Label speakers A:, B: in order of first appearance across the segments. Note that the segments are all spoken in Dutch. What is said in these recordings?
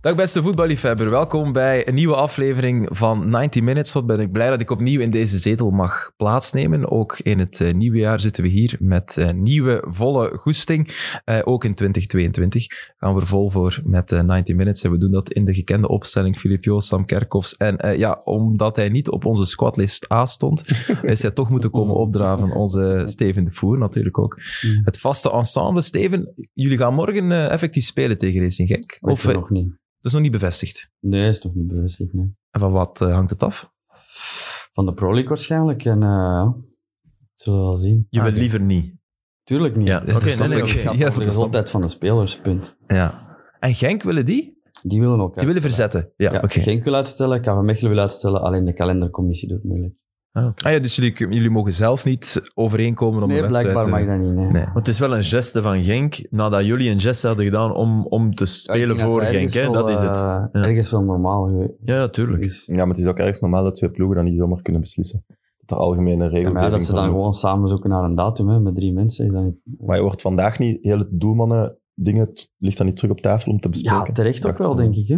A: Dag beste voetballiefhebber, welkom bij een nieuwe aflevering van 90 Minutes. Wat ben ik blij dat ik opnieuw in deze zetel mag plaatsnemen. Ook in het eh, nieuwe jaar zitten we hier met eh, nieuwe volle goesting. Eh, ook in 2022 gaan we er vol voor met eh, 90 Minutes. En we doen dat in de gekende opstelling Filip Joost, Sam Kerkhoffs. En eh, ja, omdat hij niet op onze squadlist A stond, is hij toch moeten komen opdraven. Onze Steven de Voer natuurlijk ook.
B: Hmm.
A: Het vaste ensemble. Steven, jullie gaan morgen eh, effectief spelen tegen Racing Genk?
B: Weet
A: Of
B: je
A: eh,
B: nog niet.
A: dat is nog niet bevestigd.
B: Nee, is nog niet bevestigd. Nee.
A: En van wat eh, hangt het af?
B: Van de Pro League waarschijnlijk. En eh, ja, dat zullen we wel zien.
A: Je
C: Ah,
A: wil
C: oké.
A: liever niet.
B: Tuurlijk niet.
A: Ja,
B: Het
A: dat
C: Oké,
A: is
C: nee, nee,
A: ook-
C: oké.
B: gaat over
A: Ja,
B: de
A: dat is dan-
B: gezondheid van de spelers, punt.
A: Ja. En Genk willen die?
B: Die willen ook
A: Die willen verzetten. Ja,
B: Ja,
A: oké.
B: Genk wil uitstellen, KV Mechelen wil uitstellen, alleen de kalendercommissie doet het moeilijk.
A: Ah ja, dus jullie, jullie mogen zelf niet overeenkomen om
B: nee,
A: een wedstrijd
B: blijkbaar
A: te...
B: mag
C: eh,
B: dat niet. Nee.
A: Nee.
C: Want het is wel een geste van Genk, nadat jullie een geste hadden gedaan om, om te
B: Ja, ik
C: spelen
B: denk
C: voor
B: dat
C: Genk.
B: ergens
C: Hè?
B: wel,
C: Dat is het.
B: eh, Ergens wel normaal geweest
C: Ja, natuurlijk.
B: is.
D: Ja, maar het is ook ergens normaal dat twee ploegen dan niet zomaar kunnen beslissen. Dat er algemene
B: Ja,
D: regelgeving
B: maar ja, dat ze
D: van
B: dan
D: moet.
B: gewoon samen zoeken naar een datum hè, met drie mensen. Is dat niet...
D: Maar je wordt vandaag niet heel het doelmannen dingen, het ligt dan niet terug op tafel om te bespreken.
B: Ja, terecht ook
D: Dacht
B: wel,
D: ik.
B: denk ik. Hè?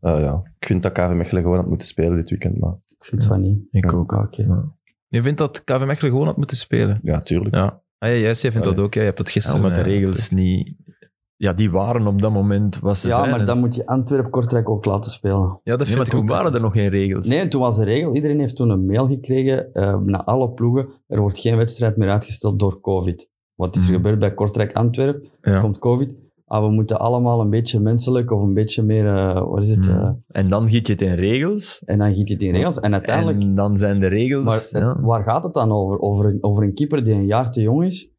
D: Eh, ja. Ik vind dat KV Mechelen gewoon had moeten spelen dit weekend, maar
B: Ik vind van niet.
C: Ik
B: ook. oké.
A: Je vindt dat KV Mechelen gewoon had moeten spelen?
D: ja, tuurlijk.
A: Ja. Ah ja, juist, jij vindt dat
D: Allee.
A: ook. Ja, je hebt dat
C: Ja,
A: gisteren...
C: omdat de
A: eh,
C: regels niet... Ja, die waren op dat moment wat ze
B: Ja,
C: zijn.
B: maar dan moet je Antwerp-Kortrijk ook laten spelen.
A: Ja, dat
C: Nee, maar
A: vind ik
C: toen
A: ook.
C: waren er nog geen regels.
B: Nee, en toen was de regel. Iedereen heeft toen een mail gekregen eh, naar alle ploegen. Er wordt geen wedstrijd meer uitgesteld door COVID. Wat is er
A: Mhm.
B: gebeurd bij Kortrijk Antwerp?
A: Ja.
B: Komt COVID. Ah, we moeten allemaal een beetje menselijk of een beetje meer... eh, wat is het?
C: Hmm.
B: eh,
C: En dan giet je het in regels.
B: en dan giet je die regels. En uiteindelijk...
C: En dan zijn de regels...
B: maar het-
C: ja.
B: waar gaat het dan over? Over een, over een keeper die een jaar te jong is,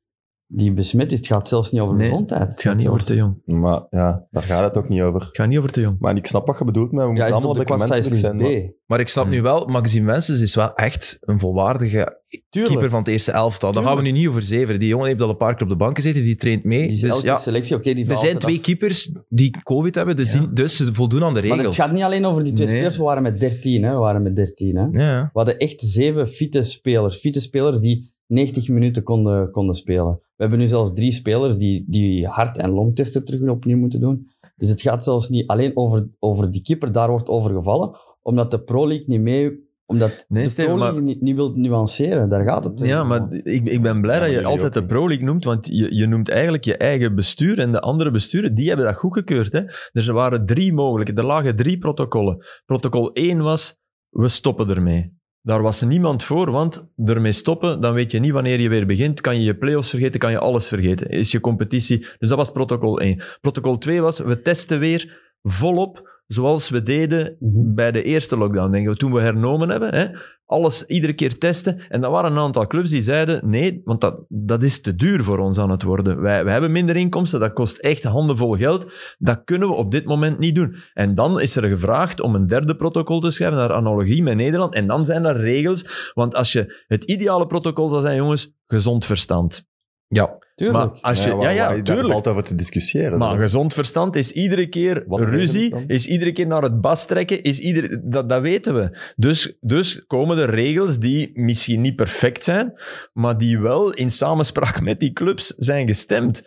B: die besmet is. Het gaat zelfs niet over
C: Nee,
B: gezondheid.
C: Het gaat niet over te jong.
D: Maar ja, daar gaat het ook niet over.
C: Het gaat niet over te jong.
D: Maar ik snap wat je bedoelt, maar we
B: Ja,
D: moeten
B: is het
D: allemaal
B: op de
D: lekker
B: kwart
D: mensen
B: size
D: zijn. maar-
B: B?
A: Maar ik snap nu wel, Maxime Wensens is wel echt een volwaardige
B: Tuurlijk.
A: keeper van het eerste elftal. Daar gaan we nu niet over zeveren. Die jongen heeft al een paar keer op de bank gezeten, die traint mee.
B: Die is
A: Dus
B: elke
A: ja,
B: selectie, oké, die
A: er
B: valt
A: zijn
B: eraf.
A: twee keepers die COVID hebben, dus,
C: Ja.
A: die- dus ze voldoen aan de regels.
B: Maar het gaat niet alleen over die twee
C: Nee.
B: spelers. We waren met 13, hè. We waren met 13, hè.
A: Ja.
B: We hadden echt zeven fitte spelers. Fitte spelers die 90 minuten konden, konden spelen. We hebben nu zelfs drie spelers die, die hart- en longtesten terug opnieuw moeten doen. Dus het gaat zelfs niet alleen over, over die keeper. Daar wordt over gevallen. Omdat de Pro League niet mee... Omdat
C: Nee,
B: de
C: Steven,
B: Pro League
C: maar-
B: niet, niet wil nuanceren. Daar gaat het dus
C: Ja, maar ik, ik ben blij
D: Ja, maar
C: dat je
D: jullie
C: altijd
D: ook
C: de
D: niet.
C: Pro League noemt, want je, je noemt eigenlijk je eigen bestuur en de andere besturen, die hebben dat goedgekeurd. Hè? Er waren drie mogelijke, er lagen drie protocollen. Protocol 1 was, we stoppen ermee. Daar was niemand voor, want ermee stoppen, dan weet je niet wanneer je weer begint. Kan je je play-offs vergeten, kan je alles vergeten. Is je competitie... Dus dat was protocol 1. Protocol 2 was, we testen weer volop, zoals we deden
B: Mhm.
C: bij de eerste lockdown, denk ik, toen we hernomen hebben. Hè, alles iedere keer testen. En dat waren een aantal clubs die zeiden: nee, want dat, dat is te duur voor ons aan het worden. Wij, wij hebben minder inkomsten, dat kost echt handenvol geld. Dat kunnen we op dit moment niet doen. En dan is er gevraagd om een derde protocol te schrijven, naar analogie met Nederland. En dan zijn er regels. Want als je het ideale protocol zou zijn, jongens, gezond verstand.
A: ja.
B: Tuurlijk.
C: Maar als je, ja,
D: waar-
C: ja,
D: waar- Daar
C: tuurlijk.
D: valt over te discussiëren.
C: Maar
D: Dat-
C: gezond verstand is iedere keer
D: Wat een
C: ruzie,
D: regel is dan?
C: is iedere keer naar het bas trekken, is ieder, dat, dat weten we. Dus, dus komen er regels die misschien niet perfect zijn, maar die wel in samenspraak met die clubs zijn gestemd.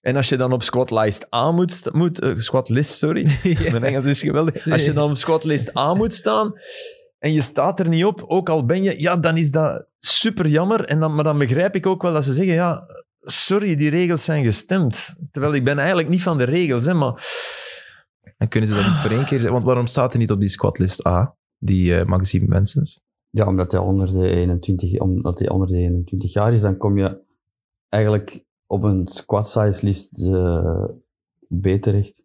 C: En als je dan op squadlist A moet, sta- moet eh, squadlist, sorry, mijn Engels is geweldig. Als je dan op squadlist A moet staan en je staat er niet op, ook al ben je, ja, dan is dat super jammer. En dan, maar dan begrijp ik ook wel dat ze zeggen, ja, sorry, die regels zijn gestemd. Terwijl ik ben eigenlijk niet van de regels, hè, maar
A: En kunnen
C: Dus
A: ze dat niet voor één keer zeggen? Want waarom staat hij niet op die Ah, squadlist A, die eh Maxime Wensens?
B: Ja, omdat hij onder de 21, omdat hij onder de 21 jaar is, dan kom je eigenlijk op een squad size list eh, B terecht.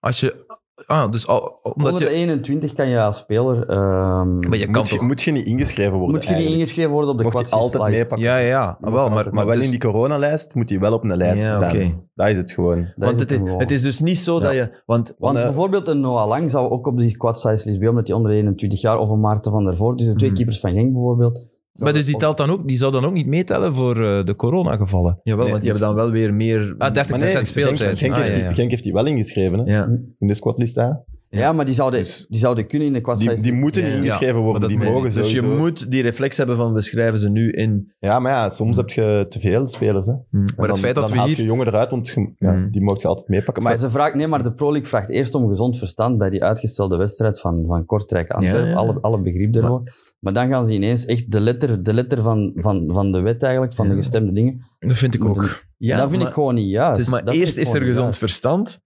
A: Als je... Ah, dus al, omdat
B: onder de
A: je...
B: 21 kan je als speler... ehm,
A: Maar je kan
D: moet, je,
A: toch...
D: moet je niet ingeschreven worden
B: moet je niet
D: eigenlijk.
B: ingeschreven worden op de
D: Mocht
B: quad
D: je
B: size
D: altijd
B: lijst.
D: meepakken.
A: Ja, ja, ja.
B: Maar
A: wel, maar,
B: altijd-
A: maar
D: Maar wel
A: dus-
D: in die coronalijst moet hij wel op een lijst
C: Ja,
D: staan.
C: oké.
D: Dat is het gewoon.
B: Dat
C: want
B: is het
C: het,
B: hem
C: is,
B: gewoon.
C: het is dus niet zo
B: Ja.
C: dat je... Want
B: Want
D: Want, eh,
B: bijvoorbeeld een Noah Lang zou ook op die quad size list B, omdat hij onder de 21 jaar, of een Maarten van der Voort, dus de twee
A: Mhm.
B: keepers van Genk bijvoorbeeld.
A: maar
B: zouden
A: dus die,
B: op-
A: telt dan ook, die zou dan ook niet meetellen voor eh, de coronagevallen?
C: Jawel,
D: Nee,
C: want je
D: dus-
C: hebt dan wel weer meer...
A: Ah, 30%
D: Genk,
A: speeltijd.
D: Genk
A: Ah,
D: heeft
A: ja,
D: die-
A: ja.
D: Genk heeft die wel ingeschreven hè?
C: Ja.
D: in de squadlist A.
B: Ja, maar die zouden,
D: Dus-
B: die zouden kunnen in de
D: Die,
B: kwastseizoen.
D: die moeten
A: Ja.
D: niet ingeschreven worden,
A: maar dat
D: die
A: moet
D: mogen
A: niet.
C: Dus je
D: sowieso.
C: moet die reflex hebben van we schrijven ze nu in.
D: Ja, maar ja, soms heb je te veel spelers. Hè. En
A: Maar het
D: dan-
A: feit dat
D: dan
A: we
D: haalt
A: hier...
D: je jongen eruit, want je- ja,
A: Mm.
D: die moet je altijd meepakken.
B: Maar
D: Maar
B: ze vraagt, nee, maar de Pro League vraagt eerst om gezond verstand bij die uitgestelde wedstrijd van, van Kortrijk Antwerpen.
C: Ja, ja.
B: Alle, alle begrip daarover. Maar, dan gaan ze ineens echt de letter, de letter van, van, van de wet eigenlijk, van de
C: Ja.
B: gestemde dingen.
A: Dat vind ik
B: Moet
A: ook.
B: een-
C: Ja,
B: dat vind
C: maar-
B: ik gewoon niet juist.
C: Het is maar
B: Dat vind
C: eerst
B: ik
C: is er
B: gewoon
C: gezond
B: niet
C: verstand.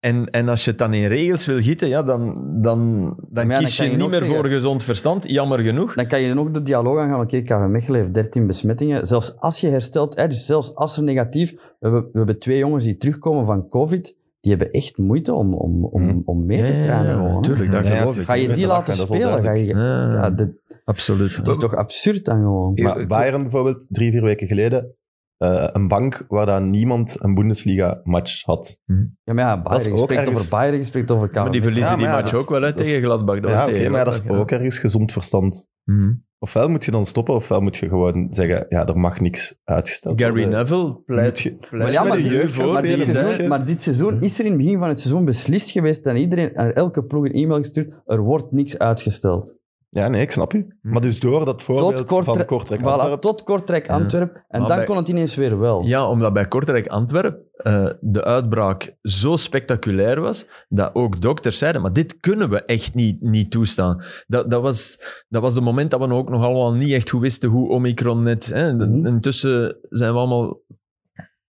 C: En, en als je het dan in regels wil gieten, ja, dan, dan, dan
B: ja, dan
C: kies
B: kan
C: je
B: je
C: niet
B: ook
C: meer
B: zeggen-
C: voor gezond verstand, jammer genoeg.
B: juist. Dan kan je dan ook de dialoog aangaan, oké, KV Mechelen heeft 13 besmettingen. Zelfs als je herstelt, hè, dus zelfs als er negatief... We hebben, we hebben twee jongens die terugkomen van COVID, die hebben echt moeite om, om, om,
D: Mhm.
B: om mee te
C: Hm. Ja, ja,
B: trainen
C: ja,
B: gewoon. hè.
C: tuurlijk, dat
D: Nee,
C: geloof
D: het is
C: ik.
B: Ga je die
D: Ja,
B: laten
D: dat is wel
B: spelen? Ga je,
C: Ja,
B: ja, dit-
C: absoluut.
B: dat is toch absurd dan gewoon.
A: Ja,
D: Maar Bayern bijvoorbeeld, drie, vier weken geleden, eh, een bank waar dan niemand een Bundesliga-match had.
B: Ja, maar ja,
D: is
B: Bayern, je
D: ook
B: spreekt
D: ergens-
B: over Bayern, je spreekt over KVB.
C: Maar die verliezen
D: Ja,
C: die
D: maar ja,
C: match
D: dat is-
C: ook wel hè,
D: dat is-
C: tegen Gladbach. Dat
D: ja,
C: was
D: oké,
C: tegen
D: maar dat is
C: Gladbach,
D: ook ergens gezond verstand.
A: Mhm.
D: Ofwel moet je dan stoppen, ofwel moet je gewoon zeggen, ja, er mag niks
C: ja.
D: uitgesteld
C: Gary
D: worden.
C: Neville pleit,
D: Moet je-
C: pleit
B: Maar ja,
C: met
B: maar
C: de
B: die-
C: jeugd voor.
B: maar, dit
D: spelen, zeg
B: seizoen,
D: je.
B: maar dit seizoen is er in het begin van het seizoen beslist geweest en iedereen aan elke ploeg een e-mail gestuurd. Er wordt niks uitgesteld.
D: Ja, nee, ik snap je. Maar dus door dat voorbeeld
B: Kortre-
D: van Kortrijk
B: Voilà,
D: Antwerpen,
B: tot Kortrijk Antwerp. En
C: Maar
B: dan
C: bij-
B: kon het ineens weer wel.
C: Ja, omdat bij Kortrijk Antwerp eh, de uitbraak zo spectaculair was, dat ook dokters zeiden, maar dit kunnen we echt niet, niet toestaan. Dat, dat, was, dat was het moment dat we ook nog allemaal niet echt goed wisten hoe Omicron net... Hè, de-
B: Mhm.
C: Intussen zijn we allemaal,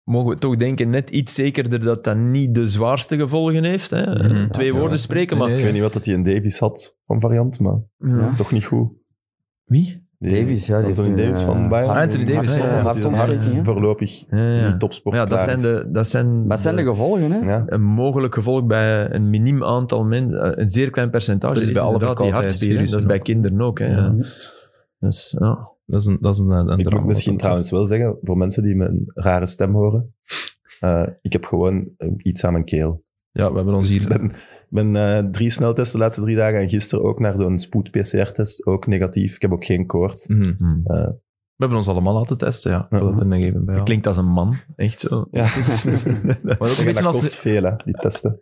C: mogen we toch denken, net iets zekerder dat dat niet de zwaarste gevolgen heeft. Hè.
A: Mhm.
C: Twee
D: Ja,
C: woorden
D: ja.
C: spreken, maar...
A: Nee,
D: ik weet niet wat dat hij in Davies had van variant, maar dat
B: Ja.
D: is toch niet goed.
C: Wie?
D: Die-
B: Davies, ja, die
D: Anthony
B: heeft nu,
D: Davies
B: eh,
D: van Bayern.
A: Ah, Anthony Davies, ja, ja.
D: ja, die zijn hart
B: Hartontsteking, hè?
D: voorlopig
C: Ja, ja.
D: niet topsport
C: Maar ja, dat
D: klaar
C: zijn
D: is.
C: de... Dat zijn
B: Wat zijn de gevolgen, hè?
D: Ja.
C: een mogelijk gevolg bij een miniem aantal mensen, een zeer klein percentage,
A: Dat is bij alle
C: inderdaad die hartspieren.
A: verkoudheidsvirussen
C: Dat is bij
A: ook.
C: kinderen ook. Hè, ja.
B: Mhm.
C: Dus, ja.
A: Dat is een, dat is een, een
D: Ik
A: drama
D: moet misschien
A: wat dat
D: trouwens wel zeggen, voor mensen die mijn rare stem horen, eh, ik heb gewoon eh, iets aan mijn keel.
A: betreft. Ja, we hebben ons
D: Dus ik
A: hier...
D: ben, ben eh, drie sneltesten de laatste drie dagen en gisteren ook naar zo'n spoed-PCR-test, ook negatief. Ik heb ook geen koorts.
A: Mhm.
C: Hm.
D: Eh.
A: We hebben ons allemaal laten testen, ja.
D: Ja.
A: Dat er een gegeven bij
C: Dat
A: had.
C: klinkt als een man, echt zo.
D: Ja,
A: Maar ook een
D: dat
A: beetje
D: kost
A: als...
D: veel, hè, die testen.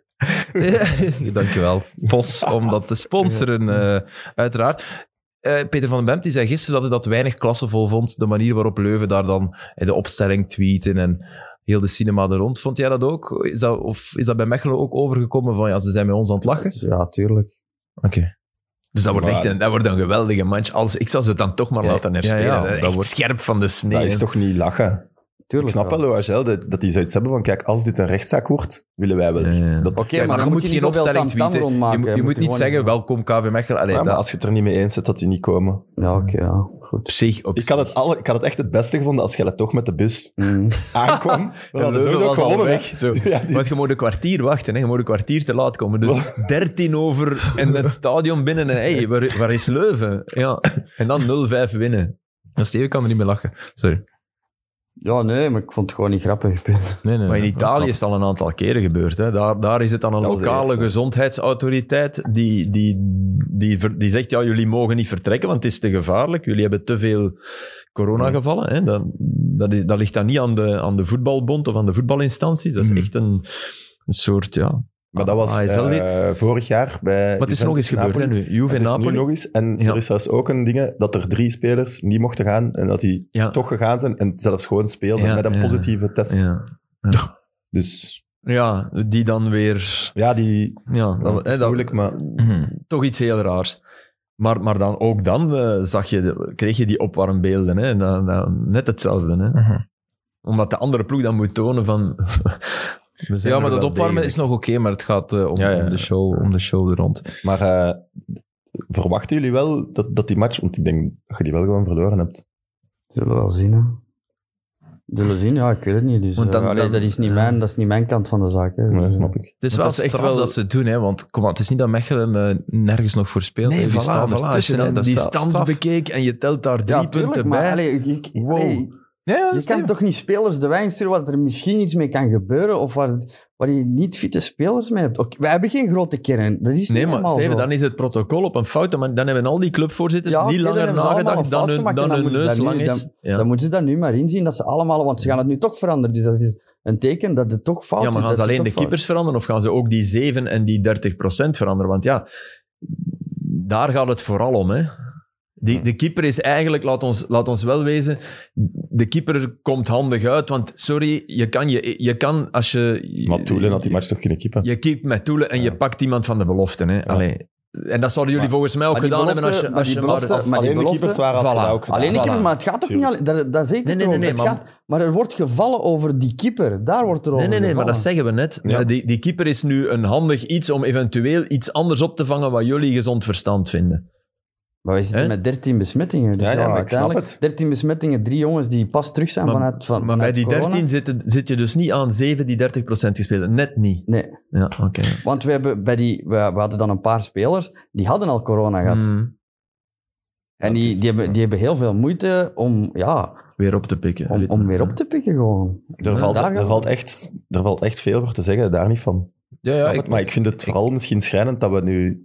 A: Ja, Dankjewel, Vos, om dat te sponsoren, eh, uiteraard. Eh, Peter van den Bemt die zei gisteren dat hij dat weinig klassevol vond, de manier waarop Leuven daar dan eh, de opstelling tweeten en heel de cinema er rond. Vond jij dat ook? Is dat, of is dat bij Mechelen ook overgekomen van, ja, ze zijn met ons aan het lachen?
B: Ja, tuurlijk.
A: Oké.
C: Dus dat wordt,
D: Maar-
C: echt een, dat wordt een geweldige match. Als, ik zou ze dan toch maar
A: Ja,
C: laten
A: ja,
C: herspelen.
A: ja,
C: hè.
A: dat
C: Echt
A: wordt-
C: scherp van de snee.
D: dat is
C: hè.
D: toch niet lachen? Ik
B: tuurlijk
D: snap
B: wel.
D: wel, OHL, dat, dat die zoiets hebben van, kijk, als dit een rechtszaak wordt, willen wij wel
C: Ja,
D: echt.
C: ja.
D: Dat,
B: Oké,
A: Ja,
B: maar, dan moet je geen opstelling tweeten.
A: Je,
B: Rondmaken.
A: moet- je moet
B: er
A: niet
B: gewoon-
A: zeggen, welkom KV Mechelen. Allee,
D: Ja, maar
A: dat-
D: als je het er niet mee eens bent, dat die niet komen.
B: Ja, oké, ja.
C: Op zich, op
D: Ik had, het alle, ik had het echt het beste gevonden als jij toch met de bus
B: Mhm.
D: aankwam.
C: En
D: We hadden
C: Leuven
D: sowieso
C: was al
D: gewonnen, hè.
C: weg, zo.
D: Ja, die-
C: Want je moet een kwartier wachten, hè. je moet een kwartier te laat komen. Dus 13 over en het stadion binnen. En hey, waar, waar is Leuven? Ja. En dan 0-5 winnen.
A: Steven kan er niet meer lachen. Sorry.
B: Ja, nee, maar ik vond het gewoon niet grappig.
A: Nee, nee,
C: Maar in
A: nee,
C: Italië is het al een aantal keren gebeurd. Hè. Daar, daar is het dan een
D: Dat was de
C: lokale
D: eerste.
C: gezondheidsautoriteit die, die, die, ver- die zegt, ja, jullie mogen niet vertrekken, want het is te gevaarlijk. Jullie hebben te veel coronagevallen. Hè. Dat, dat, is- dat ligt dan niet aan de, aan de voetbalbond of aan de voetbalinstanties. Dat is
A: Mhm.
C: echt een, een soort, ja...
D: Maar
C: Ah,
D: dat was
C: ASL dit.
D: eh, vorig jaar bij...
C: Maar het is nog eens gebeurd, hè, nu. Juve
D: Het is nu
C: Napoli.
D: nog eens. En
C: Ja.
D: er is zelfs ook een ding dat er drie spelers niet mochten gaan en dat die
C: Ja.
D: toch gegaan zijn en zelfs gewoon speelden
C: Ja,
D: met een
C: ja.
D: positieve test.
C: Ja.
D: Dus
C: ja, die dan weer...
D: ja, die...
C: Ja, dat,
D: Dat,
C: hè,
D: is
C: dat-
D: moeilijk, maar...
A: Mhm.
C: toch iets heel raars. Maar, maar dan, ook dan eh, zag je de- kreeg je die opwarmbeelden. Hè? Dan, dan, net hetzelfde. Hè?
A: Mhm.
C: Omdat de andere ploeg dan moet tonen van... we zijn
A: Ja, maar
C: er
A: dat
C: wel
A: opwarmen
C: degelijk.
A: is nog oké, maar het gaat eh, om,
C: Ja, ja.
A: om de show, om de show er rond.
D: maar eh, verwachten jullie wel dat, dat die match... Want ik denk dat je die wel gewoon verloren hebt.
B: Zullen we wel zien, hè? Zullen we zien, ja, ik weet het niet. Dus,
C: Want dan-
B: eh, allee,
C: dan-
B: dat, is niet
C: ja.
B: mijn, dat is niet mijn kant van de zaak. Hè.
D: Ja, snap ik.
A: Het
C: Want
A: is wel
C: dat is
A: echt
C: echt
A: wel
C: wel-
A: dat ze het doen, hè, want kom, aan, het is niet dat Mechelen eh, nergens nog voor speelt. hè.
C: Nee,
A: Die
C: voilà,
A: staan
C: voilà. Als je
A: ertussen, hè.
C: dan
A: Dat is
C: die
A: wel
C: stand
A: straf.
C: bekeek en je telt daar drie
B: Ja, tuurlijk,
C: punten
B: maar
C: bij.
B: allee, ik, ik-
C: Wow.
B: allee,
A: Ja, ja,
B: je
A: Steven.
B: kan toch niet spelers de wijn sturen wat er misschien iets mee kan gebeuren? Of waar, waar je niet fitte spelers mee hebt. Oké, wij hebben geen grote kern. Dat is
C: Nee,
B: niet
C: maar
B: helemaal
C: Steven,
B: zo.
C: dan is het protocol op een fout. Maar dan hebben al die clubvoorzitters
B: Ja, oké,
C: niet
B: dan
C: langer
B: hebben ze allemaal
C: nagedacht
B: een
C: dan
B: fout
C: hun,
B: gemaakt en
C: dan
B: dan
C: hun
B: moeten ze
C: neus
B: daar
C: lang
B: nu-
C: is. Ja.
B: Dan moeten ze dat nu maar inzien, dat ze allemaal... Want ze gaan het nu toch veranderen. Dus dat is een teken dat het toch fout
C: Ja,
B: is.
C: maar gaan
B: dat
C: ze alleen
B: toch
C: de
B: fout-
C: keepers veranderen of gaan ze ook die 7 en die 30 veranderen? Want ja, daar gaat het vooral om. Hè? Die, de keeper is eigenlijk, laat ons, laat ons wel wezen, de keeper komt handig uit. Want sorry, je kan, je, je kan als je...
D: Maar Toelen had die match toch kunnen keepen.
C: Je keept met Toelen en
D: Ja.
C: je pakt iemand van de belofte. Hè? Allee. En dat zouden jullie
D: Maar-
C: volgens mij ook
B: maar die
C: gedaan
B: belofte-
C: hebben
B: maar
C: als je, als je
B: die
C: maar...
B: belofte-
D: Als
B: maar die
D: alleen de
B: belofte-
D: keepers waren, had
C: Voilà.
D: ze dat ook gedaan.
B: Alleen de
C: Voilà.
B: keeper, maar het gaat ook niet
D: Tuurlijk.
B: alleen... Daar, daar zeker
C: Nee, nee,
B: erom.
C: nee,
B: Het
C: maar-
B: gaat- maar er wordt gevallen over die keeper. Daar wordt er
C: Nee, nee,
B: over
C: nee, maar
B: gevallen.
C: dat zeggen we net. Eh,
D: Ja.
C: Die, die keeper is nu een handig iets om eventueel iets anders op te vangen wat jullie gezond verstand vinden.
B: Maar wij zitten
C: Hè?
B: met 13 besmettingen. Dus
D: Ja,
B: ja,
D: ja, maar ik
B: uiteindelijk
D: snap het.
B: 13 besmettingen, drie jongens die pas terug zijn
C: Maar-
B: vanuit van,
C: Maar bij
B: vanuit
C: die
B: corona.
C: 13 zit, zit je dus niet aan 7 die 30% gespeeld hebben. Net niet.
B: Nee,
C: Ja, oké.
B: want we, hebben bij die, we, we hadden dan een paar spelers die hadden al corona gehad.
C: Mm,
B: en
D: dat
B: die,
D: is-
B: die, hebben, die hebben heel veel moeite om, ja,
C: weer op te pikken.
B: om, om weer op te pikken gewoon.
D: Er valt,
B: daar-
D: er, valt echt, er valt echt veel voor te zeggen, daar niet van.
A: Ja,
D: Snap
A: ja,
D: het, maar ik vind het vooral misschien schrijnend dat we nu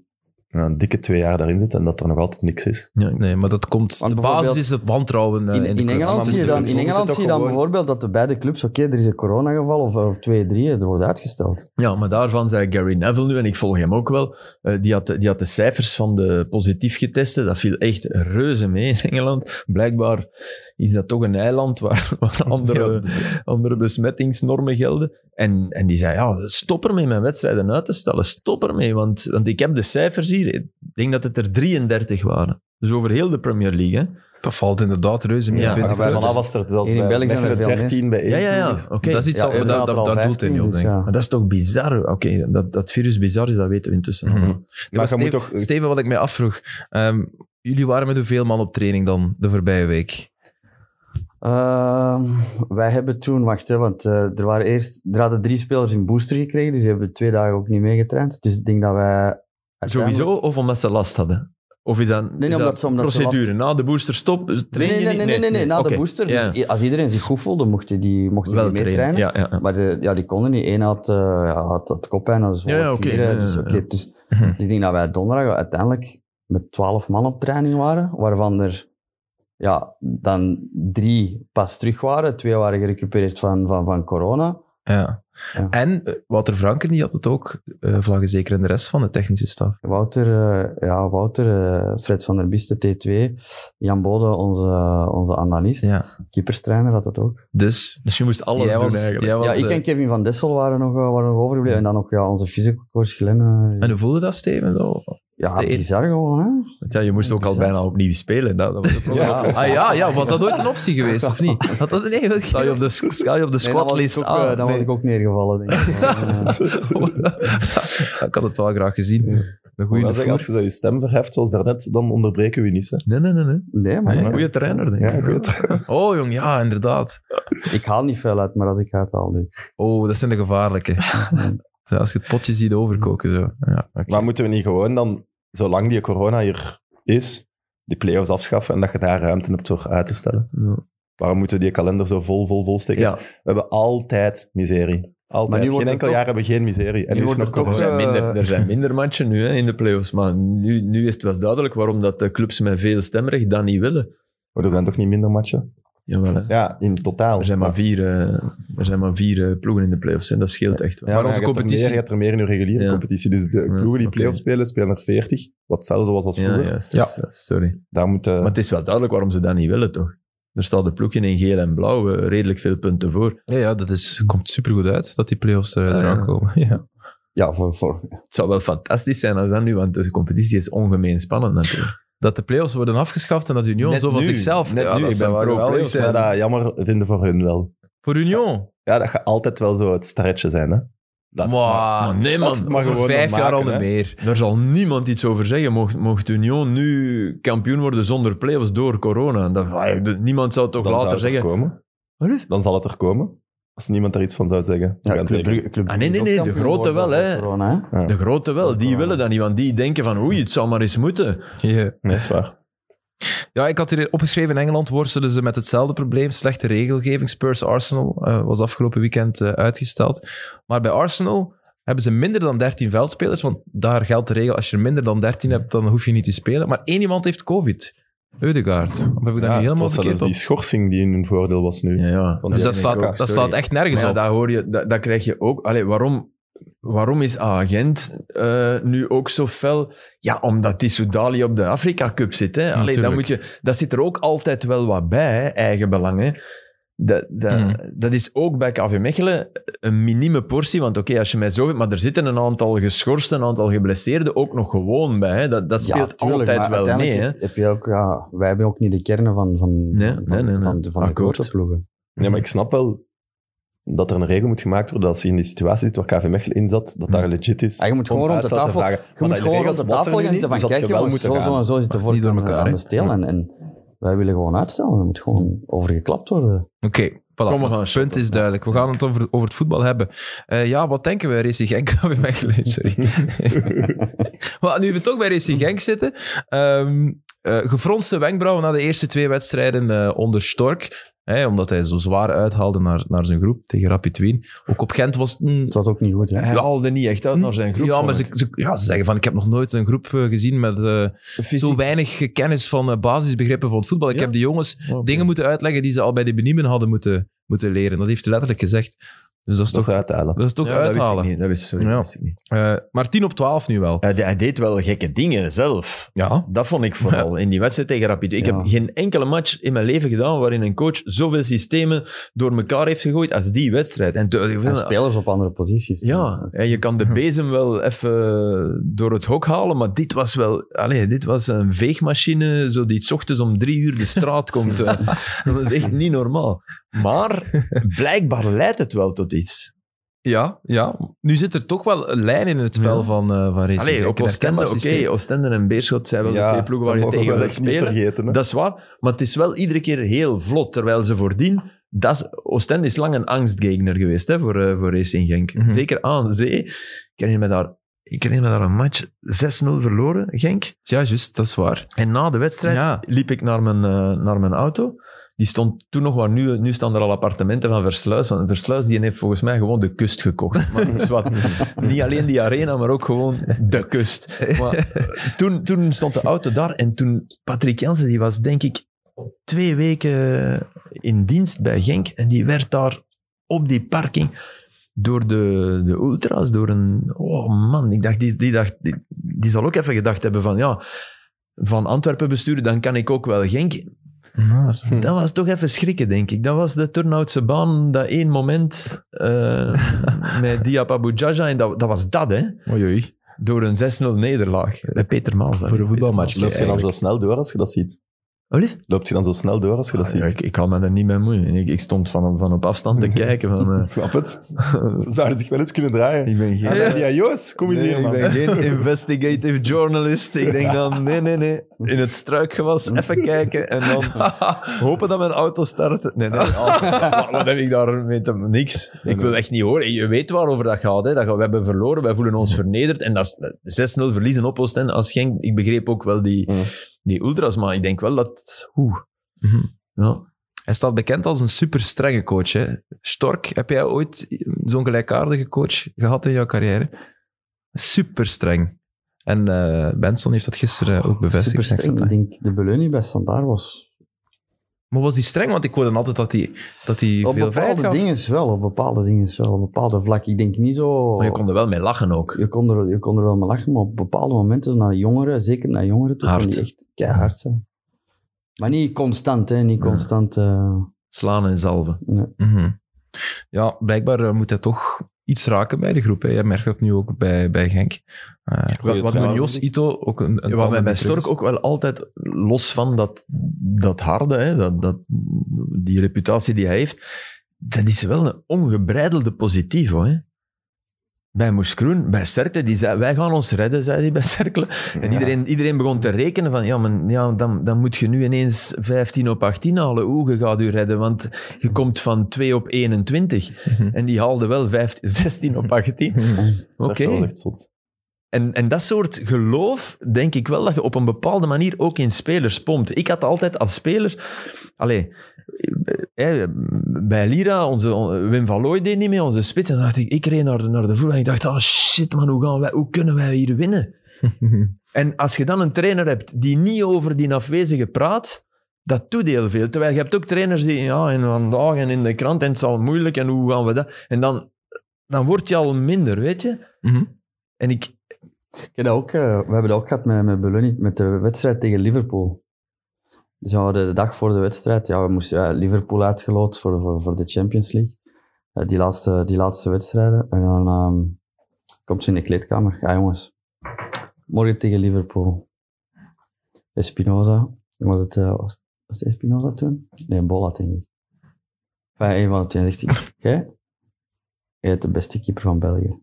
D: eh, een dikke twee jaar daarin zitten en dat er nog altijd niks is.
C: Ja,
A: Nee, maar dat komt...
C: Ah.
B: Want
A: de
B: bijvoorbeeld-
A: basis is het wantrouwen eh,
B: In,
A: in de
B: in
A: club.
B: Engeland
D: Maar
B: zie je
D: moeten we-
B: dan,
D: we
B: in
D: moeten
B: Engeland
D: toch
B: zie je dan
D: gewoon-
B: bijvoorbeeld dat de beide clubs, oké, er is een coronageval of, of twee, drie, er wordt uitgesteld.
C: ja, maar daarvan zei Gary Neville nu, en ik volg hem ook wel, eh, die, had, de- die had de cijfers van de positief getesten. Dat viel echt reuze mee in Engeland. Blijkbaar is dat toch een eiland waar, waar andere, andere besmettingsnormen gelden. En, en die zei, ja, stop ermee mijn wedstrijden uit te stellen. Stop ermee, want, want ik heb de cijfers hier. Ik denk dat het er 33 waren. Dus over heel de Premier League, hè.
A: Dat valt inderdaad reuze mee.
C: Ja,
A: Ja,
D: Maar
A: 20
D: bij
A: clubs.
D: Vanaf was er zelfs
B: Hier in
D: bij
B: België zijn er
D: Mechelen
B: veel meer.
D: 13 bij 1.
C: Ja, ja, ja. Oké.
A: Dat is iets
B: Ja,
A: wat-
B: Eupen
A: dat,
B: had er
A: dat,
B: al
A: dat doelt
B: 15,
A: in, joh,
B: dus
A: denk ik.
B: ja.
C: Maar dat is toch bizar? Oké, dat, dat virus bizar is, dat weten we intussen. al.
A: Mhm. Ja,
D: Maar
A: maar
D: je moet
A: Steven,
D: toch...
A: Steven, wat ik mij afvroeg. ehm, jullie waren met hoeveel man op training dan de voorbije week?
B: Ehm, wij hebben toen, wacht hè, want eh, er waren eerst, er hadden drie spelers een booster gekregen, dus die hebben twee dagen ook niet meegetraind. Dus ik denk dat wij... uiteindelijk-
C: Sowieso, of omdat ze last hadden? Of is dat,
B: nee,
C: is
B: omdat
C: dat
B: ze- omdat ze
C: procedure? Na de booster stop, eh, train
B: Nee, nee,
C: je
B: nee,
C: niet?
B: nee, nee, nee, na
C: Oké,
B: de booster.
C: ja.
B: Dus i- als iedereen zich goed voelde, mochten die, mochten
C: Wel
B: die
C: trainen.
B: meetrainen.
C: Ja, ja, ja.
B: Maar de, ja, die konden niet. Eén had, eh, ja, had, had koppijn, had zwolle
C: Ja, ja, oké,
B: klieren,
C: ja, ja,
B: dus,
C: ja.
B: oké, dus,
A: Mhm.
B: dus ik denk dat wij donderdag uiteindelijk met twaalf man op training waren, waarvan er ja, dan drie pas terug waren. Twee waren gerecupereerd van, van, van corona.
A: Ja.
B: Ja.
A: En eh, Wouter Franken die had het ook, eh, vlaggen zeker en de rest van de technische staf.
B: Wouter, eh, ja, Wouter eh, Fred van der Biste, T2, Jan Bode, onze, onze analist,
A: Ja.
B: keeperstrainer had dat ook.
A: Dus
C: Dus je moest alles
A: jij
C: doen
A: was,
C: eigenlijk.
A: jij was,
B: Ja, ik
A: eh,
B: en Kevin van Dessel waren nog, eh, waren nog overgebleven. En dan nog ja, onze physical coach Glenn. eh,
A: En hoe voelde dat, Steven? Zo?
B: ja,
A: Steen.
B: bizar gewoon, hè?
C: Want Ja, je moest ook al bijna opnieuw spelen. Dat, dat was het probleem.
B: Ja.
A: Ah ja, ja, was dat ooit een optie geweest, of niet? Had dat, nee, dat
C: Sta je op de, sta je op de squadlist
B: dan was ik ook,
C: aan?
B: eh, dan was
C: Ah, Nee.
B: ik ook neergevallen, denk ik. Ja.
A: ik had het wel graag gezien. Een
D: Hoe
A: goede
D: dat zeggen, als
A: voet.
D: je zo je stem verheft, zoals daarnet, dan onderbreken we je niet. Hè.
C: Nee, nee, nee. nee.
B: Nee, maar
D: Nee,
B: ja,
C: Ah, Goeie trainer, denk ik.
D: Ja, goed.
A: Oh jong, ja, inderdaad.
B: ik haal niet veel uit, maar als ik ga, het haal ik.
A: Oh, dat zijn de gevaarlijke. Zo, Als je het potje ziet overkoken, zo. Ja, oké.
D: Maar moeten we niet gewoon dan, zolang die corona hier is, die play-offs afschaffen en dat je daar ruimte hebt voor uit te stellen?
C: Ja.
D: Waarom moeten we die kalender zo vol, vol, vol steken?
C: Ja.
D: We hebben altijd miserie. Altijd.
B: Maar nu wordt
D: geen
B: er
D: enkel
B: toch-
D: jaar hebben we geen miserie. En
B: nu
D: nu, is
B: wordt
D: nog
B: er toch
C: Oh, Er
D: corona.
C: zijn,
B: eh,
C: minder, er zijn minder matchen nu hè, in de playoffs. Maar nu, nu is het wel duidelijk waarom dat de clubs met veel stemrecht dat niet willen.
D: Maar Oh, er zijn toch niet minder matchen?
C: Jawel, hè.
D: Ja, in totaal.
C: Er zijn maar vier, eh, er zijn maar vier eh, ploegen in de playoffs en dat scheelt echt wel.
D: Ja,
A: Maar
D: maar
A: onze
D: je hebt er
A: competitie-
D: meer- je hebt er meer in je reguliere
C: Ja.
D: competitie. Dus de ploegen die
C: oké.
D: play-offs spelen, spelen er 40. Wat hetzelfde was als
C: Ja,
D: vroeger.
C: juist,
A: Ja.
C: juist, juist, sorry.
D: Daar moeten...
C: Maar het is wel duidelijk waarom ze dat niet willen, toch? Er staat de ploeg in in geel en blauw eh, redelijk veel punten voor.
A: ja, ja, dat is, komt supergoed uit, dat die play-offs er-
C: Ah, Ja,
A: eraan
C: ja.
A: komen. Ja.
B: Ja, voor, voor.
C: Het zou wel fantastisch zijn als dat nu, want de competitie is ongemeen spannend natuurlijk.
A: dat de play-offs worden afgeschaft en dat Union
C: Net
A: zo van
C: nu,
A: zichzelf...
C: net
A: ja,
C: nu,
A: dat
C: ik
A: zou
C: ben
A: wel
C: pro-play-offs,
A: geweldig
D: Ik
A: zijn.
D: zou dat jammer vinden voor hun wel.
A: Voor Union?
D: Ja, dat gaat altijd wel zo het sterretje zijn, hè. Dat,
A: Maar, nee
D: dat
A: man,
D: mag
A: over
D: gewoon
A: vijf
D: nog
A: jaar al
D: maken,
A: niet
D: hè.
A: meer.
C: Daar zal niemand iets over zeggen. Mocht, mocht Union nu kampioen worden zonder play-offs door corona, dat, niemand zou toch
D: dan zou
C: later
D: het er
C: zeggen...
D: komen. Dan zal het er komen. Als niemand er iets van zou zeggen. Ik
B: Ja,
D: ben
B: Club
D: zeker.
B: Brugge- Club
C: Ah, nee,
B: Brugge is
C: nee,
B: ook
C: nee, de
B: kampioen
C: grote
B: geworden
C: wel, hè.
B: door Corona, hè?
D: Ja.
C: De
A: Ah.
C: grote wel, die willen dat niet, want die denken van oei, het zou maar eens moeten.
A: Ja.
D: Nee, dat is waar.
A: Ja, ik had hier opgeschreven, in Engeland worstelen ze met hetzelfde probleem. Slechte regelgeving. Spurs-Arsenal eh, was afgelopen weekend eh, uitgesteld. Maar bij Arsenal hebben ze minder dan 13 veldspelers. Want daar geldt de regel, als je er minder dan 13 hebt, dan hoef je niet te spelen. Maar één iemand heeft covid. Eudegaard. Of heb
D: Ja,
A: ik dat nu
D: het
A: helemaal
D: was
A: verkeerd
D: zelfs
A: op?
D: die schorsing die in hun voordeel was nu.
C: Ja, ja.
D: Van
A: Dus
D: die
A: dat slaat,
D: Sorry.
A: dat slaat echt nergens
C: Maar ja,
A: op.
C: daar hoor je, dat, dat krijg je ook. Allee, waarom, waarom is agent nu ook zo fel? Ja, omdat die Soudali op de Afrika Cup zit. Hè? Allee, dan
A: Natuurlijk.
C: moet je, dat zit er ook altijd wel wat bij, hè? eigen belangen. Dat, dat,
A: Hmm.
C: dat is ook bij KV Mechelen een minime portie. Want oké, als je mij zo... Maar er zitten een aantal geschorsten, een aantal geblesseerden ook nog gewoon bij. Hè? Dat, dat speelt
B: tuurlijk, maar
C: altijd wel mee.
B: uiteindelijk
C: Hè?
B: Heb je ook, ja, wij hebben ook niet de kernen van, van,
C: Nee,
B: van,
C: nee, nee, nee.
B: van, de- van de
C: Akkoord.
B: grote ploegen.
D: Ja, maar ik snap wel dat er een regel moet gemaakt worden als je in die situatie zit waar KV Mechelen in zat, dat
C: Hm.
D: daar legit is.
C: Ah,
B: Ja, je moet
D: om
B: gewoon rond de
D: uitstel te
B: tafel-
D: vragen.
B: Je
D: Maar
B: moet
D: dat in
B: gewoon op
D: regels
B: de
D: was er
B: tafel
D: nu
B: gaan
D: niet,
B: zitten van
D: dus had je
B: kijken, je
D: wel
B: moet
D: moeten
B: zo, zo
D: gaan.
B: en zo zitten voor
A: niet door elkaar,
B: aan
A: hè.
B: de steel. En, en wij willen gewoon uitstellen. Er moet gewoon overgeklapt worden.
A: Oké, voilà.
C: Kom, we gaan
A: Het punt
C: shoppen.
A: is duidelijk. We gaan het over, over het voetbal hebben. Eh, ja, wat denken we, Racing Genk? KV Mechelen, sorry. maar nu we toch bij Racing Genk zitten. ehm eh, gefronste wenkbrauwen na de eerste twee wedstrijden eh, onder Stork. Hè, omdat hij zo zwaar uithaalde naar, naar zijn groep tegen Rapid Wien. Ook op Gent was het... mm,
B: Het was ook niet goed, hè?
C: Hij haalde niet echt uit naar zijn groep.
A: ja,
C: vond
A: maar ze,
C: ik.
A: ze- ja, ze zeggen van, ik heb nog nooit een groep eh, gezien met eh, zo weinig eh, kennis van eh, basisbegrippen van het voetbal. Ik
C: Ja.
A: heb die jongens
B: Oh.
C: Oké.
A: dingen moeten uitleggen die ze al bij de beniemen hadden moeten, moeten leren. Dat heeft hij letterlijk gezegd. Dus dat is
D: Dat
A: toch,
D: is uithalen.
A: dat is toch
C: Ja, Dat wist
A: uithalen.
C: ik niet. Dat wist, sorry,
A: Ja.
C: dat wist ik niet.
A: Eh, maar 10 op 12 nu wel.
C: Hij, de- hij deed wel gekke dingen zelf.
A: Ja.
C: Dat vond ik vooral in die wedstrijd tegen Rapid. Ik
B: Ja.
C: heb geen enkele match in mijn leven gedaan waarin een coach zoveel systemen door elkaar heeft gegooid als die wedstrijd. En, toen-
B: En spelers op andere posities.
C: ja, en je kan de bezem wel even door het hok halen, maar dit was wel... Allee, dit was een veegmachine zo die 's ochtends om drie uur de straat komt. eh. dat was echt niet normaal. Maar blijkbaar leidt het wel tot iets.
A: Ja, ja. Nu zit er toch wel een lijn in het spel
C: Ja.
A: van, eh van Racing.
C: Allee,
A: Genk.
C: op
A: Een
C: Oostende,
A: herkenbaar
C: oké,
A: systeem.
C: Oostende en Beerschot zijn wel de twee ploegen waar je
D: dat mogen we
C: tegen
D: wel
C: wilt
D: echt niet
C: spelen.
D: vergeten. hè.
C: Dat is waar, maar het is wel iedere keer heel vlot. Terwijl ze voordien... Dat is, Oostende is lang een angstgegner geweest hè, voor, eh, voor Racing Genk.
A: Mhm.
C: Zeker aan zee. Ik herinner me daar, ik herinner me daar een match 6-0 verloren, Genk.
A: Ja, juist, dat is waar.
C: En na de wedstrijd
A: Ja.
C: liep ik naar mijn, eh, naar mijn auto. Die stond toen nog waar nu, nu staan er al appartementen van Versluis. Want Versluis die heeft volgens mij gewoon de kust gekocht. Maar dus wat, niet alleen die arena, maar ook gewoon de kust. Maar eh, toen, toen stond de auto daar en toen Patrick Jansen, die was denk ik twee weken in dienst bij Genk. En die werd daar op die parking door de, de ultras, door een... Oh man, ik dacht, die, die, dacht die, die zal ook even gedacht hebben van ja, van Antwerpen besturen, dan kan ik ook wel Genk. Dat was toch even schrikken, denk ik. Dat was de Turnhoutse baan, dat één moment eh, met Diab Abujaja. En dat, dat was dat, hè.
A: Oei, oei.
C: Door een 6-0 nederlaag. Bij Peter Maals.
A: Voor een voetbalmatch.
D: Loopt je dan zo snel door als je dat ziet?
C: Alsjeblieft.
D: Loopt je dan zo snel door als je dat
C: Ah, ja,
D: ziet?
C: ik, ik kan me daar niet mee moeien. Ik, ik stond van, van op afstand te kijken. Van, eh, Ah,
D: Ik Snap het? Ze Zouden zich wel eens kunnen draaien. Ah,
C: ik ben
D: Ja,
C: geen...
D: ja, Joost, kom eens
C: Nee,
D: hier, man.
C: ik ben geen investigative journalist. Ik denk dan, nee, nee, nee. In het struikgewas even kijken en dan hopen dat mijn auto start. Nee, nee. ah, wat, wat heb ik daarmee te Niks. Ik wil echt niet horen. Je weet waarover dat gaat. Hè. Dat gaat we hebben verloren, wij voelen ons vernederd. En dat is 6-0 verliezen op Oostende als Genk. Ik begreep ook wel die,
D: Mm.
C: die ultras, maar ik denk wel dat... Oeh.
A: Mhm.
C: Ja.
A: Hij staat bekend als een super strenge coach. Hè? Stork, heb jij ooit zo'n gelijkaardige coach gehad in jouw carrière? Super streng. En eh, Benson heeft dat gisteren ook bevestigd.
B: Super
A: Ik zag
B: streng.
A: dat,
B: Ik
A: hè.
B: denk de Beleunie bij Standaard was.
A: Maar was hij streng? Want ik hoorde altijd dat hij, dat hij
B: Op
A: veel vrijheid
B: bepaalde
A: gaf.
B: dingen wel, op bepaalde dingen wel, op bepaalde vlakken. Ik denk niet zo.
C: Maar je kon er wel mee lachen ook.
B: je kon er, je kon er wel mee lachen, maar op bepaalde momenten naar jongeren, zeker naar jongeren, toen
C: Hard.
B: kon die echt keihard zijn. Maar niet constant, hè. Niet
C: Ja.
B: constant. eh,
C: Slaan en zalven.
A: Mhm. Ja, blijkbaar eh, moet hij toch iets raken bij de groep. Hè? Jij merkt dat nu ook bij, bij Genk. Eh, wat wat
D: trouwens.
A: Munoz, Ito, ook een, een
C: Ja,
A: tand
C: wat mij
A: die
C: bij
A: terug
C: Stork
A: is.
C: ook wel altijd, los van dat, dat harde, hè, dat, dat, die reputatie die hij heeft, dat is wel een ongebreidelde positief. hoor, Hè. Bij Moes Groen, bij Cercle, die zei, wij gaan ons redden, zei hij bij Cercle. En iedereen, iedereen begon te rekenen van, ja, maar, ja dan, dan moet je nu ineens 15 op 18 halen. Oeh, je gaat u redden, want je komt van 2 op 21.
A: Mhm.
C: En die haalde wel 15, 16 op 18.
D: Dat
C: Oké.
D: is echt wel echt zot.
C: En, en dat soort geloof, denk ik wel dat je op een bepaalde manier ook in spelers pompt. Ik had altijd als speler... Allee, eh, bij Lira, onze, on- Wim van Looy deed niet mee, onze spits. En dan dacht ik, ik reed naar de, naar de voet en ik dacht, ah shit man, hoe, gaan wij, hoe kunnen wij hier winnen? Mhm. En als je dan een trainer hebt die niet over die afwezige praat, dat doet heel veel. Terwijl je hebt ook trainers die, ja, en vandaag en in de krant en het is al moeilijk en hoe gaan we dat? En dan, dan word je al minder, weet je?
A: Mhm.
C: En ik,
B: Ik heb dat ook, eh, we hebben dat ook gehad met, met Beluni, met de wedstrijd tegen Liverpool. Dus we hadden de dag voor de wedstrijd, ja, we moesten ja, Liverpool uitgeloot voor, voor, voor de Champions League. Eh, die, laatste, die laatste wedstrijden. En dan ehm, komt ze in de kleedkamer. Ja, jongens. Morgen tegen Liverpool. Espinoza. Was het, eh, was, was het Espinoza toen? Nee, Bolla, denk ik. Enfin, een van de twee zegt hij, jij? Jij bent de beste keeper van België.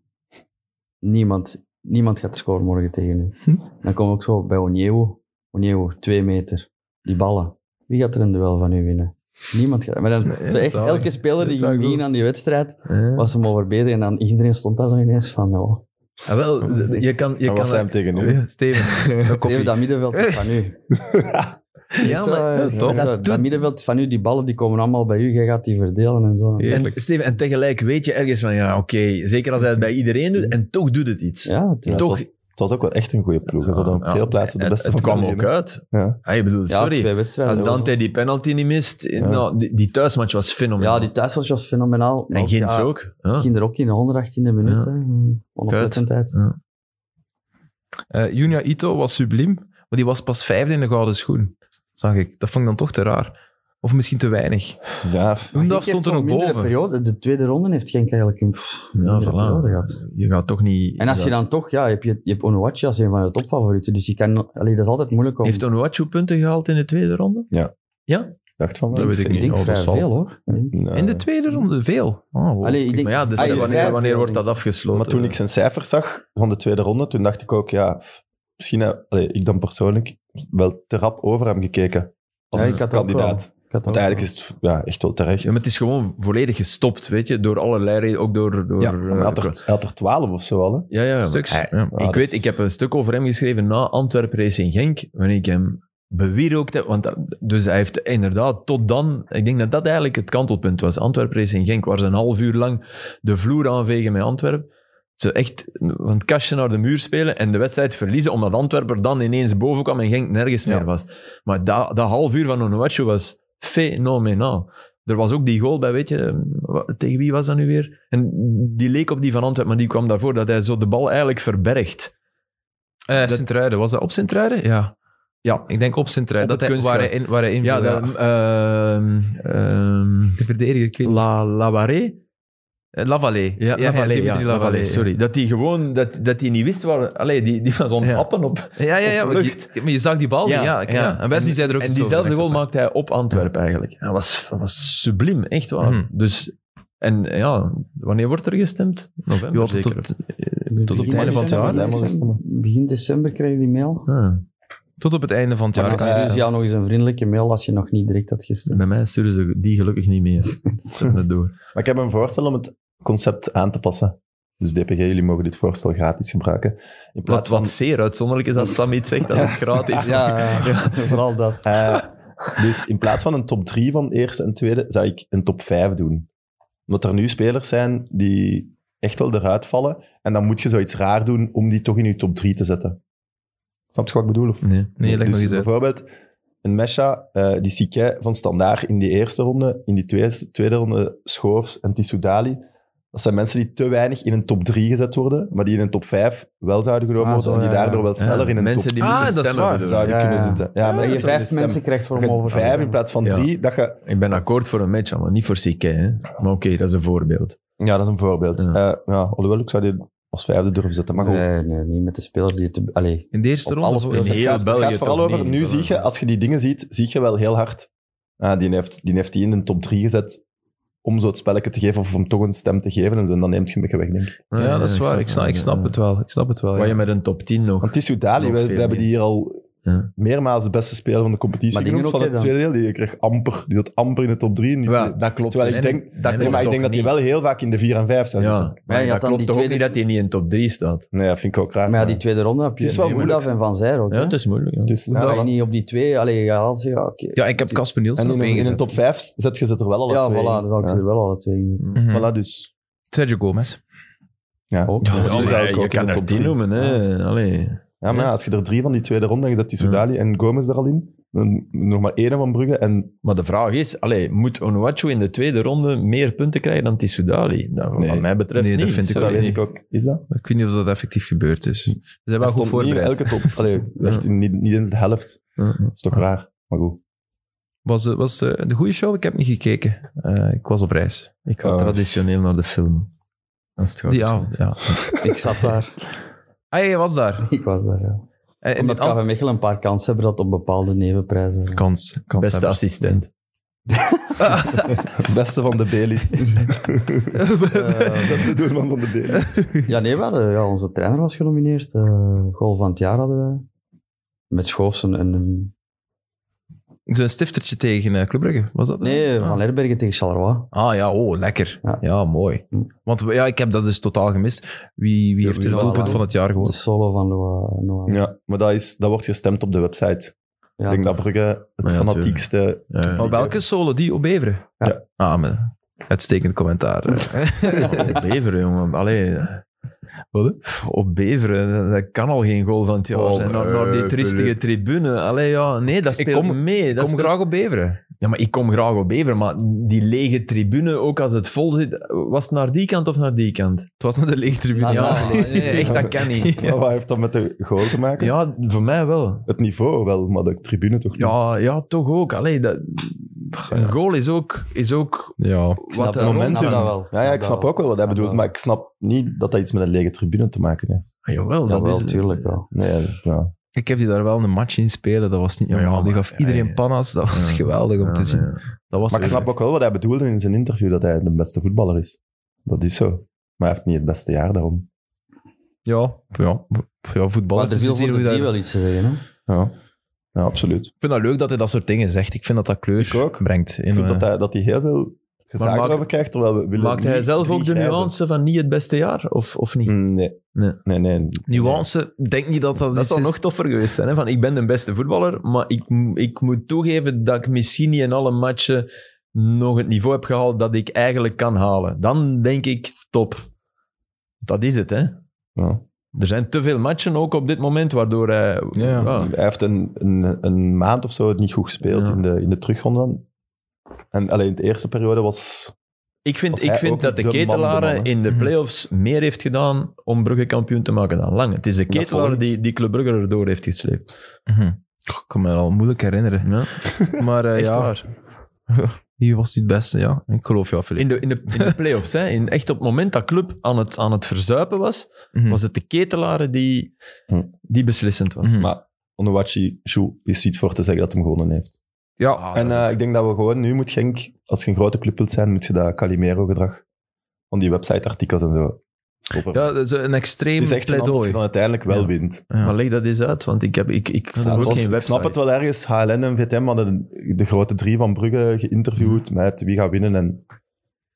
B: Niemand niemand gaat scoren morgen tegen u.
A: Hm.
B: Dan komen we ook zo bij Onyewo. Onyewo, twee meter. Die ballen. Wie gaat er een duel van u winnen? Niemand gaat... Maar dan,
A: Nee,
B: zo echt,
A: zalig.
B: elke speler
A: Dat
B: die
A: is wel
B: ging
A: goed.
B: in aan die wedstrijd,
C: eh,
B: was hem over bezig. En dan iedereen stond daar dan ineens van, oh,
C: ah, wel, je kan... Je
D: Dat
C: kan
D: was hem tegen
A: Ja,
D: nu.
A: Steven, een
B: Zeven,
A: koffie.
B: dat middenveld is van u.
C: ja,
B: Echt,
C: maar,
B: eh,
A: ja, toch?
B: zo,
C: Dat
B: dat,
C: doet-
B: middenveld van u, die ballen, die komen allemaal bij u. Jij gaat die verdelen en zo.
D: Ja.
C: en,
D: Heerlijk.
C: Steven, en tegelijk weet je ergens van, ja, oké, zeker als hij het bij iedereen doet, en toch doet het iets.
B: Ja, het is-
C: toch,
D: Het was ook wel echt een goede ploeg. Ze hadden op
C: Ja,
D: veel plaatsen de
C: en
D: beste
C: Het
D: van
C: kwam ook
D: België, hè.
C: uit.
D: Ja.
C: Ah, ik bedoel,
B: ja,
C: sorry.
B: twee wedstrijden.
C: Als
B: Dat was-
C: Dante die penalty niet mist, eh,
D: Ja.
C: nou, die, die thuismatch was fenomenaal.
B: Ja, die thuismatch was fenomenaal. maar
C: en
B: ook,
C: Gins
B: ja,
C: ook. Ja.
B: Ging er ook in de 118e minuut.
C: Ja.
B: hè. Hmm, Onoplettendheid.
A: Eh, Junya Ito was subliem, maar die was pas vijfde in de gouden schoen. Zag ik. Dat vond ik dan toch te raar. Of misschien te weinig.
D: Ja,
A: Loendaf
B: Genk heeft
A: stond
B: toch
A: er nog
B: mindere
A: boven.
B: Periode, de tweede ronde heeft Genk eigenlijk een pff, mindere
C: voilà.
B: periode gehad.
C: Je gaat toch niet...
B: En als je dan toch, ja, heb je, je hebt Onuachi als een van de topfavorieten, dus je kan, allee, dat is altijd moeilijk om...
C: Heeft Onuachu punten gehaald in de tweede ronde?
D: dacht van
A: Dat
D: wel.
A: weet ik
B: ik
A: niet.
B: denk
A: Oh, dat
B: vrij
A: zal.
B: veel, hoor.
D: Nou,
A: In de tweede ronde veel.
C: Ah,
A: Oh, wow.
B: Allee, ik
A: Kijk,
B: denk-
A: maar ja, dus
C: eh,
B: allee,
A: wanneer,
B: vrij
A: wanneer
B: veel,
A: wordt
B: denk
A: dat afgesloten?
D: Maar toen ik zijn cijfers zag van de tweede ronde, toen dacht ik ook, ja, pff, misschien heb allee, ik dan persoonlijk wel te rap over hem gekeken. Als
B: Ja, ik had ook
D: kandidaat.
B: Ik had dat
D: Want
B: ook-
D: eigenlijk is het ja, echt wel terecht.
C: Ja, maar het is gewoon volledig gestopt, weet je, door allerlei redenen, ook door... door
A: Ja,
D: Hij
C: eh,
D: had er- hij had er twaalf of zo al. Hè.
C: ja, ja, ja.
A: Stuks.
C: Hij-
A: Ja.
D: Ah,
C: ik
D: dat
C: weet,
D: is-
C: ik heb een stuk over hem geschreven na Antwerp Race in Genk, wanneer ik hem bewierookt heb. Want dat- dus hij heeft inderdaad tot dan, ik denk dat dat eigenlijk het kantelpunt was. Antwerp Race in Genk, waar ze een half uur lang de vloer aanvegen met Antwerp. Ze echt van het kastje naar de muur spelen en de wedstrijd verliezen, omdat Antwerp er dan ineens boven kwam en Genk nergens
A: Ja.
C: meer was. Maar dat, dat half uur van Onuachu was fenomenaal. Er was ook die goal bij, weet je, eh, wa- tegen wie was dat nu weer? En die leek op die van Antwerpen, maar die kwam daarvoor dat hij zo de bal eigenlijk verbergt.
A: Eh, Sint-Truiden, was dat op Sint-Truiden? Ja.
C: Ja.
A: Ik denk op Sint-Truiden.
C: Op
A: Dat
C: het
A: hij, waar, hij
C: kunstgras.
A: in, waar hij in
C: Ja,
A: viel,
C: dat, ehm, ehm,
A: de verdediger, ik weet niet.
C: La Lavaré?
A: Eh, Lavallée.
C: Ja, Lavallee, ja,
A: Dimitri Lavallée,
C: Lavallee,
A: ja.
C: sorry. Dat hij gewoon, dat, dat hij niet wist waar... Allee, die, die was onthappen op...
A: Ja, ja, ja.
C: Op de
A: maar
C: lucht.
A: je, maar je zag die bal. Ja, ja, ik- ja. En Wesley zei er ook
C: En
A: iets over,
C: diezelfde
A: extra
C: goal
A: time.
C: maakte hij op Antwerpen eigenlijk. Dat was, dat was subliem, echt waar.
A: Mhm.
C: Dus, en ja, wanneer wordt er gestemd?
A: Ja,
C: November
A: tot-
C: zeker.
A: tot,
B: Dus
A: tot op het
B: begin
A: einde van het jaar.
B: december,
D: Ja, maar dat
B: Begin
D: is
B: december, begin december krijg je die mail.
C: Ah,
A: tot op het einde van het
B: Ja,
A: jaar.
B: dan
A: kan
B: sturen
A: je zeggen.
B: ze dus jou nog eens een vriendelijke mail als je nog niet direct had gisteren.
C: bij mij sturen ze die gelukkig niet meer. Zet me door.
D: Maar ik heb een voorstel om het concept aan te passen. Dus DPG, jullie mogen dit voorstel gratis gebruiken. In
C: Wat,
D: plaats van
C: wat zeer uitzonderlijk is dat Sam iets zegt, dat het gratis is.
B: Ja, ja, ja. vooral dat.
D: Eh, dus in plaats van een top 3 van eerste en tweede, zou ik een top 5 doen. Omdat er nu spelers zijn die echt wel eruit vallen. En dan moet je zoiets raar doen om die toch in je top 3 te zetten. Snap je wat ik bedoel? Of?
A: Nee, nee, leg
D: dus
A: nog eens uit.
D: bijvoorbeeld een Mesha, eh, die Sique van Standaard in die eerste ronde, in die tweede, tweede ronde Schoofs en Tissoudali. Dat zijn mensen die te weinig in een top 3 gezet worden, maar die in een top 5 wel zouden genomen
B: Ah,
D: worden
B: zo,
D: en die
B: ja, ja.
D: daardoor wel sneller
C: Ja,
D: in een
C: mensen
D: top
C: die
A: Ah,
C: moeten
A: dat is
C: stemmen.
A: waar.
C: bedoelen.
D: zouden
B: Ja,
D: kunnen
B: ja.
D: zitten. Ja,
B: dat
D: mensen
B: je
D: die
B: vijf
D: stemmen.
B: mensen krijgt voor om
D: Dat je
B: over te
D: vijf in
B: stemmen.
D: plaats van
C: Ja.
D: drie, dat je...
C: Ik ben akkoord voor een match, maar niet voor Sikke. hè. Maar oké, dat is een voorbeeld.
D: Ja, dat is een voorbeeld.
C: Ja.
D: Ja. ja, alhoewel, ik zou die als vijfde durven zetten. Maar goed,
B: Nee, nee, niet met de spelers die het... Allee,
A: In de eerste
B: Op
A: ronde.
B: alles
A: voor-
B: speelt
D: het
C: heel
D: gaat, het
C: België
D: gaat vooral
C: toch
D: over...
C: niet,
D: nu
C: voilà.
D: zie je, als je die dingen ziet, zie je wel heel hard... Ah, die, heeft, die heeft die in een top drie gezet om zo het spelletje te geven of om toch een stem te geven en zo. En dan neemt je een beetje weg, denk ik.
A: Ja, dat is waar. Ik snap, ik snap het wel. Ik snap het wel.
C: Wat
A: ja.
C: je met een top 10 nog...
D: Want Tissou Dali,
C: Nog
D: we,
C: veel
D: we hebben
C: meer.
D: die hier al
A: Ja.
D: meermaals de beste speler van de competitie
B: Maar die
D: genoemd
B: doen
D: van
B: ook,
D: het
B: hè,
D: tweede deel. Die kreeg amper, die had amper in de top 3.
C: Ja, dat klopt.
D: Terwijl ik
A: En-
D: denk, nee,
A: dat
D: maar ik
A: klopt
D: denk dat hij
A: ook
D: wel heel vaak in de 4 en 5 zou
C: Ja,
D: zitten.
C: maar
B: Ja, je
C: dat
B: had dan
C: klopt
B: die
C: toch ook
B: tweede-
C: niet dat hij niet in top 3 staat.
D: Nee, dat vind ik ook raar.
B: Maar ja, die tweede ronde heb je
D: Het is wel
B: Goedaf
D: moeilijk.
B: en Van Zijl ook.
C: Ja, Dus-
B: hè?
C: het is moeilijk. Ja.
D: Het is-
B: Ja,
D: Dus- ja,
B: of niet op die twee. Allee, ja, als je- ja, oké.
A: Ja, ik heb Casper Nielsen
D: En
A: op
D: in,
A: één
D: in een
A: gezet.
D: top 5 zet je ze er wel alle
B: ja,
D: twee
B: voilà, dan zou ik
D: in.
B: ze er wel alle twee in.
A: Mhm.
D: Ja. Voilà, dus.
A: Sergio Gomez.
D: Ja.
B: Ook.
D: Dus die
C: Ja, maar
D: zou
C: je
D: ik ook in
C: kan
D: de
C: er
D: top
C: 10
D: drie.
C: noemen. Hè. Allee.
D: Ja, maar ja, als je er drie van die tweede ronde, en je zet die Soudali en Gomez er al in, dan nog maar één van Brugge en
C: Maar de vraag is, allee, moet Onuachu in de tweede ronde meer punten krijgen dan Tissoudali? Dat,
D: Nee.
C: Wat mij betreft
A: Nee,
C: niet.
A: dat vind ik
D: dat
C: Sorry.
D: weet ik ook. Is dat?
A: Ik weet niet of dat effectief gebeurd is. Ze zijn
D: Hij
A: wel goed
D: stond niet in
A: voorbereid.
D: elke top. Allee, echt in- niet, niet in de helft.
C: Ja.
D: Dat is toch raar. Maar goed.
A: Was, eh, was eh, een goede show? Ik heb niet gekeken. Eh, ik was op reis.
C: Ik ga
D: Oh.
C: traditioneel naar de film. Als het gaat.
A: Die avond, ja.
B: Ik zat daar.
A: Ah, jij was daar.
B: ik was daar, ja.
A: En, en
B: Omdat
A: die andere
B: KV Mechelen een paar kansen hebben dat op bepaalde nevenprijzen.
A: kans, kans
C: Beste
A: hebben.
C: assistent.
D: Het beste van de B-list. Het beste doelman van de B-list.
B: Ja, nee, we hadden, ja, onze trainer was genomineerd. eh goal van het jaar hadden wij. Met Schoofsen en... een-
A: Zo'n stiftertje tegen eh, Club Brugge, was dat?
B: Nee, Van Herbergen tegen Charleroi.
A: Ah ja, oh, lekker. Ja,
B: Ja.
A: mooi.
B: Hm.
A: Want we- ja, ik heb dat dus totaal gemist. Wie, wie heeft
B: wie
A: er
B: was
A: het doelpunt
B: dat?
A: van het jaar
B: De
A: gewonnen?
B: solo van Loa. Noah.
D: Ja, maar dat, is, dat wordt gestemd op de website.
B: Ja,
D: ik denk dat Brugge het
C: Ja,
D: fanatiekste...
C: Ja.
A: Maar welke solo? Die op Beveren?
D: Ja.
A: Ah, maar, uitstekend commentaar.
C: Ja, op Beveren, jongen. Allee. Wat? Op Beveren, dat kan al geen goal van het jaar
A: Oh,
C: zijn. Naar, naar die
A: eh,
C: triestige
A: Philip.
C: tribune. Allee, ja, nee, dat
A: Ik
C: speelt
A: kom-
C: mee. Dat
A: Kom
C: speelt-
A: graag op Beveren.
C: Ja, maar ik kom graag op Beveren, maar die lege tribune, ook als het vol zit, was het naar die kant of naar die kant?
A: Het was naar de leegtribune.
B: Ah,
A: Ja,
B: nou,
C: nee, echt, dat kan niet.
D: Maar wat heeft dat met de goal te maken?
C: Ja, voor mij wel.
D: Het niveau wel, maar de tribune toch niet.
C: Ja, ja toch ook. Allee, dat, een goal is ook, is ook
A: ja.
C: wat
D: het
C: er-
B: Ik
D: moment.
B: snap
D: momentum.
B: dat wel.
D: Ja, ja, ik snap ook wel wat hij
B: Snap
D: bedoelt,
B: wel.
D: maar ik snap niet dat dat iets met een lege tribune te maken heeft.
C: Ah, jawel, dat
B: Ja, wel,
C: is
B: tuurlijk wel.
D: Nee, ja.
A: Ik heb die daar wel een match in spelen. Dat was niet normaal.
C: Ja,
A: die
C: maar-
A: gaf iedereen
C: ja, ja.
A: panna's. Dat was
C: Ja.
A: geweldig om
C: Ja,
A: te zien.
C: ja.
A: Dat was
D: Maar ik
A: leuk.
D: snap ook wel wat hij bedoelde in zijn interview, dat hij de beste voetballer is. Dat is zo. Maar hij heeft niet het beste jaar daarom.
A: Ja, ja, ja dus voetbal.
B: Maar er viel voor de drie wel iets te zeggen, hè?
D: Ja, ja absoluut.
A: Ik vind dat leuk dat hij dat soort dingen zegt. Ik vind dat dat kleur
D: Ik ook.
A: brengt.
D: Ik
A: In,
D: vind dat,
A: eh,
D: hij, dat hij heel veel
C: Maar
D: gezaak
C: maakt-
D: over krijgt, terwijl we willen
C: Maakt hij
D: niet
C: zelf
D: drie
C: ook de
D: grijzen.
C: nuance van niet het beste jaar, of, of niet?
D: Mm, Nee.
C: Nee.
D: Nee, nee.
A: Nuance, denk niet dat dat,
C: Dat
A: iets
C: zou
A: is.
C: nog toffer geweest zijn. Hè? Van, ik ben de beste voetballer, maar ik, ik moet toegeven dat ik misschien niet in alle matchen nog het niveau heb gehaald dat ik eigenlijk kan halen. Dan denk ik, top. Dat is het, hè.
D: Ja.
C: Er zijn te veel matchen ook op dit moment, waardoor hij...
A: ja.
D: Hij heeft een, een, een maand of zo het niet goed gespeeld
C: Ja.
D: in, de, in de terugronde dan. En alleen in de eerste periode was...
C: Ik vind,
D: Was
C: ik
D: hij
C: vind
D: ook
C: dat de,
D: de man, de
C: ketelaren
D: man, hè?
C: in de
A: Mhm.
C: play-offs meer heeft gedaan om Brugge kampioen te maken dan Lang. Het is de
D: volg
C: ketelaar
D: ik.
C: die, die Club Brugge erdoor heeft gesleept.
A: Mhm. Goh, Ik kan me dat al moeilijk herinneren.
C: Ja,
A: Maar eh,
C: echt
A: ja,
C: waar.
A: wie was die het beste? Ja, ik geloof jou, Filip.
C: In de, in de, in de play-offs, hè. In, echt op het moment dat Club aan het, aan het verzuipen was,
A: Mhm.
C: was het de ketelaren die,
D: Hm.
C: die beslissend was.
A: Mhm.
D: Maar Onuachi Shu is iets voor te zeggen dat hem gewonnen heeft.
A: Ja,
D: en eh, ik denk dat we gewoon nu moet Genk, als je een grote club wilt zijn, moet je dat Calimero-gedrag van die website-artikels en zo stoppen.
A: ja, dat is een extreem
D: het is echt gênant als je
A: pleidooi.
D: dan uiteindelijk wel
A: Ja.
D: wint.
A: Ja.
C: Maar leg dat eens uit, want ik, heb, ik, ik
D: Ja,
C: volg
D: het
C: ook
D: was-
C: geen
D: ik
C: website.
D: snap het wel ergens. HLN en VTM hadden de grote drie van Brugge geïnterviewd met wie gaat winnen. En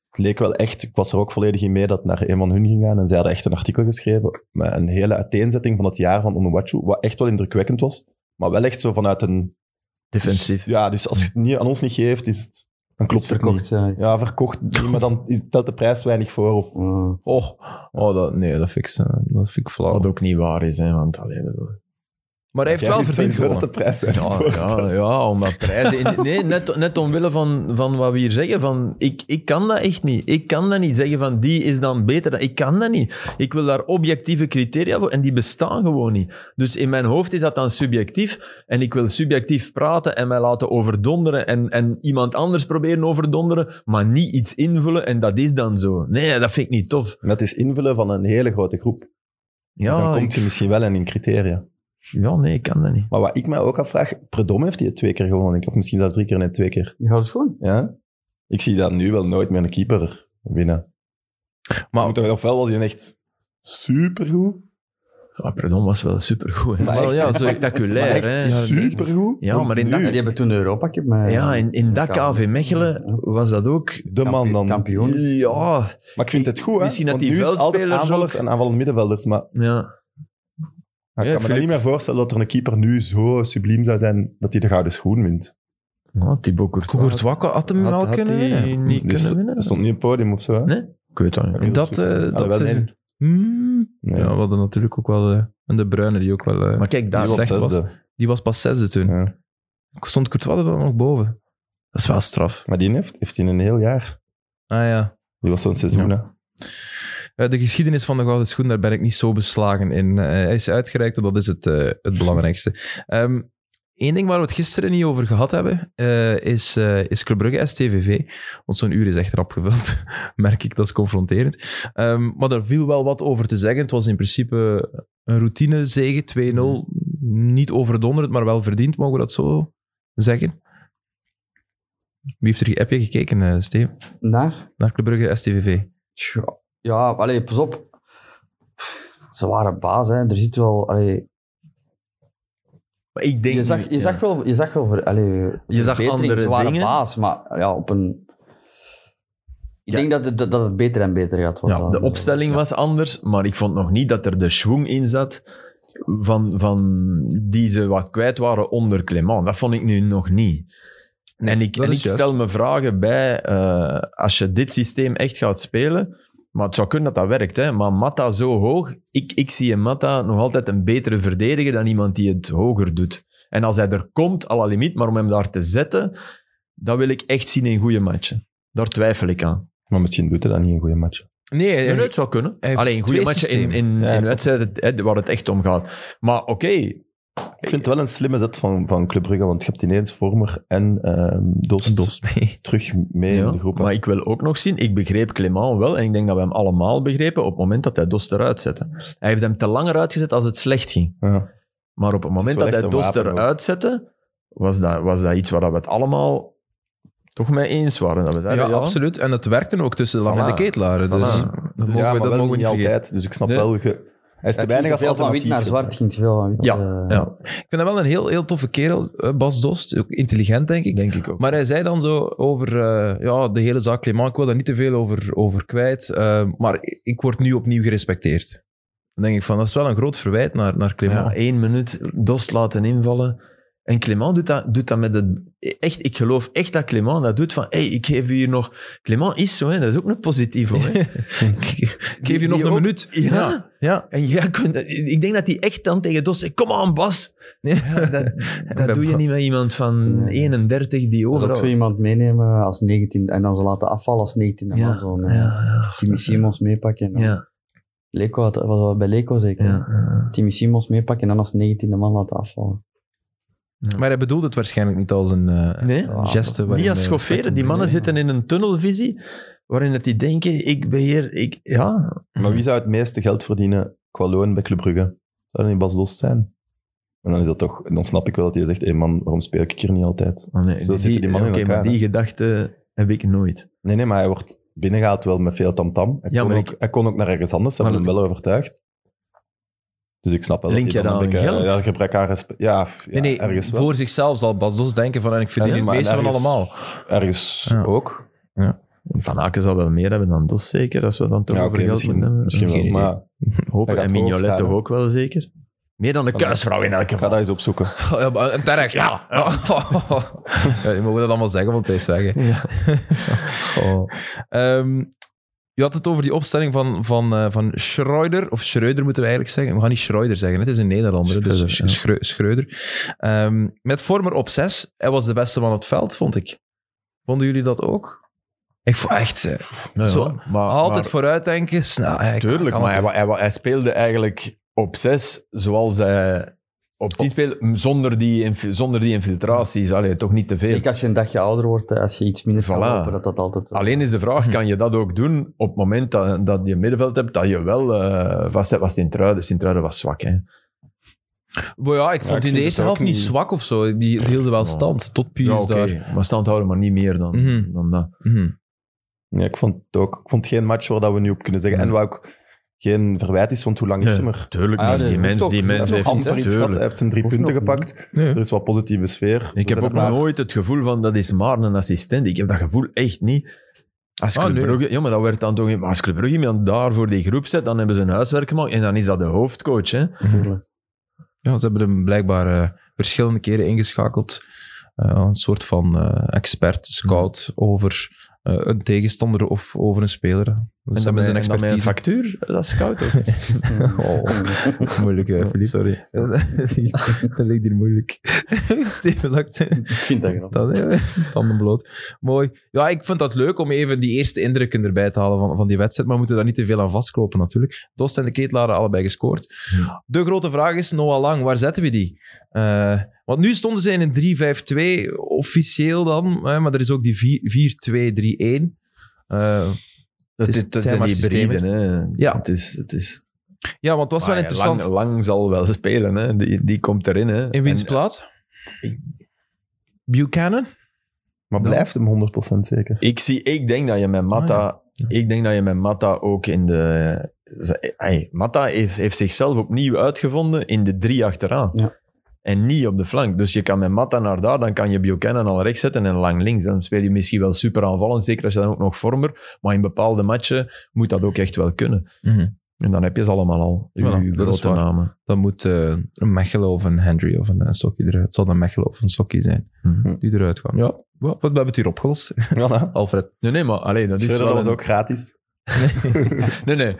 D: het leek wel echt, ik was er ook volledig in mee dat het naar een van hun ging gaan. En zij hadden echt een artikel geschreven met een hele uiteenzetting van het jaar van Onuachu, wat echt wel indrukwekkend was. Maar wel echt zo vanuit een...
C: Defensief.
D: Ja, dus als je het niet, aan ons niet geeft, is het, dan klopt
B: Is
D: het niet.
B: verkocht. Ja, is-
D: Ja, verkocht niet, maar dan is- telt de prijs weinig voor. Of,
B: Eh,
A: Oh, oh dat, nee, dat vind ik, eh, dat vind ik flauw.
C: Wat ook niet waar is, hè, want alleen
A: Maar hij heeft
D: Jij
A: wel
D: vindt
A: verdiend
D: sowieso dat
A: gewonnen.
D: de prijs weinig
C: Ja,
D: voor
C: ja,
D: stelt.
C: ja, omdat prijzen... in- Nee, net, net omwille van, van wat we hier zeggen, van ik, ik kan dat echt niet. Ik kan dat niet zeggen van die is dan beter. dan- Ik kan dat niet. Ik wil daar objectieve criteria voor en die bestaan gewoon niet. Dus in mijn hoofd is dat dan subjectief en ik wil subjectief praten en mij laten overdonderen en, en iemand anders proberen overdonderen, maar niet iets invullen en dat is dan zo. Nee, dat vind ik niet tof. Dus
D: En dat is invullen van een hele grote groep. Dus
C: Ja,
D: dan
C: ik-
D: komt je misschien wel in in criteria.
C: ja nee, ik kan dat niet.
D: Maar wat ik mij ook afvraag, Predom heeft hij het twee keer gewonnen, denk ik. Of misschien zelfs drie keer en net twee keer.
B: Die houdt het gewoon.
D: Ja? Ik zie dat nu wel nooit meer een keeper winnen.
A: Maar-
D: Maar, Ofwel was hij echt supergoed,
C: Ah, Perdon was wel supergoed. hè.
D: Maar
C: Wel,
D: echt-
C: ja, zo
D: Maar
C: spectaculair.
D: echt
C: hè.
D: supergoed.
C: Ja, maar in
D: nu,
B: Die hebben toen de Europa Cup met...
C: Ja, in, in dat
B: Kan.
C: KV Mechelen was dat ook... Ah,
D: de man dan.
B: Kampioen.
C: Ja,
D: Maar ik vind het goed, hè.
C: Misschien dat
D: Want
C: die
D: nu is het altijd
C: veldspelers
D: aanvallers
C: ook-
D: en aanvallende middenvelders. Maar
C: ja.
D: ik
C: Ja,
D: kan me
C: Filip-
D: dat niet meer voorstellen dat er een keeper nu zo subliem zou zijn dat hij de gouden schoen wint.
C: Ah, Thibaut Courtois.
A: Courtois had, had hem wel kunnen
C: hij
A: winnen.
C: niet
D: Dus
C: kunnen winnen?
D: Er stond niet op het podium of zo, hè?
C: Nee? Ik weet dat niet.
A: Dat, eh,
D: Alhoewel,
A: dat
D: nee.
A: seizoen. Hmm.
D: Nee.
A: Ja, we hadden natuurlijk ook wel... eh, en de Bruyne, die ook wel... eh,
C: Maar kijk, daar
A: Die
D: was
A: slecht
D: zesde.
A: die was pas zesde toen.
D: Ja.
A: Stond Courtois er dan nog boven? Dat is wel straf.
D: Maar die heeft, heeft hij een heel jaar.
A: Ah ja.
D: Die was zo'n seizoen,
A: Ja.
D: hè.
A: Eh, de geschiedenis van de Gouden Schoen, daar ben ik niet zo beslagen in. Eh, hij is uitgereikt en dat is het, eh, het belangrijkste. Eén ding waar we het gisteren niet over gehad hebben, eh, is, eh is Club Brugge STVV. Want zo'n uur is echt rap gevuld, merk ik. Dat is confronterend. Ehm, maar daar viel wel wat over te zeggen. Het was in principe een routinezege, 2-0. Niet overdonderend, maar wel verdiend, mogen we dat zo zeggen? Wie heeft er, ge- heb je gekeken, eh, Steven,
B: Naar?
A: naar Club Brugge STVV?
B: Tja. Ja, allee, pas op. Pff, Ze waren baas, hè. Er zit wel... Allee,
C: Maar ik denk
B: je, zag,
C: niet,
B: je,
C: ja.
B: zag wel je zag wel... Ver, allee, verbetering.
C: zag andere
B: Ze waren
C: dingen.
B: baas, maar ja, op een... Ik
C: Ja.
B: denk dat het, dat het beter en beter gaat worden.
C: Ja, de opstelling was anders, maar ik vond nog niet dat er de schwung in zat van, van die ze wat kwijt waren onder Clement. Dat vond ik nu nog niet. en ik,
A: dat
C: en ik
A: is juist.
C: stel me vragen bij, eh, als je dit systeem echt gaat spelen, maar het zou kunnen dat dat werkt, hè, maar Matta zo hoog, ik, ik zie in Matta nog altijd een betere verdediger dan iemand die het hoger doet. En als hij er komt, à la limiet, maar om hem daar te zetten, dat wil ik echt zien in goede matchen. Daar twijfel ik aan.
D: Maar misschien doet hij dan niet een goede match.
A: Nee,
C: Ja,
A: eh,
C: nee, het zou kunnen.
A: hij heeft
C: Alleen goede
A: twee
C: matchen in, in,
D: Ja,
C: in
D: exact.
C: wedstrijden hè, waar het echt om gaat. Maar oké,
D: Ik vind het wel een slimme zet van, van Club Brugge, want je hebt ineens Vormer en ehm Dost,
A: Dos mee.
D: terug mee
C: ja,
D: in de groep. hè.
C: maar ik wil ook nog zien, ik begreep Clement wel en ik denk dat we hem allemaal begrepen op het moment dat hij Dost eruit zette. Hij heeft hem te lang eruit gezet als het slecht ging.
D: Ja.
C: Maar op het moment
D: wel
C: dat hij
D: echt een
C: Dost
D: wapen ook.
C: eruit zette, was dat, was dat iets waar we het allemaal toch mee eens waren. Dat we
A: Ja,
C: zeiden, ja,
A: absoluut. En dat werkte ook tussen de Lange en de
C: Voilà.
A: Ketelaren. Dus
C: Voilà.
A: dat mogen
D: ja,
A: we,
D: maar wel
A: dat mogen we
D: niet
A: niet vergeten.
D: altijd. Dus ik snap
A: Nee.
D: wel... ge- hij is te
B: Het
D: weinig
B: ging
D: als
B: te veel van
D: alternatief.
B: wit naar zwart ging te veel van wit.
C: Ja,
B: eh,
C: ja.
A: Ik vind dat wel een heel, heel toffe kerel, eh, Bas Dost. Ook intelligent, denk ik.
C: denk ik ook.
A: Maar hij zei dan zo over eh, ja, de hele zaak Clément. Ik wil daar niet te veel over, over kwijt. eh, maar ik word nu opnieuw gerespecteerd. Dan denk ik van, dat is wel een groot verwijt naar, naar Clément.
C: Ja, één minuut Dost laten invallen. En Clément doet dat, doet dat met de... Echt, ik geloof echt dat Clément dat doet van... hey, ik geef u hier nog... Clément is zo, hè, dat is ook een positivo. Hè.
A: ik geef je nog
C: Die
A: een
C: ook-
A: minuut.
C: Ja.
A: ja.
C: En jij kunt... Ik denk dat hij echt dan tegen Dost zegt... Kom aan, Bas. Ja, dat dat
A: Bij
C: doe je
A: Bas.
C: niet met iemand van
B: Nee.
C: 31 die
B: Dus ook
C: overal...
B: zo iemand meenemen als 19 en dan zo laten afvallen als 19
C: Ja,
B: man. Zo'n
C: ja,
B: eh,
C: ja.
B: Timmy Simons meepakken. en dan-
C: Ja,
B: Leko had, was wel bij Leko zeker.
C: ja,
B: hè?
C: ja.
B: Timmy Simons meepakken en dan als 19e man laten afvallen.
A: Maar hij bedoelde het waarschijnlijk niet als een eh
C: Nee? Ah,
B: Ja.
A: geste. waarin,
C: Niet als
A: eh,
C: schofferen. Die
A: respect-
C: mannen
B: nee,
C: zitten in een tunnelvisie waarin dat die denken... Ik beheer... Ik, ja,
D: Maar wie zou het meeste geld verdienen qua loon bij Club Brugge? Zou dat niet Bas Dost zijn? En dan, is dat toch, dan snap ik wel dat hij zegt, hé man, waarom speel ik hier niet altijd?
C: Oh nee,
D: Zo zitten die mannen in
C: oké,
D: elkaar,
C: maar die gedachte heb ik nooit.
D: Nee, nee, maar hij wordt binnengehaald wel met veel tamtam. Hij,
C: Ja,
D: kon,
C: maar
D: ook, hij kon ook naar ergens anders, ze
C: Maar-
D: hebben hem wel overtuigd. Dus ik snap wel
C: Link
D: dat hij
C: je
D: dan
C: dat
D: een
C: aan
D: beetje-
C: geld?
D: Ja, gebrek aan respect. Ja, f- ja,
A: Nee, nee,
D: ergens wel.
A: voor zichzelf zal Bas Dost denken van en ik verdien
D: Ja,
A: het
D: maar
A: meeste van
D: ergens-
A: allemaal.
D: Ergens
A: Ja.
D: ook.
C: Van Aken zal wel meer hebben dan Dos, zeker. Als we dan toch
D: Ja,
C: over
D: oké,
C: geld
D: misschien,
C: moeten hebben.
D: misschien wel.
A: Geen idee.
D: Maar
C: Hopen.
D: Hij gaat
C: En
D: hoog
C: Mignolet
D: staan,
C: toch
D: hè?
C: ook wel zeker? Meer dan de kuisvrouw in elk
D: ik ga
C: geval.
D: dat eens opzoeken.
A: Oh, ja, maar- en terecht. Ja. ja, je mag dat allemaal zeggen, want hij is weg. hè.
C: Ja.
D: Oh.
A: Ehm, je had het over die opstelling van, van, eh, van Schreuder, of Schreuder moeten we eigenlijk zeggen. We gaan niet Schreuder zeggen, het is een Nederlander,
C: Schreuder,
A: dus
C: ja.
A: Schreu- Schreuder. Ehm, met Vormer op zes, hij was de beste man op het veld, vond ik. Vonden jullie dat ook? Ik vond echt, eh,
C: Nou ja,
A: Zo,
C: maar,
A: altijd vooruitdenken. snel, eh, ik-
C: Tuurlijk,
A: kan
C: maar hij,
A: het-
C: wa- hij, wa- hij speelde eigenlijk op zes zoals hij op tien speelde, m- zonder die, inf- zonder die infiltraties. Allee, toch niet te veel.
B: Ik als je een dagje ouder wordt, eh, als je iets minder kan
C: Voilà.
B: lopen, dat dat altijd...
C: Alleen is de vraag, kan je dat ook doen op het moment dat, dat je middenveld hebt, dat je wel eh vast hebt, was Sint-Truiden. Sint-Truiden was zwak, hè.
A: Maar ja, ik vond
D: ik vind
A: in de
D: het
A: eerste
D: ook
A: helft niet
D: niet-
A: zwak of zo. Die die hielden wel
C: Ja.
A: stand, tot Pius
C: Ja, oké.
A: daar.
C: Maar stand houden, maar niet meer dan,
A: Mhm.
C: dan dat.
A: Mhm.
D: Ja, ik vond het ook. Ik vond geen match waar dat we nu op kunnen zeggen. En wat ik geen verwijt is, want hoe lang is
C: Nee.
D: hem er?
C: Tuurlijk
B: Ah,
C: niet.
B: dat
C: die
B: hoeft
C: mens,
B: ook.
C: die
B: Dat
C: mens
B: is
C: heeft
D: amper iets gehad.
C: tuurlijk.
D: Hij heeft zijn drie
B: Hoeft
D: punten
B: nog
D: gepakt. Er is wat positieve sfeer.
C: Ik heb
D: We
C: ook
D: zijn
C: nog
D: daar-
C: nooit het gevoel van dat is maar een assistent. Ik heb dat gevoel echt niet. Als
A: Ah,
C: Club
A: nee.
C: Brugge, ja, maar dat werd dan toch, als Club Brugge iemand daar voor die groep zet, dan hebben ze hun huiswerk gemaakt en dan is dat de hoofdcoach. Hè?
B: Tuurlijk.
A: Ja, ze hebben hem blijkbaar eh, verschillende keren ingeschakeld. eh, een soort van eh, expert, scout
C: Hmm.
A: over eh, een tegenstander of over een speler. Dus ze hebben zijn
C: met- en dan met een
A: expertise.
C: factuur, dat is koud. Of?
A: moeilijk, eh, Philippe.
D: Sorry.
A: dat ligt hier moeilijk. Steven lakt
B: Ik vind dat grappig.
A: dan, tanden bloot. Mooi. Ja, ik vind dat leuk om even die eerste indrukken erbij te halen van, van die wedstrijd, maar we moeten daar niet te veel aan vastklopen natuurlijk. Dost en de Ketelaar hadden allebei gescoord. De grote vraag is, Noah Lang, waar zetten we die? Eh, want nu stonden ze in een 3-5-2, officieel dan, hè, maar er is ook die 4- 4-2-3-1. Eh,
C: Dat
A: Het is-
C: is,
A: het
C: dat
A: zijn
C: zijn
A: maar
C: die
A: systemen.
C: hybriden. Hè?
A: Ja.
C: Het is, het is,
A: ja, want het was wel
C: Maar Ah ja,
A: interessant.
C: Lang, Lang zal wel spelen. Hè? Die, die komt erin. Hè?
A: in wiens
C: En- eh,
A: plaats? Buchanan?
D: Maar
A: Dan-
D: blijft hem 100% zeker.
C: Ik, zie, ik denk dat je met Mata,
A: Ah,
C: ik denk dat je met Mata ook in de. ze- Ay, Mata heeft, heeft zichzelf opnieuw uitgevonden in de drie achteraan.
B: Ja.
C: En niet op de flank. Dus je kan met Mata naar daar, dan kan je Buchanan al rechts zetten en lang links. Dan speel je misschien wel super aanvallend, zeker als je dan ook nog vormer. Maar in bepaalde matchen moet dat ook echt wel kunnen.
A: Mhm.
C: En dan heb je ze allemaal al,
A: Voilà,
C: uw
A: dat is
C: grote
A: waar.
C: namen.
A: Dan moet eh, een Mechelen of een Henry of een eh, Sokkie eruit. Het zal een Mechelen of een Sokkie zijn
C: Mhm.
A: die eruit kwam. Ja, wat, we hebben het hier opgelost,
D: Voilà.
A: Alfred.
C: Nee, nee, maar allee, dat is
D: Schreuder,
C: wel
D: dat was
C: een-
D: ook gratis.
C: Nee, nee.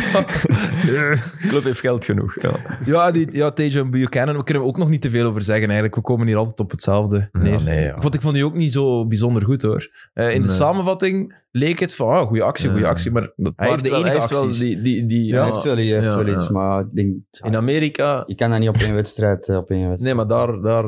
C: Club heeft geld genoeg. Ja.
A: Ja, die, ja Tejan Buchanan, we kunnen er ook nog niet te veel over zeggen eigenlijk. We komen hier altijd op hetzelfde neer.
C: Ja, nee, ja.
A: Want ik vond die ook niet zo bijzonder goed hoor. Eh, in de
C: Nee.
A: samenvatting leek het van, ah, goede actie, goede
C: Ja.
A: actie. Maar dat
C: Hij
A: waren
C: heeft
A: de
C: wel,
A: enige
C: hij heeft wel
A: acties.
C: die, die, die,
B: Ja,
C: ja,
B: hij heeft wel, hij heeft
C: Ja,
B: wel
C: ja.
B: iets, maar ik denk... ja,
C: In Amerika...
B: je kan dat niet op één wedstrijd... eh, Op één wedstrijd.
C: Nee, maar daar, daar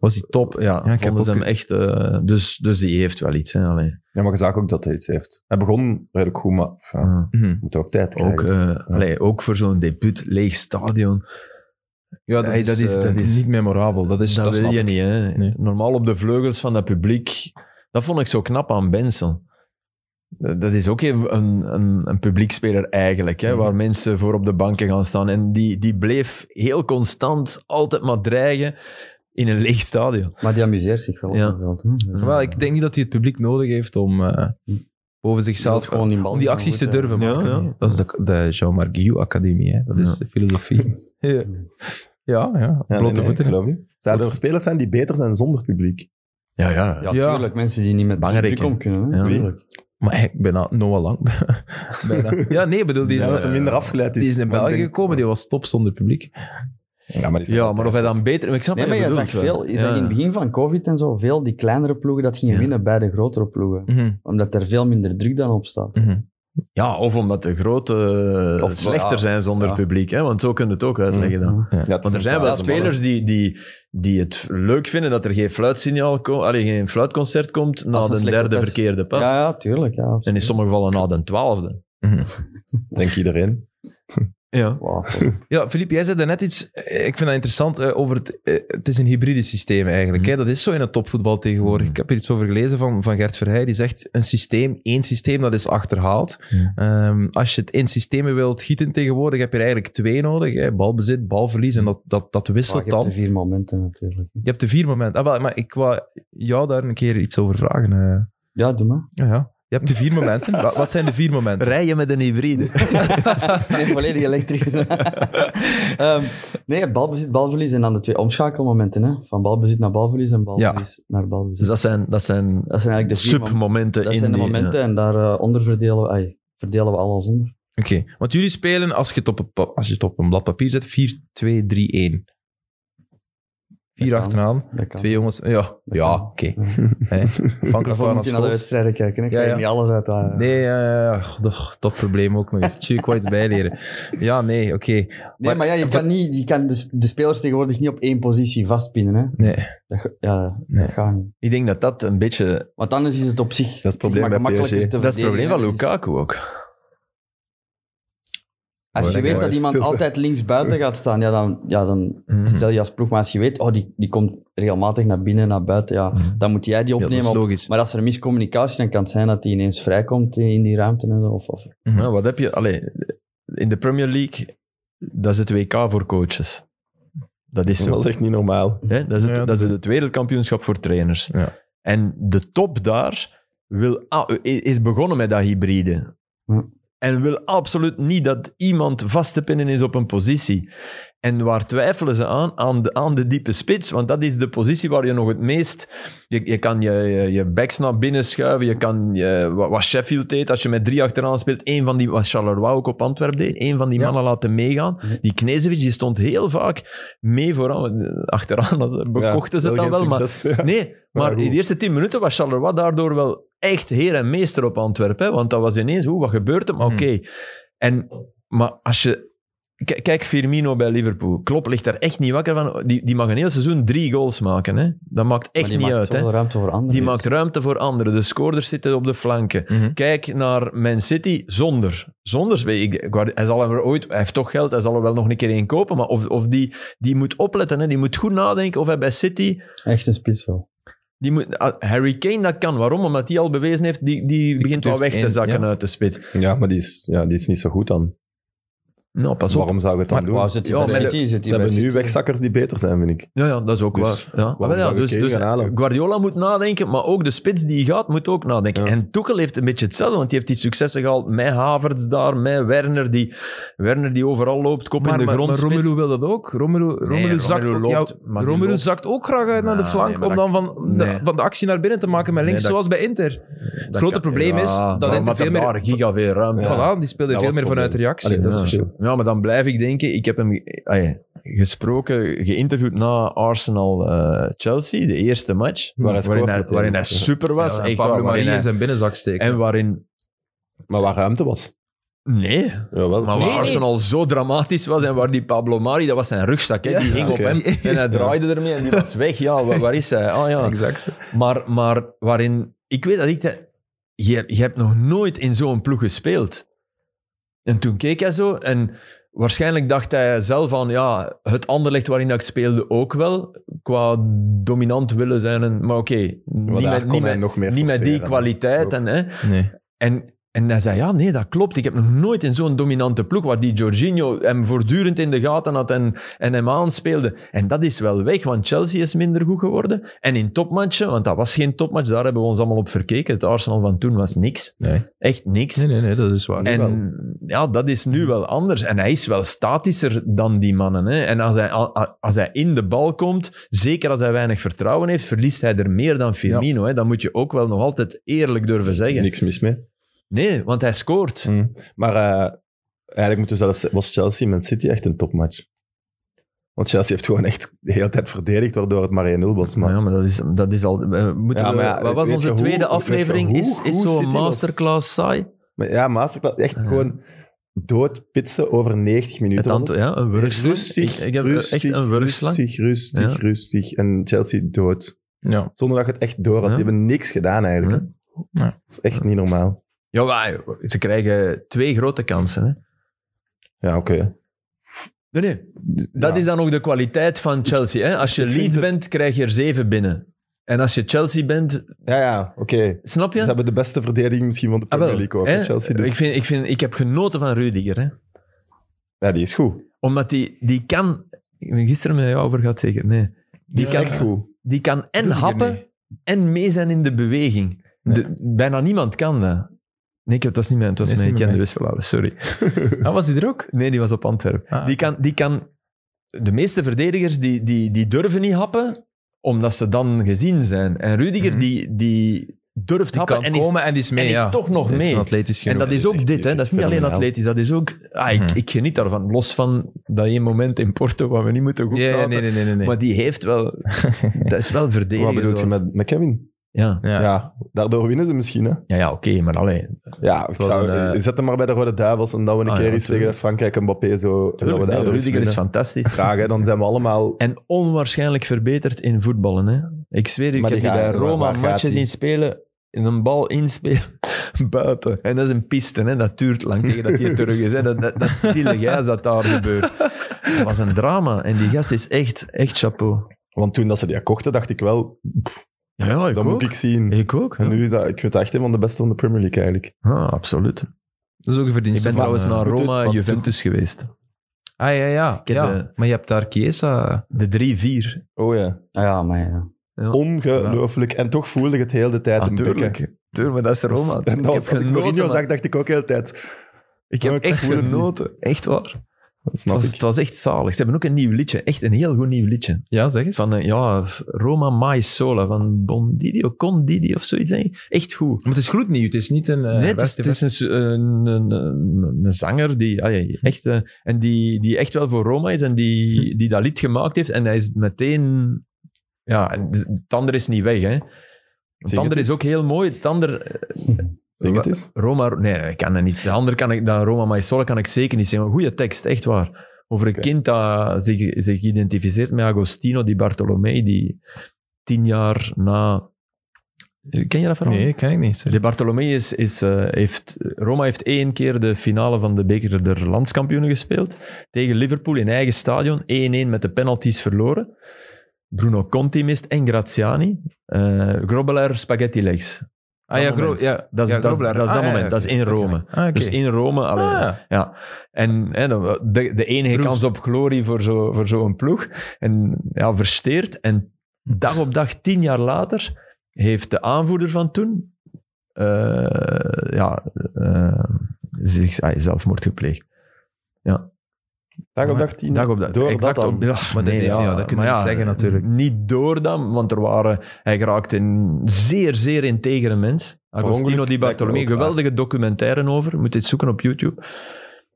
A: Was hij top.
C: top, ja,
A: ik heb
C: vonden ze
A: ook-
C: hem echt... eh, dus, dus die heeft wel iets. Hè, allee.
D: Ja, maar je zag ook dat hij iets heeft. Hij begon redelijk goed, maar ja,
C: Ja.
A: Mhm.
D: moet ook tijd krijgen.
C: Ah, Ook, eh, allee, ook voor zo'n debuut, leeg stadion.
A: Ja,
C: Hey, dat is-
A: eh,
C: dat is-
A: niet memorabel. Dus Dat, is,
C: dat wil
A: snap
C: je
A: ik.
C: niet. Hè.
A: Nee.
C: Normaal op de vleugels van dat publiek. Dat vond ik zo knap aan Benson. Dat dat is ook een, een, een, een publiekspeler eigenlijk,
A: Mhm.
C: hè, waar mensen voor op de banken gaan staan. En die, die bleef heel constant altijd maar dreigen in een leeg stadion.
B: Maar die amuseert zich wel
C: Ja.
B: op het veld. hè. Dus,
A: Wel, ik denk niet dat hij het publiek nodig heeft om eh,
C: Mm.
B: zelf
A: boven zichzelf
B: gewoon die bal
A: om die acties te
B: moeten-
A: durven
C: Ja,
A: maken.
C: ja.
A: Dat is de, de Jean-Marc Guillou Academie, hè. dat is
C: Ja.
A: de filosofie. ja, ja,
D: Ja, nee,
A: blote
D: nee,
A: voeten.
D: ik geloof je. Zouden er spelers zijn die beter zijn zonder publiek?
C: Ja, ja.
B: Ja,
A: Ja.
B: tuurlijk. Mensen die niet met
C: Belangrijk,
B: publiek om kunnen. Hè?
C: Ja.
B: Tuurlijk.
A: Maar hey, ik ben al Noah Lang. Bijna. Ja, nee, bedoel, die is,
D: Ja,
A: naar-
C: eh,
D: dat hij minder afgeleid is.
A: die is in
D: Maar ik
A: België
D: denk-
A: gekomen, die was top zonder publiek.
D: Ja, maar, die is
C: Ja, maar of hij dan beter... maar Ik snap
B: Nee, maar
C: wat
B: je
C: bedoelt
B: zag
C: wel.
B: veel, je
C: eh, Ja.
B: zag in het begin van COVID en zo, veel die kleinere ploegen dat gingen
C: Ja.
B: winnen bij de grotere ploegen.
A: Mhm,
B: Omdat er veel minder druk dan op
C: Mm,
B: staat.
A: mhm.
C: Ja, of omdat de grote
B: Of-
C: slechter
B: ja,
C: zijn zonder
B: ja. Mm.
C: publiek. Hè? Want zo kun je het ook uitleggen dan.
D: Ja, het is
C: Want er
D: een
C: zijn wel
D: twaalfde
C: spelers die, die, die het leuk vinden dat er geen fluitsignaal komt, allee, geen fluitconcert komt na
B: een
C: de
B: slechte
C: derde
B: pers.
C: verkeerde pas.
B: Ja, ja, tuurlijk. Ja, absoluut.
C: En in sommige gevallen na de twaalfde.
D: mannen. Denk iedereen.
C: Ja.
B: Wauw,
A: Ja, Filip, jij zei net iets, eh, ik vind dat interessant, eh, over het, eh, het is een hybride systeem eigenlijk.
C: Mhm.
A: Hè? Dat is zo in het topvoetbal tegenwoordig.
C: Mhm.
A: Ik heb hier iets over gelezen van, van Gert Verheij, die zegt een systeem, één systeem, dat is achterhaald.
C: Mhm.
A: Ehm, als je het in systemen wilt gieten tegenwoordig, heb je er eigenlijk twee nodig. Hè? Balbezit, balverlies en dat, dat, dat
B: Maar
A: wisselt
B: je hebt
A: dan.
B: de vier momenten natuurlijk.
A: Je hebt de vier momenten. Ah, wel, maar ik wou jou daar een keer iets over vragen. eh.
B: Ja, doe maar.
A: Ja, ja. Je hebt de vier momenten. Wa- Wat zijn de vier momenten?
C: Rijden met een hybride.
B: nee, volledig elektrisch. Ehm, nee, balbezit, balverlies en dan de twee omschakelmomenten. Hè? Van balbezit naar balverlies en balverlies naar balbezit.
C: Dus dat zijn, dat zijn
B: dat zijn eigenlijk de vier mom-
C: submomenten
B: Dat
C: in
B: zijn de
C: die-
B: momenten en daar eh, onder verdelen we, ai, verdelen we alles onder.
A: Oké, want jullie spelen, als je, het op een, pa- als je het op een blad papier zet, 4, 2, 3, 1. Vier
B: Dat kan.
A: achteraan,
B: Dat kan.
A: twee jongens. Ja, ja
B: kan.
A: oké.
B: Ja.
A: Hè, Afhankelijk
B: Daarvoor
A: van
B: moet
A: als
B: je naar de
A: goals.
B: wedstrijden kijken. hè. Ik
A: Ja,
B: ga je
A: ja.
B: niet alles uit daar.
A: Nee, eh, god, och, dat probleem ook nog eens. Tjie, ik wou iets bijleren. Ja, nee, oké.
B: Nee, maar ja, je kan, niet, je kan de, s- de spelers tegenwoordig niet op één positie vastpinnen. Hè.
A: Nee.
B: Dat, ga- ja,
A: Nee.
B: dat gaat niet.
C: Ik denk dat dat een beetje...
B: Want anders is het op zich
D: het probleem
B: maar
D: bij
B: gemakkelijker
D: PSG.
B: te
C: Dat is het probleem van
B: verdedigen, hè.
C: Lukaku ook.
B: Dus Als je
A: Mooi,
B: weet
A: mooi.
B: dat iemand
D: stilte.
B: altijd links buiten gaat staan, ja, dan, ja, dan
A: Mhm.
B: stel je als ploeg. Maar als je weet, oh, die, die komt regelmatig naar binnen, naar buiten, ja,
A: Mhm.
B: dan moet jij die
A: Ja, dat
B: opnemen.
A: is
B: op-
A: logisch.
B: maar als er miscommunicatie, dan kan het zijn dat die ineens vrijkomt in die ruimte. En zo, of, of.
C: Ja, Nou, wat heb je? Allee, in de Premier League, dat is het WK voor coaches. Dat is zo.
D: Dat is echt niet normaal.
C: Hè? Dat, is het,
A: Ja,
C: dat is het wereldkampioenschap voor trainers.
A: Ja.
C: En de top daar wil, ah, i- is begonnen met dat hybride.
B: Hm.
C: En wil absoluut niet dat iemand vast te pinnen is op een positie. En waar twijfelen ze aan? Aan de, aan de diepe spits. Want dat is de positie waar je nog het meest... Je, je kan je, je, je backs naar binnen schuiven. Je kan, je, wat wat Sheffield deed, als je met drie achteraan speelt. Een van die, wat Charleroi ook op Antwerpen deed. Een van die
A: Ja.
C: mannen laten meegaan.
B: Mhm.
C: Die Knezevic, die stond heel vaak mee vooraan. Achteraan dat bekochten ze het dan wel. Maar, nee, maar
D: goed.
C: in de eerste tien minuten was Charleroi daardoor wel echt heer en meester op Antwerpen. hè, Want dat was ineens, hoe, wat gebeurt er?
B: Hmm.
C: Maar
A: Mhm.
C: oké. En, maar als je... k- Kijk, Firmino bij Liverpool. Klopp ligt daar echt niet wakker van. Die, die mag een heel seizoen drie goals maken. Hè? Dat maakt
B: Maar
C: echt
B: die
C: niet
B: maakt
C: uit. Hè?
B: zoveel ruimte voor anderen.
C: Die maakt ruimte voor anderen. De scorers zitten op de flanken.
A: Mhm.
C: Kijk naar Man City zonder. Zonder, weet ik, Guardi- hij, zal hem er ooit, hij heeft toch geld, hij zal er wel nog een keer één kopen. Maar of, of die, die moet opletten, hè, die moet goed nadenken of hij bij City...
B: Echt een spits wel.
C: Oh, Die moet, ah, Harry Kane, dat kan. Waarom? Omdat hij al bewezen heeft, die, die begint wel
A: durft
C: weg te
A: één,
C: zakken
A: ja.
C: uit de spits.
D: Ja, maar die is, ja, die is niet zo goed dan.
C: Nou, pas op.
D: Waarom zou je het dan
A: Maar
D: doen?
B: Waar zit
C: Ja,
B: hij bij
C: maar de-
B: City? Zit
D: Ze
B: hij bij
D: hebben nu
B: City?
D: wegzakkers die beter zijn, vind ik.
C: Ja, ja, dat is ook
D: Dus
C: waar. Ja.
D: waarom
C: Maar ja,
D: zou je
C: dus
D: Kane
C: dus
D: gaan halen?
C: Guardiola moet nadenken, maar ook de spits die gaat, moet ook nadenken.
D: Ja.
C: En Tuchel heeft een beetje hetzelfde, want die heeft die successen gehaald met Havertz daar, met Werner, die, Werner die overal loopt, kop in de grond.
A: Romelu wil dat ook. Romelu, Romelu,
C: Romelu
A: zakt, ook,
C: loopt,
A: ja,
C: maar die
A: Romelu
C: loopt.
A: zakt ook graag uit naar de
C: Nee, nee,
A: flank
C: maar
A: om dan van de,
C: nee.
A: van de actie naar binnen te maken met links,
C: Nee, dat-
A: zoals bij Inter. Het grote probleem is dat Inter
C: hij
A: veel meer-
C: daar giga veel ruimte.
D: Ja.
A: Voilà, die speelde
D: Dat
A: veel
D: was
A: meer
D: het
A: vanuit de
D: probleem.
A: reactie.
D: Allee, dat is
A: Ja.
D: het verschil.
C: Ja, maar dan blijf ik denken. Ik heb hem ge- ah ja, gesproken, geïnterviewd na Arsenal-Chelsea, de eerste match.
D: Waar
C: waarin,
D: hij scoort
C: hij,
D: meteen.
C: waarin hij super was.
A: Ja,
C: echt
A: Pablo
C: waar, waarin
A: Marie
C: hij-
A: in zijn binnenzak steken.
C: en waarin.
D: Maar waar ruimte was.
C: Nee,
D: Jawel.
C: maar waar
A: Nee, nee.
C: Arsenal zo dramatisch was en waar die Pablo Mari, dat was zijn rugzak, hè, die
A: Ja,
C: ging
D: oké.
C: op hem. En hij draaide ermee en die was weg. Ja, wa- waar, is hij? Ah ja.
A: Exact.
C: Maar, maar waarin, ik weet dat ik. de- je, je hebt nog nooit in zo'n ploeg gespeeld. En toen keek hij zo en waarschijnlijk dacht hij zelf van ja, het anderlicht waarin dat ik speelde ook wel. Qua dominant willen zijn. En, maar oké,
D: Maar
C: niet
D: daar
C: met,
D: kon
C: niet
D: hij
C: met,
D: nog meer
C: niet met die
D: forceren.
C: kwaliteit.
D: Ook.
C: En, hè,
A: Nee.
C: en, en hij zei, ja, nee, dat klopt. Ik heb nog nooit in zo'n dominante ploeg waar die Jorginho hem voortdurend in de gaten had en, en hem aanspeelde. En dat is wel weg, want Chelsea is minder goed geworden. En in topmatchen, want dat was geen topmatch, daar hebben we ons allemaal op verkeken. Het Arsenal van toen was niks.
A: Nee.
C: Echt niks.
A: Nee, nee, nee, dat is waar.
C: En ja, dat is nu wel anders. En hij is wel statischer dan die mannen. Hè. En als hij, a- als hij in de bal komt, zeker als hij weinig vertrouwen heeft, verliest hij er meer dan Firmino. Hè. Dat moet je ook wel nog altijd eerlijk durven zeggen.
D: Niks mis mee.
C: Nee, want hij scoort.
D: Mm. Maar eh, eigenlijk moeten we zelfs, was Chelsea Man City echt een topmatch. Want Chelsea heeft gewoon echt de hele tijd verdedigd, waardoor het maar 1-0 was. Maar,
C: Maar ja, maar dat is, dat is al... we moeten
D: Ja,
C: we-
D: maar ja,
C: wat was
D: weet
C: onze
D: je hoe-
C: tweede
D: weet je
C: aflevering?
D: hoe
C: is is
D: goed
C: zo'n
D: City was?
C: masterclass saai?
D: maar ja, Masterclass, echt
C: Ja.
D: gewoon doodpitsen over 90
C: Het
D: minuten. was
C: antwoord, ja, een wurgslang.
D: Rustig,
C: Ik, ik heb eh,
D: rustig,
C: echt een wurgslang.
D: rustig, rustig,
C: Ja.
D: rustig. En Chelsea dood.
A: Ja.
D: Zonder dat je het echt door had.
C: Ja.
D: Die hebben niks gedaan eigenlijk. hè.
A: Ja.
D: Dat is echt niet normaal.
C: Ja, maar ze krijgen twee grote kansen. Hè?
D: Ja, oké.
C: Nee, nee. Dat
D: Ja.
C: is dan ook de kwaliteit van Chelsea. Hè? Als je
D: Ik vind
C: Leeds
D: het-
C: bent, krijg je er zeven binnen. En als je Chelsea bent,
D: Ja, ja, oké.
C: snap je?
D: Ze hebben de beste verdediging misschien van de
C: Ah,
D: Premier
C: wel,
D: League ook,
C: hè?
D: hè, Chelsea. Dus,
C: ik, vind, ik, vind, ik heb genoten van Rudiger. Hè?
D: Ja, die is goed.
C: Omdat die, die kan... Ik ben gisteren met jou over gehad, zeker. Nee. Die
D: Die is
C: kan
D: echt goed.
C: Die kan en
A: Doe ik
C: happen
A: ermee.
C: en mee zijn in de beweging. De- bijna niemand kan dat. Nee, ik- het was niet mijn, het was
A: Nee, is
C: mijn
A: niet
C: kende
A: met
C: Westfalen, sorry.
A: Ah, was hij er ook?
C: Nee, die was op Antwerpen.
A: Ah.
C: Die, kan, die kan... De meeste verdedigers, die, die, die durven niet happen, omdat ze dan gezien zijn. En Rudiger,
A: Mhm.
C: die, die durft
A: Die
C: happen
A: kan
C: en is,
A: komen en die is mee,
C: en is
A: ja.
C: toch nog
A: Die is
C: mee.
A: een atletisch
C: en
A: genoeg.
C: dat is
D: is
C: ook
D: echt-
C: dit,
D: is
C: hè.
D: echt
C: Dat is niet alleen
D: fenomenaal.
C: atletisch, dat is ook... Ah, ik,
A: Mhm.
C: ik geniet daarvan. Los van dat één moment in Porto, waar we niet moeten goed
A: Ja, ja,
C: praten.
A: nee, nee, nee. nee, nee.
C: Maar die heeft wel... dat is wel verdedigen.
D: Wat bedoel je
C: zoals-
D: met, met Kevin?
C: Ja,
A: ja.
D: Ja. daardoor winnen ze misschien. Hè?
C: ja, ja oké, maar alleen.
D: Ja, ik
A: Zoals
D: zou,
A: een, eh,
D: zet hem maar bij de Rode Duivels en dat we een
C: Ah, ja,
D: keer eens zeggen dat Frankrijk en Mbappé zo... en dat we daardoor eens
C: Rudiger is
D: winnen.
C: fantastisch.
D: Graag, hè, dan zijn we allemaal...
C: En onwaarschijnlijk verbeterd in voetballen. Hè? Ik zweer, je, ik
D: Maar
C: heb
D: die
C: die bij
D: gaat- waar-
C: Roma
D: waar gaat
C: matches
D: die?
C: in spelen, in een bal inspelen. buiten. En dat is een piste, hè? dat duurt lang tegen dat hij terug is. Hè? Dat, dat, dat is zielig hè, als dat daar gebeurt. Dat was een drama. En die gast is echt, echt chapeau.
D: Want toen dat ze die kochten, dacht ik wel,
C: Ja, ja
D: dat moet ik zien.
C: Ik ook.
D: En nu is dat, ik vind dat echt een van de beste van de Premier League eigenlijk.
C: Ah, absoluut.
A: Dat is ook een verdienst.
C: Ik ben
A: van,
C: trouwens
A: eh,
C: naar
D: moet
C: Roma
D: het-
C: en
D: want
C: Juventus geweest.
A: Ah, ja, ja.
C: heb
A: ja.
C: de-
A: Maar je hebt daar Chiesa...
C: De 3-4.
D: Oh ja.
B: Ah ja, maar ja.
C: Ja.
D: Ongelooflijk. En toch voelde ik het heel de tijd een
C: Natuurlijk.
D: beetje.
C: Tuurlijk, maar dat is Roma.
D: En
C: ik
D: Ah, dat
C: heb
D: was, als ik Mourinho
C: genoten.
D: zag,
C: man.
D: dacht ik ook heel de tijd.
C: Ik heb
D: Oh, ik
C: echt
D: voel het niet.
C: genoten. Echt waar.
D: Dat
C: Het
D: snap
C: was,
D: ik.
C: het was echt zalig. Ze hebben ook een nieuw liedje. Echt een heel goed nieuw liedje.
A: Ja, zeg eens.
C: Van eh, ja, Roma Mai Sola van Bondidi of Condidi of zoiets. denk ik. Echt goed.
A: Maar het is gloednieuw. Het is niet een... eh,
C: nee, het is,
A: beste-
C: het is een, su- een, een, een- een zanger die, ah, ja, echt, eh, en die, die echt wel voor Roma is en
A: Hm.
C: die, die dat lied gemaakt heeft. En hij is meteen... Ja, en het andere is niet weg, hè. Het
D: het
C: andere is
D: eens.
C: ook heel mooi. Het andere... eh,
D: Zing het eens.
C: Roma... Nee, nee, ik kan het niet. De andere kan ik... Dan Roma Maesole kan ik zeker niet zeggen. Goede tekst, echt waar. Over een
D: Oké.
C: kind dat zich, zich identificeert met Agostino di Bartolomei, die tien jaar na... Ken je dat verhaal?
A: Nee, dat ken ik niet. sorry.
C: De Bartolomei is, is, eh, heeft, Roma heeft één keer de finale van de beker der landskampioenen gespeeld. Tegen Liverpool in eigen stadion. 1-1 met de penalties verloren. Bruno Conti mist en Graziani. Eh Grobbeler, spaghetti legs.
A: Ah ja,
C: dat
A: gro-
C: moment.
A: ja,
C: Dat is-
A: ja,
C: dat is-
A: Grobler.
C: dat is dat
A: Ah, ja,
C: moment.
A: ja,
C: Dat is in
A: oké.
C: Rome.
A: Ah, oké.
C: Dus in Rome, allee,
A: Ah.
C: ja. En hè, dan- de, de enige
A: Roes.
C: kans op glorie voor zo'n voor zo'n ploeg. En ja, versteerd. En dag op dag, tien jaar later, heeft de aanvoerder van toen eh, ja, eh, zich, ah, zelfmoord gepleegd.
D: Dag op dag tien.
C: Dag op dag.
D: Door
C: exact
D: dat dan.
C: op, ja,
A: Maar dat heeft- ja, dat kun je
C: maar
A: niet zeggen natuurlijk.
C: Niet door dan, want er waren, hij geraakte een zeer, zeer integere mens. Agostino
D: ongeluk
C: Di Bartolomei.
D: lijkt me ook
C: Geweldige documentaire over. Moet dit zoeken op YouTube.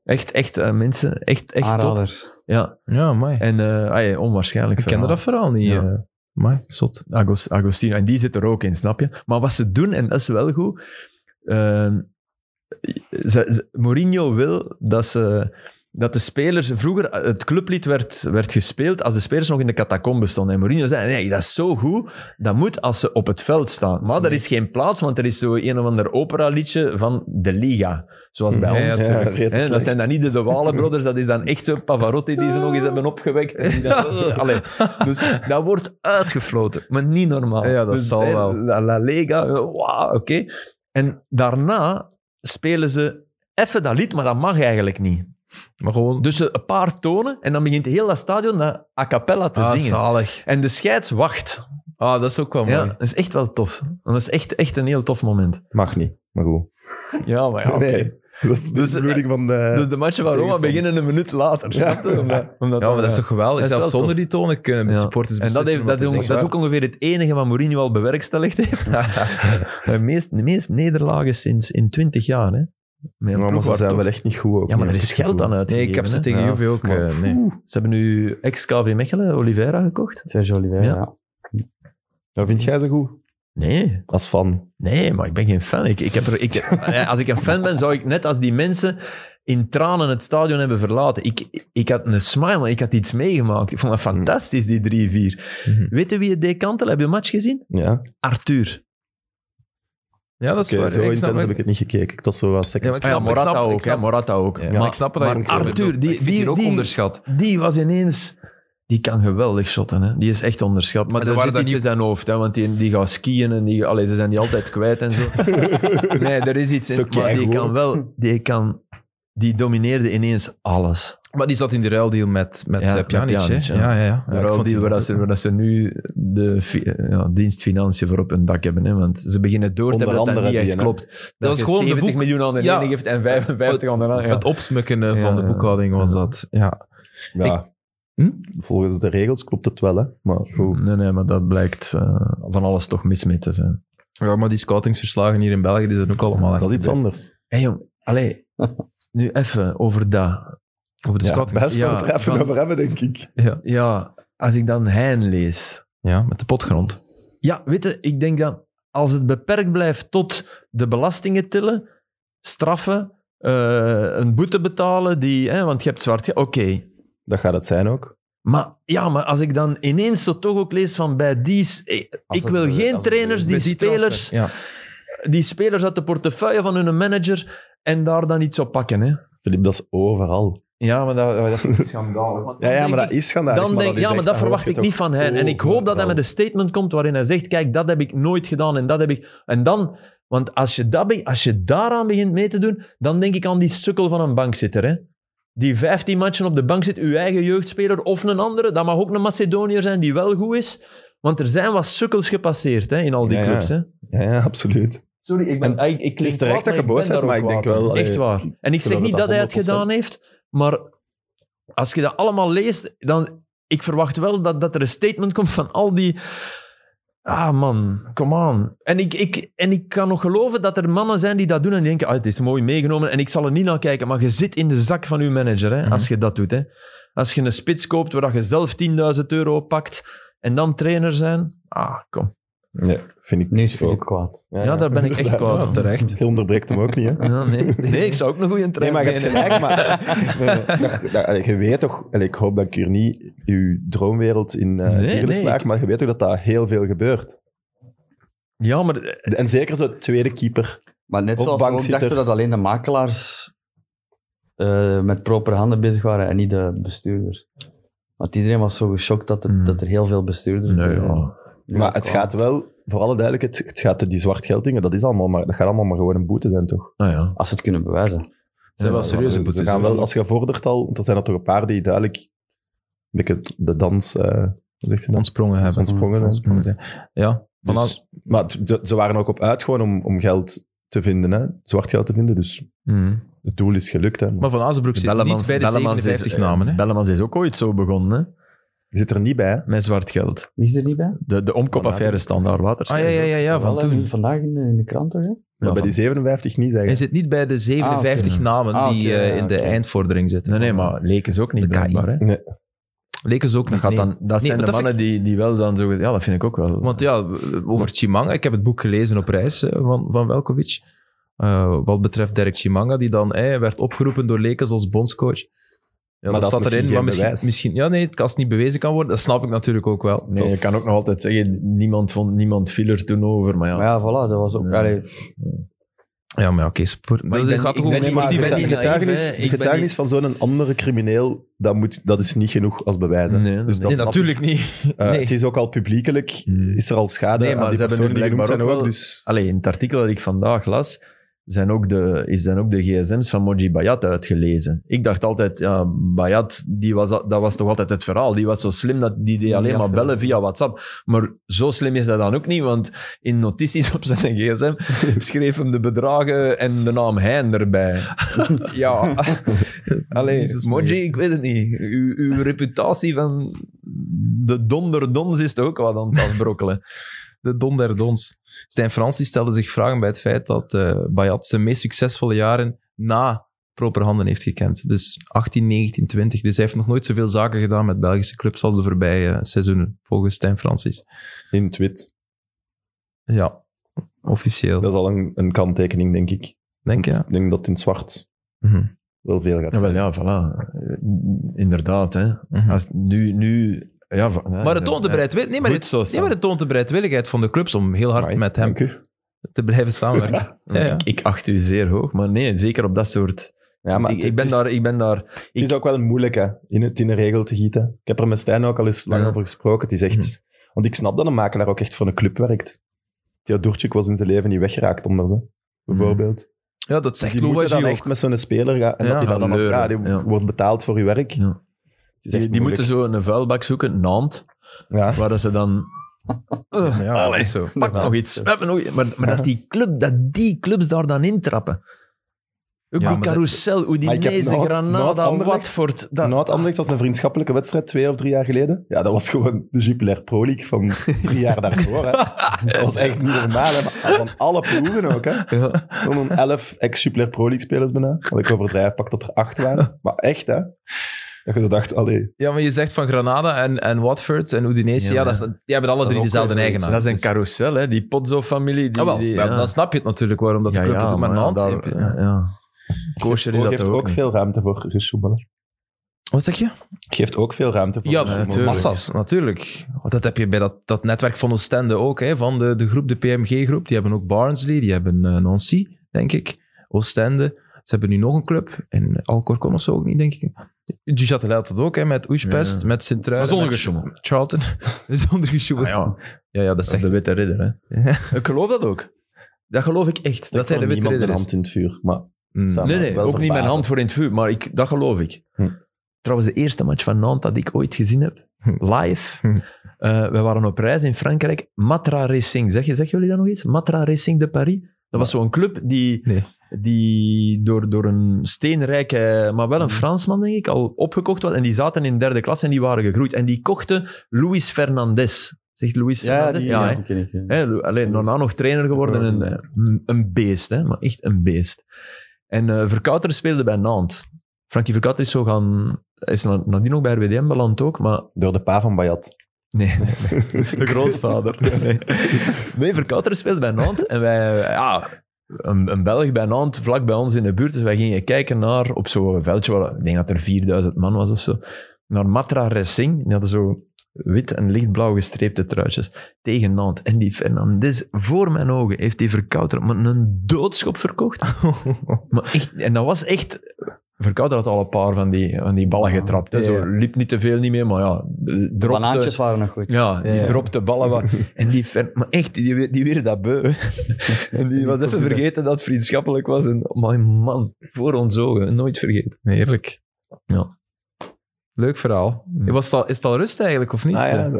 C: Echt, echt eh, mensen. Echt, echt top.
B: Aanraders.
C: Ja.
A: Ja, mooi.
C: En eh, ah, ja, onwaarschijnlijk
A: Ik kende
C: verhaal.
A: dat verhaal niet.
C: Ja.
A: eh. Amai, zot.
C: Agos- Agostino. En die zit er ook in, snap je? Maar wat ze doen, en dat is wel goed. ehm, ze, ze- Mourinho wil dat ze. Dat de spelers vroeger, eh, het clublied werd, werd gespeeld als de spelers nog in de catacombe stonden. En Mourinho zei: Nee, dat is zo goed, dat moet als ze op het veld staan. Maar er is geen plaats, want er is zo een of ander opera-liedje van de Liga. Zoals bij
A: Hm. Ja, ja,
C: ons.
A: tuurlijk.
D: Ja, vreed
C: Hè, dat
D: slecht.
C: zijn dan niet de De Walen Brothers, dat is dan echt zo Pavarotti die ze
A: Ah.
C: nog eens hebben opgewekt. En die dan- Allee, dus dat wordt uitgefloten, maar niet normaal.
A: Ja, dat
C: Dus,
A: zal
C: hè,
A: wel.
C: La, La Lega, eh, wauw, oké. En daarna spelen ze even dat lied, maar dat mag eigenlijk niet.
A: Maar gewoon...
C: Dus ze een paar tonen en dan begint heel dat stadion dat a cappella te
A: ah,
C: zingen.
A: zalig.
C: En de scheids wacht.
A: Ah, dat is ook wel mooi.
C: Ja, dat is echt wel tof. Dat is echt, echt een heel tof moment.
D: Mag niet, maar goed.
C: Ja, maar ja, oké.
D: Nee, dat is de
C: Dus,
D: bedoeling van de...
C: Dus de matchen van Roma
D: Tegenstand.
C: beginnen een minuut later. snap je? Omdat, eh, omdat
A: Ja, maar dat is toch geweldig.
C: Dat is
A: Zelfs
C: wel
A: zonder die tonen kunnen de
C: Ja.
A: supporters
C: En dat,
A: beslissen
C: heeft, dat,
A: wat
C: Dus is,
A: te
C: onge-
A: zeggen.
C: dat is ook ongeveer het enige wat Mourinho al bewerkstelligd heeft. de meest, de meest nederlagen sinds in 20 jaar. Hè? Met
D: Ja,
C: een
D: maar
C: ploeg
D: ze
C: waar
D: zijn
C: toch-
D: wel echt niet goed ook.
C: ja, maar
D: niet,
C: er
D: heb
C: is
D: het
C: geld
D: gevoel.
C: aan uitgegeven.
A: Nee, ik heb ze
C: hè.
A: tegen
D: Ja.
A: Juve ook...
D: Maar-
A: eh, nee.
C: Oeh, Ze hebben nu ex-KV Mechelen, Oliveira, gekocht.
B: Sergio Oliveira,
C: Ja.
B: ja.
D: Ja, vind jij ze goed?
C: Nee,
D: Als fan.
C: nee, maar ik ben geen fan. Ik, ik heb er, ik, als ik een fan ben, zou ik net als die mensen in tranen het stadion hebben verlaten. Ik, ik had een smile, maar ik had iets meegemaakt. Ik vond
D: Hmm.
C: dat fantastisch, die 3-4.
A: Mhm.
C: Weet je wie het deed kantelen? Heb je een match gezien?
D: Ja. Oké,
C: Arthur.
A: Ja, dat is waar.
D: zo
A: Ik
D: intens
A: snap
D: heb
A: het.
D: ik het niet gekeken. Ik was zo wat second.
A: Ja,
C: Ah
A: maar
C: ja,
A: snap- ik
C: Morata
A: snap- ik
C: ook, hè,
A: snap-
C: Morata ook.
A: Ja,
C: Maar,
A: maar ik snap dat
C: maar
A: je
C: Arthur, die,
A: die,
C: die,
A: hier ook
C: die,
A: onderschat.
C: die was ineens... Die kan geweldig shotten, hè. Die is echt onderschat. Maar
A: En
C: er
A: ze waren
C: zit
A: dat
C: iets in zijn hoofd, hè, want die, die gaat skiën en die, allee, ze zijn die altijd kwijt en zo. nee, er is iets in.
D: Zo
C: maar die
D: keigoed.
C: kan wel... Die, kan, die domineerde ineens alles.
A: Maar die zat in de ruildeal met, met
C: Ja,
A: eh, Pjanic,
C: met Pjanic,
A: hè?
C: ja.
A: Ja, ja,
C: De
A: ja. Ja, ik
C: ruildeal
A: vond die
C: waar,
A: dat
C: dat ze, waar dat ze nu de fi- ja, dienstfinanciën voor op hun dak hebben. Hè, want ze beginnen door te
D: Onder
C: hebben dat dat
D: andere
C: niet echt
D: die, hè.
C: klopt. Dat,
A: was
C: je
A: gewoon de
C: 70
A: boek-
C: miljoen aan de
A: Ja.
C: ene geeft en 55 aan de andere. Ja.
A: Het opsmukken eh,
C: Ja,
A: van de
C: ja.
A: boekhouding was
C: Ja.
A: dat. Ja.
D: Ja.
A: Hm?
D: Volgens de regels klopt het wel, hè. Maar goed.
C: Nee, nee, maar dat blijkt eh, van alles toch mis mee te zijn.
A: ja, maar die scoutingsverslagen hier in België die zijn ook allemaal
D: Dat is iets
A: echt-
D: anders.
C: Hé jong, allee, nu even over dat.
A: Over
C: Dus
A: de
D: Ja,
A: scouting.
D: best
A: ja,
D: dat we het er even
A: van-
D: over hebben, denk ik.
C: Ja, als ik dan Hein lees.
A: ja, met de potgrond.
C: Ja, weet je, ik denk dat als het beperkt blijft tot de belastingen tillen, straffen, eh, een boete betalen, die, hè, want je hebt zwart... ge- Oké,
D: Dat gaat het zijn ook.
C: Maar ja, maar als ik dan ineens zo toch ook lees van bij die... s- eh, Ik,
B: Als het
C: wil
B: be- als
C: geen
B: het
C: trainers
B: be-
C: die
A: Met
C: spelers
A: transfer, Ja.
C: die spelers uit de portefeuille van hun manager en daar dan iets op pakken. Hè?
D: Filip, dat is overal.
C: Ja, maar dat, dat is schandalig. Want
D: Ja,
C: dan
D: ja
C: denk
D: maar
C: ik-
D: dat is schandalig.
C: dan denk,
D: is
C: ja, maar
D: echt-
C: dat
D: hoor
C: verwacht
D: je
C: ik
D: toch Oh,
C: niet van hen. En ik hoop dat hij met
D: overal.
C: een statement komt waarin hij zegt, kijk, dat heb ik nooit gedaan en dat heb ik... En dan... Want als je, dat be- als je daaraan begint mee te doen, dan denk ik aan die sukkel van een bankzitter. Hè? Die 15 matchen op de bank zit, uw eigen jeugdspeler of een andere. Dat mag ook een Macedoniër zijn die wel goed is. Want er zijn wat sukkels gepasseerd hè, in al die
D: Ja, ja.
C: clubs. Hè?
D: Ja, ja, absoluut.
C: Sorry, ik
D: ben-
C: ik, ik klink
D: terecht dat
C: maar
D: je
C: ik ben
D: boos bent,
C: daar
D: maar
C: ook
D: ik denk
C: kwaad om.
D: wel,
C: Echt
D: eh,
C: waar. En ik
D: geloof
C: zeg niet
D: dat
C: dat hij het
D: 100%.
C: gedaan heeft, maar als je dat allemaal leest, dan... Ik verwacht wel dat, dat er een statement komt van al die... Ah man, come on. En ik, ik, en ik kan nog geloven dat er mannen zijn die dat doen en die denken, ah, het is mooi meegenomen en ik zal er niet naar kijken. Maar je zit in de zak van je manager hè,
A: Mhm.
C: als je dat doet. Hè. Als je een spits koopt waar dat je zelf 10.000 euro pakt en dan trainer zijn. Ah, kom.
D: Nee, vind ik
B: Nu is het
D: ook.
B: kwaad.
D: Ja,
C: Ja, daar ben ik echt kwaad om.
A: Terecht.
D: Je onderbreekt hem ook niet, hè?
C: Ja, nee. nee, ik zou ook een goede
D: Nee,
C: trainer
D: maar je hebt gelijk, maar... Nee, nee, dat- dat- allee, eh, je weet toch... allee, Ik hoop dat ik hier niet uw droomwereld in eh
C: Nee,
D: nee,
C: nee,
D: slaag,
C: ik-
D: maar je weet toch dat dat heel veel gebeurt.
C: Ja, maar eh,
D: En zeker zo'n tweede keeper.
B: Maar net
D: Of
B: zoals we ook
D: bankzitter.
B: dachten dat alleen de makelaars eh, met proper handen bezig waren en niet de bestuurders. Want iedereen was zo geschokt dat er,
A: Hmm.
B: dat er heel veel bestuurders...
A: Nee,
B: eh,
A: ja. oh.
D: Maar het gaat wel... Voor alle duidelijkheid, het gaat die zwartgelddingen, dat is allemaal maar... Dat gaat allemaal maar gewoon een boete zijn, toch?
A: Ah
C: Nou
A: ja.
B: Als ze het kunnen bewijzen.
A: Dat zijn wel serieuze
D: Ze
A: boetes.
D: gaan
A: hè.
D: wel, als je vordert al, want er zijn er toch een paar die duidelijk een beetje de dans, eh, hoe zeg je dat?
A: ontsprongen hebben.
D: Ontsprongen, hè.
A: Ontsprongen zijn. Ja,
D: Dus-
A: vanaf...
D: maar het- de- ze waren ook op uit gewoon om, om geld te vinden, hè? zwart geld te vinden. Dus
C: Mm.
A: Mhm.
D: het doel is gelukt. Hè? Maar
A: Maar Van Azenbroek zit niet bij de 57
C: is,
A: namen. Hè?
C: Bellemans is ook ooit zo begonnen, hè?
D: je zit er niet bij. hè.
C: met zwart geld.
B: Wie is er niet bij?
C: De, de omkoopaffaire standaard water.
A: Ah ja, ja, ja, ja van
B: Wel, hè,
A: toen.
B: Vandaag in de, in de krant, toch? hè?
D: Maar bij die 57 niet
A: Hij
D: zeggen.
A: zit niet bij de 57
B: Ah, oké.
A: namen
B: Ah,
A: die
B: oké,
A: eh,
B: ja,
A: in de
B: oké.
A: eindvordering zitten.
C: Nee, nee, maar Leek is ook niet
A: De KI.
C: blijkbaar. Hè?
A: Leek is ook
C: Dat,
A: niet.
C: gaat
A: nee.
C: dan, dat zijn
A: maar
C: de
A: dat
C: mannen die, die wel dan zo... Ja, dat vind ik ook wel.
A: Want ja, over Chimanga, ik heb het boek gelezen op reis eh, van, van Welkovic. Eh, wat betreft Derek Chimanga, die dan eh, werd opgeroepen door Lekers als bondscoach. Ja,
D: dat
A: dat
D: is
A: staat
D: misschien
A: erin, maar
D: geen
A: misschien,
D: bewijs.
A: misschien... Ja, nee, als het niet bewezen kan worden, dat snap ik natuurlijk ook wel.
C: nee, je kan ook nog altijd zeggen, niemand, vond, niemand viel er toen over, maar ja.
B: Maar ja, voilà, dat was ook...
C: Ja.
B: allee,
A: Ja, maar ja, oké, sport.
C: Maar ik
A: Dat
C: ben-
A: gaat
C: ik
A: toch
C: ben
A: over
C: niet- maar
A: sportief
C: ik ben
A: en
C: niet
A: niet-
C: naïef,
D: getuigenis,
C: hè. Ik ben
D: getuigenis
C: niet-
D: van zo'n andere crimineel, dat, moet, dat is niet genoeg als bewijs. hè.
C: Nee, dat
D: dus dat
A: Nee,
D: snap
A: natuurlijk niet.
D: ik. Eh,
A: nee.
D: Het is ook al publiekelijk,
C: Hmm.
D: is er al schade
C: Nee,
D: aan
C: maar
D: die
C: ze hebben
D: personen
C: nu
D: die genoemd zijn
C: blijkbaar
D: ook.
C: ook wel-
D: Dus
C: Allee, in het artikel dat ik vandaag las, zijn ook de, is- zijn ook de gsm's van Moji Bayat uitgelezen. Ik dacht altijd, ja, Bayat, die was, al- dat was toch altijd het verhaal. Die was zo slim dat die deed alleen
B: Ja,
C: maar
B: ja.
C: bellen via WhatsApp. Maar zo slim is dat dan ook niet, want in notities op zijn gsm schreef hem de bedragen en de naam Hein erbij. ja, allee,
A: Niet zo slim.
C: Moji, ik weet het niet. U, uw reputatie van de donderdons is toch ook wat aan het afbrokkelen.
A: De Don der Dons. Stijn Frans die stelde zich vragen bij het feit dat eh Bayat zijn meest succesvolle jaren na proper handen heeft gekend. Dus 18, 19, 20. Dus hij heeft nog nooit zoveel zaken gedaan met Belgische clubs als de voorbije eh, seizoenen, volgens Stijn Francis.
D: in het wit.
A: Ja, officieel.
D: Dat is al een, een kanttekening, denk ik.
A: denk je?
D: Want
A: Ja.
D: Ik denk dat het in het zwart
A: Mhm,
D: wel veel gaat
C: Ja, wel,
D: zijn.
C: ja, voilà. Eh, Inderdaad, hè.
A: mhm.
C: Als nu, nu... Ja, va- nee,
A: Maar het toont de
C: eh,
A: bereidwilligheid. Nee, maar
C: goed
A: het,
C: zo
A: nee,
C: staan.
A: maar het toont de bereidwilligheid van de clubs om heel hard
D: Amai,
A: met hem
D: dank u.
A: te blijven samenwerken. Ja, ja.
C: Ik, ik acht u zeer hoog, maar nee, zeker op dat soort...
D: Ja, maar
C: ik,
D: het-
C: ik, ben
D: het is-
C: daar, ik ben daar...
D: Het is ook wel moeilijk hè, in, het, in een regel te gieten. Ik heb er met Stijn ook al eens lang
A: Ja.
D: over gesproken. Het is echt...
C: Mhm.
D: Want ik snap dat een makelaar ook echt voor een club werkt. Theodorchuk was in zijn leven niet weggeraakt onder
C: Mhm.
D: ze, bijvoorbeeld.
A: ja, dat
D: Dus
A: zegt
D: die moeten dan
A: Louwagie
D: echt
A: ook.
D: met zo'n speler gaan. En
A: Ja,
D: dat die
C: gaan
D: dan, dan ook- ja, die
C: leuren, ja.
D: wordt betaald voor je werk.
C: Ja.
D: Het is echt
C: Die, die
D: moeilijk.
C: moeten zo een vuilbak zoeken, Naant,
D: Ja.
C: waar dat ze dan...
A: Ja, dat
C: Allee.
A: is zo.
C: Pak
B: Ja.
C: nog iets, we hebben nog iets. Maar, maar
D: Ja.
C: dat, die club, dat die clubs daar dan intrappen. Ook die
A: Ja, maar dat-
C: carousel,
D: Maar ik heb
C: Udinese,
D: Nantes- Nantes
C: Granada,
D: Anderlecht-
C: Watford. Dat,
D: Nou, het Anderlecht was een vriendschappelijke wedstrijd twee of drie jaar geleden. Ja, dat was gewoon de Jupiler Pro League van drie jaar daarvoor. Hè. Dat was echt niet normaal. Hè. Maar van alle ploegen ook. Hè.
C: Ja.
D: Zo'n elf ex-Super Pro League spelers bijna. Wat ik overdrijf, pak dat er acht waren. Maar echt, hè? Dat je dacht, allee.
A: Ja, maar je zegt van Granada en, en Watford en Udinese. Ja,
C: Ja,
A: dat is, die hebben alle
C: Dat is
A: drie
C: ook
A: dezelfde
C: weer-
A: eigenaar.
C: Dat is een
A: Dus-
C: carousel, hè? die Pozzo-familie. Die,
A: Ah, wel,
C: die-
A: wel,
C: ja.
A: Dan snap je het natuurlijk waarom dat de club het doet. Maar,
C: ja,
A: Nantes
C: daar-
A: heb je-
C: ja, ja. Kosher is
D: Ook
C: dat
D: heeft
C: toch
D: ook,
C: ook niet?
D: veel ruimte voor gesjoemelen.
A: Wat zeg je?
D: Geeft ook veel ruimte voor
A: Ja,
D: de
A: natuurlijk. massa's, natuurlijk. Want Dat heb je bij dat, dat netwerk van Oostende ook, hè, van de, de groep, de PMG-groep. Die hebben ook Barnsley, die hebben eh, Nancy, denk ik. Oostende. Ze hebben nu nog een club. En Alcorcon of zo ook niet, denk ik. Du Châtelet had dat ook, hè, met Oespest,
C: Ja.
A: met
C: Maar
A: Sint-Truiden.
C: zonder
A: met
C: gesjoemel.
A: Charlton. Zonder gesjoemel.
C: Ah ja,
A: ja, ja, dat
C: dat is
A: zegt
C: de witte ridder. Hè. Ik geloof dat ook. Dat geloof ik echt.
D: Dat hij de witte ridder
A: is.
D: hand in het vuur. Maar
A: Mm.
D: Samen.
C: Nee,
D: maar
C: nee,
D: wel
C: ook niet
D: verbazen.
C: mijn hand voor in het vuur, maar ik, dat geloof ik.
D: Hm.
C: Trouwens, de eerste match van Nantes dat ik ooit gezien heb, live.
A: Hm.
C: Eh, we waren op reis in Frankrijk. Matra Racing, zeg, je- zeg jullie dat nog iets? Matra Racing de Paris. Dat was zo'n club die,
A: Nee.
C: die door, door een steenrijke, maar wel een Fransman denk ik, al opgekocht was. En die zaten in derde klas en die waren gegroeid. En die kochten Luis Fernandez. Zegt Luis
B: Ja,
C: Fernandez?
B: die,
C: hè.
B: ja, die ken ik. ja.
C: Hè, Lu- alleen Nana nog trainer geworden. En, eh, m- een beest, hè, maar echt een beest. En eh Verkouter speelde bij Nantes. Frankie Verkouter is zo gaan... hij is na- nadien ook bij RWDM beland ook, maar...
D: door de pa van Bayat.
C: Nee, de grootvader. Nee, nee Verkouter speelde bij Nantes. En wij... Ja, een, een Belg bij Nantes, vlak bij ons in de buurt. Dus wij gingen kijken naar, op zo'n veldje, waar, ik denk dat er 4000 man was of zo, naar Matra Racing. Die hadden zo wit en lichtblauw gestreepte truitjes tegen Nantes. En die Fernandes, voor mijn ogen, heeft die Verkouter maar een doodschop verkocht. maar echt, en dat was echt... Verkouter had al een paar van die, van die ballen getrapt. Hè.
A: Ah, Ja, ja.
C: Zo, liep niet te veel niet meer, maar ja, dropte...
B: Banaantjes waren nog goed.
C: Ja, die
B: Ja, ja.
C: dropte ballen. wat- en die Fer- maar echt, die, die weer dat beu. en die was even vergeten dat het vriendschappelijk was. En, mijn man, voor ons ogen, nooit vergeten.
A: Heerlijk.
C: Ja.
A: Leuk verhaal.
C: Mm.
A: Was het al, is het al rust eigenlijk, of niet?
D: Ah ja,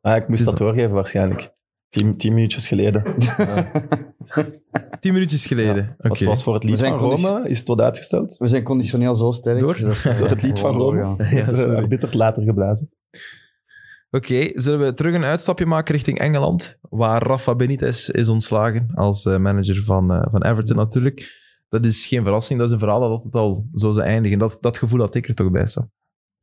D: ah, ik moest
A: Dus-
D: dat doorgeven waarschijnlijk. Tien, tien minuutjes geleden.
A: Tien minuutjes geleden.
D: Want
A: Oké.
D: Het was voor het
B: We
D: lied
B: zijn
D: van
B: condi-
D: Rome, is het wat uitgesteld.
B: We zijn conditioneel zo sterk.
A: Door?
B: dat Oh, we
D: Door het lied van
B: gewoon
D: Rome.
B: doorgaan.
D: Heeft de
A: sorry.
D: arbiter eh, later geblazen.
A: Oké, zullen we terug een uitstapje maken richting Engeland, waar Rafa Benitez is ontslagen als eh, manager van, eh, van Everton natuurlijk. Dat is geen verrassing, dat is een verhaal dat altijd al zo zou eindigen. Dat, dat gevoel had ik er toch bij, Sam.